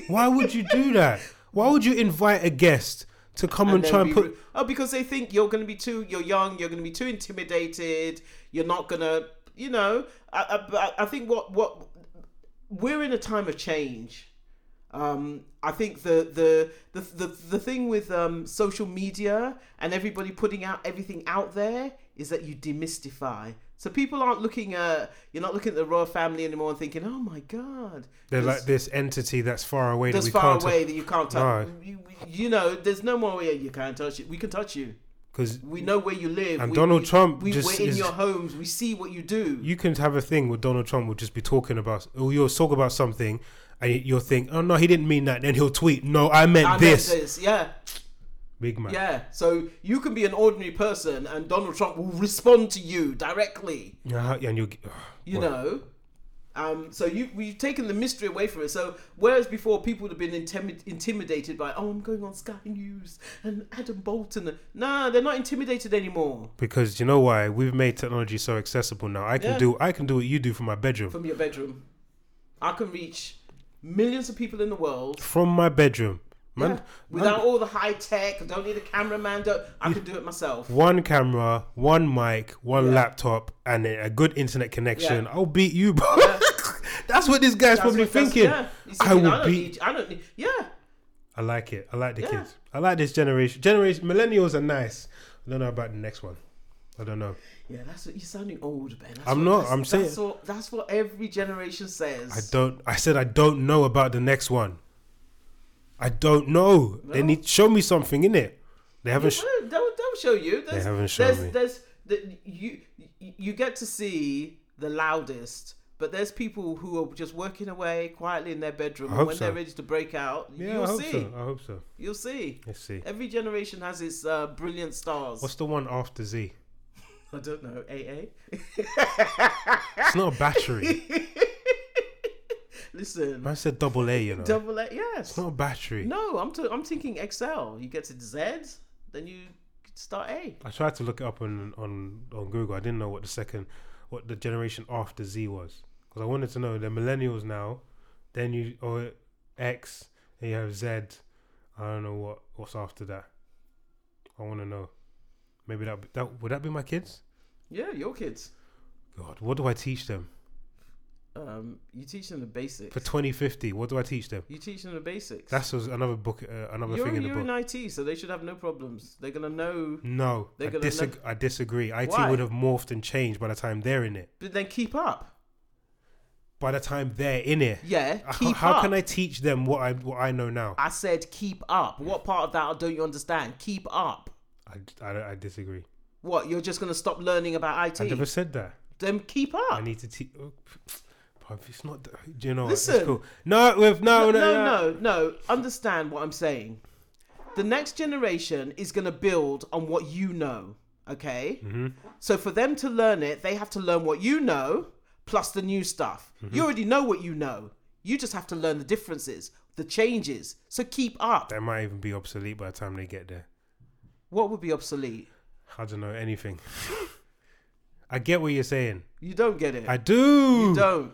[SPEAKER 2] Why would you do that? Why would you invite a guest to come and,
[SPEAKER 3] then
[SPEAKER 2] try and
[SPEAKER 3] be
[SPEAKER 2] put?
[SPEAKER 3] ru- oh because they think you're going to be too you're young you're going to be too intimidated you're not going to you know I, I, but I think what what we're in a time of change um, I think the, the the the the thing with um, social media and everybody putting out everything out there is that you demystify. So people aren't looking at you're not looking at the royal family anymore and thinking, oh my god,
[SPEAKER 2] They're
[SPEAKER 3] this-
[SPEAKER 2] like this entity that's far away that
[SPEAKER 3] that's
[SPEAKER 2] we
[SPEAKER 3] far
[SPEAKER 2] can't
[SPEAKER 3] away that you can't touch.
[SPEAKER 2] No.
[SPEAKER 3] You, you know, there's no more way you can touch it. We can touch you.
[SPEAKER 2] because
[SPEAKER 3] We know where you live.
[SPEAKER 2] And
[SPEAKER 3] we,
[SPEAKER 2] Donald
[SPEAKER 3] we-
[SPEAKER 2] Trump
[SPEAKER 3] we,
[SPEAKER 2] just
[SPEAKER 3] we're in
[SPEAKER 2] is-
[SPEAKER 3] your homes. We see what you do.
[SPEAKER 2] you can have a thing where Donald Trump will just be talking about, or you'll talk about something, and you'll think, "Oh no, he didn't mean that." Then he'll tweet, "No, I meant
[SPEAKER 3] I meant
[SPEAKER 2] this,
[SPEAKER 3] yeah,
[SPEAKER 2] big man."
[SPEAKER 3] yeah. So you can be an ordinary person, and Donald Trump will respond to you directly.
[SPEAKER 2] Yeah, and you'll, ugh,
[SPEAKER 3] You
[SPEAKER 2] well,
[SPEAKER 3] know. Um, so you we've taken the mystery away from it. So whereas before people would have been intimi- intimidated by, oh, I'm going on Sky News and Adam Bolton. Nah, they're not intimidated anymore
[SPEAKER 2] because you know why we've made technology so accessible now. I can
[SPEAKER 3] Yeah.
[SPEAKER 2] do, I can do what you do from my bedroom. From,
[SPEAKER 3] from your bedroom. I can reach millions of people in the world
[SPEAKER 2] my bedroom, man.
[SPEAKER 3] Yeah. Without all the high tech, I don't need a cameraman. Don't, I can do it myself.
[SPEAKER 2] One camera, one mic, one
[SPEAKER 3] Yeah.
[SPEAKER 2] laptop, and a a good internet connection.
[SPEAKER 3] Yeah.
[SPEAKER 2] I'll beat you, bro.
[SPEAKER 3] Yeah.
[SPEAKER 2] That's what this guy's
[SPEAKER 3] That's
[SPEAKER 2] probably
[SPEAKER 3] what- that's-
[SPEAKER 2] thinking.
[SPEAKER 3] yeah. He's
[SPEAKER 2] I
[SPEAKER 3] thinking,
[SPEAKER 2] will
[SPEAKER 3] I don't
[SPEAKER 2] beat.
[SPEAKER 3] Need, I don't need. Yeah.
[SPEAKER 2] I like it. I like the
[SPEAKER 3] Yeah.
[SPEAKER 2] kids. I like this generation. Generation millennials are nice. I don't know about the next one. I don't know.
[SPEAKER 3] Yeah, that's what you're sounding old, Ben. That's
[SPEAKER 2] I'm
[SPEAKER 3] what-
[SPEAKER 2] not,
[SPEAKER 3] That's,
[SPEAKER 2] I'm
[SPEAKER 3] that's
[SPEAKER 2] saying-
[SPEAKER 3] what, that's what every generation says.
[SPEAKER 2] I don't. I said I don't know about the next one. I don't know. They
[SPEAKER 3] No.
[SPEAKER 2] need show me something in it. They haven't. Sh-
[SPEAKER 3] Well, they'll, they'll show you. There's,
[SPEAKER 2] haven't shown
[SPEAKER 3] there's,
[SPEAKER 2] me.
[SPEAKER 3] There's the, you. You get to see the loudest, but there's people who are just working away quietly in their bedroom.
[SPEAKER 2] I
[SPEAKER 3] and
[SPEAKER 2] hope
[SPEAKER 3] when
[SPEAKER 2] so.
[SPEAKER 3] they're ready to break out,
[SPEAKER 2] yeah,
[SPEAKER 3] you'll
[SPEAKER 2] I hope
[SPEAKER 3] see.
[SPEAKER 2] so. I hope so.
[SPEAKER 3] You'll see.
[SPEAKER 2] Let's see.
[SPEAKER 3] Every generation has its uh, brilliant stars.
[SPEAKER 2] What's the one after Z?
[SPEAKER 3] I don't know. AA.
[SPEAKER 2] It's not a battery.
[SPEAKER 3] Listen.
[SPEAKER 2] Man said double A. You know,
[SPEAKER 3] Double A, yes.
[SPEAKER 2] it's not a battery.
[SPEAKER 3] No, I'm t- I'm thinking XL. You get it Z, then you start A.
[SPEAKER 2] I tried to look it up on on on Google. I didn't know what the second, what the generation after Z was, because I wanted to know the millennials now, then you or X, then you have Z. I don't know what what's after that. I want to know. Maybe that be- that would that be my kids?
[SPEAKER 3] Yeah, your kids.
[SPEAKER 2] God, what do I teach them
[SPEAKER 3] Um, you teach them the basics.
[SPEAKER 2] for 2050? What do I teach them?
[SPEAKER 3] you teach them the basics.
[SPEAKER 2] That's was another book, uh, another
[SPEAKER 3] you're
[SPEAKER 2] thing in the
[SPEAKER 3] you're
[SPEAKER 2] book.
[SPEAKER 3] in IT, so they should have no problems. They're gonna know,
[SPEAKER 2] no, I,
[SPEAKER 3] They're gonna
[SPEAKER 2] disag- I disagree. IT
[SPEAKER 3] Why?
[SPEAKER 2] would have morphed and changed by the time they're in it.
[SPEAKER 3] but then keep up.
[SPEAKER 2] By the time they're in it,
[SPEAKER 3] Yeah,
[SPEAKER 2] How-
[SPEAKER 3] keep
[SPEAKER 2] how
[SPEAKER 3] up.
[SPEAKER 2] can I teach them what I what I know now?
[SPEAKER 3] I said keep up. What part of that don't you understand? Keep up.
[SPEAKER 2] I, I, I disagree.
[SPEAKER 3] What? You're just gonna stop learning about
[SPEAKER 2] I
[SPEAKER 3] IT?
[SPEAKER 2] never said that.
[SPEAKER 3] Then keep up.
[SPEAKER 2] I need to teach. It's not. th- Do you know? what? It's
[SPEAKER 3] Listen.
[SPEAKER 2] cool. No, with no,
[SPEAKER 3] no,
[SPEAKER 2] no, no.
[SPEAKER 3] no, no, Understand what I'm saying. The next generation is going to build on what you know, okay?
[SPEAKER 2] Mm-hmm.
[SPEAKER 3] So for them
[SPEAKER 2] Mm-hmm.
[SPEAKER 3] to learn it, they have to learn what you know plus the new stuff. You already know what you know. You just have to learn the differences, the changes. So keep up.
[SPEAKER 2] That might even be obsolete by the time they get there.
[SPEAKER 3] What would be obsolete?
[SPEAKER 2] I don't know anything. I get what you're saying.
[SPEAKER 3] You don't get it.
[SPEAKER 2] I do.
[SPEAKER 3] you don't.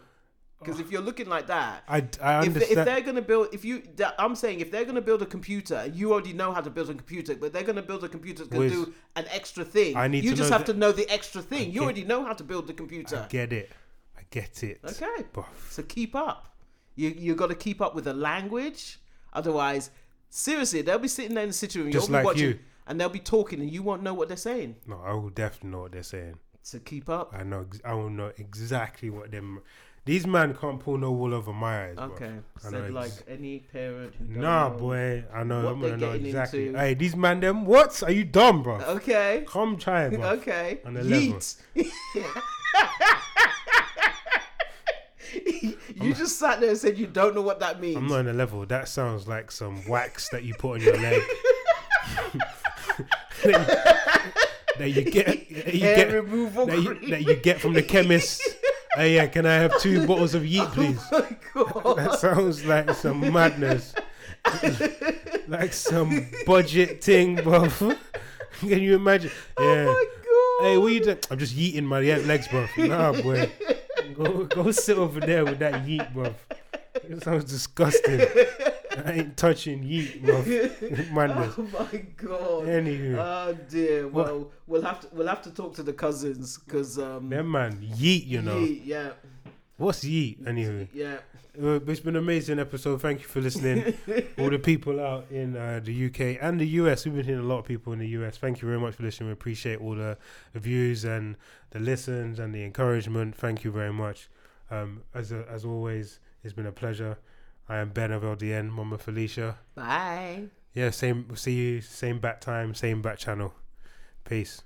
[SPEAKER 3] Because if you're looking like that,
[SPEAKER 2] I, I
[SPEAKER 3] if, they-
[SPEAKER 2] understand.
[SPEAKER 3] if they're going to build, if you, that- I'm saying if they're going to build a computer, you already know how to build a computer, but they're going to build a computer that's going
[SPEAKER 2] Wiz.
[SPEAKER 3] to do an extra thing.
[SPEAKER 2] I need
[SPEAKER 3] you
[SPEAKER 2] to
[SPEAKER 3] just
[SPEAKER 2] know
[SPEAKER 3] have
[SPEAKER 2] the-
[SPEAKER 3] to know the extra thing. you
[SPEAKER 2] get-
[SPEAKER 3] already know how to build the
[SPEAKER 2] I
[SPEAKER 3] computer.
[SPEAKER 2] get it. I get it.
[SPEAKER 3] Okay.
[SPEAKER 2] But
[SPEAKER 3] So keep up. You you got to keep up with the language. Otherwise, seriously, they'll be sitting there in the sitting room.
[SPEAKER 2] Just
[SPEAKER 3] you'll
[SPEAKER 2] like
[SPEAKER 3] be watching,
[SPEAKER 2] you.
[SPEAKER 3] and they'll be talking, and you won't know what they're saying.
[SPEAKER 2] no, I will definitely know what they're saying.
[SPEAKER 3] So keep up.
[SPEAKER 2] I know. ex- I will know exactly what them. These man can't pull no wool over my eyes. bruv.
[SPEAKER 3] Okay.
[SPEAKER 2] I
[SPEAKER 3] Said
[SPEAKER 2] know
[SPEAKER 3] like
[SPEAKER 2] ex-
[SPEAKER 3] any parent. Who don't
[SPEAKER 2] Nah,
[SPEAKER 3] know.
[SPEAKER 2] boy. I know.
[SPEAKER 3] what
[SPEAKER 2] I'm
[SPEAKER 3] they're
[SPEAKER 2] gonna know
[SPEAKER 3] getting
[SPEAKER 2] exactly.
[SPEAKER 3] into.
[SPEAKER 2] Hey, these man them. What are you dumb, bro?
[SPEAKER 3] Okay.
[SPEAKER 2] Come try, bro.
[SPEAKER 3] Okay.
[SPEAKER 2] On the
[SPEAKER 3] Yeet. you just sat there and said you don't know what that means.
[SPEAKER 2] I'm not on a level. That sounds like some wax that you put on your leg. that you get, that you
[SPEAKER 3] Hair
[SPEAKER 2] get,
[SPEAKER 3] removal
[SPEAKER 2] that you,
[SPEAKER 3] cream.
[SPEAKER 2] that you get from the chemist. Oh yeah, can I have two bottles of yeet, please?
[SPEAKER 3] Oh my God.
[SPEAKER 2] That sounds like some madness, like some budget thing, bro. Can you imagine? Yeah.
[SPEAKER 3] Oh my God.
[SPEAKER 2] Hey, what you doing? I'm just yeeting my le- legs, bro. Nah, boy. Go, go sit over there with that yeet, bro. It sounds disgusting. I ain't touching yeet, bro. Madness.
[SPEAKER 3] Oh my god!
[SPEAKER 2] Anywho.
[SPEAKER 3] oh dear. Well, we'll have to we'll have to talk to the cousins because um,
[SPEAKER 2] Them man, yeet, you know.
[SPEAKER 3] ye- yeah,
[SPEAKER 2] What's yeet, anywho?
[SPEAKER 3] yeah.
[SPEAKER 2] Uh, It's been an amazing episode. Thank you for listening. All the people out in uh, the UK and the US. We've been hearing a lot of people in the US. Thank you very much for listening. We appreciate all the the views and the listens and the encouragement. Thank you very much. Um, as as always, it's been a pleasure. I am Ben of LDN, Mama Felicia.
[SPEAKER 3] Bye.
[SPEAKER 2] Yeah, same. See you. Same bat time. Same bat channel. Peace.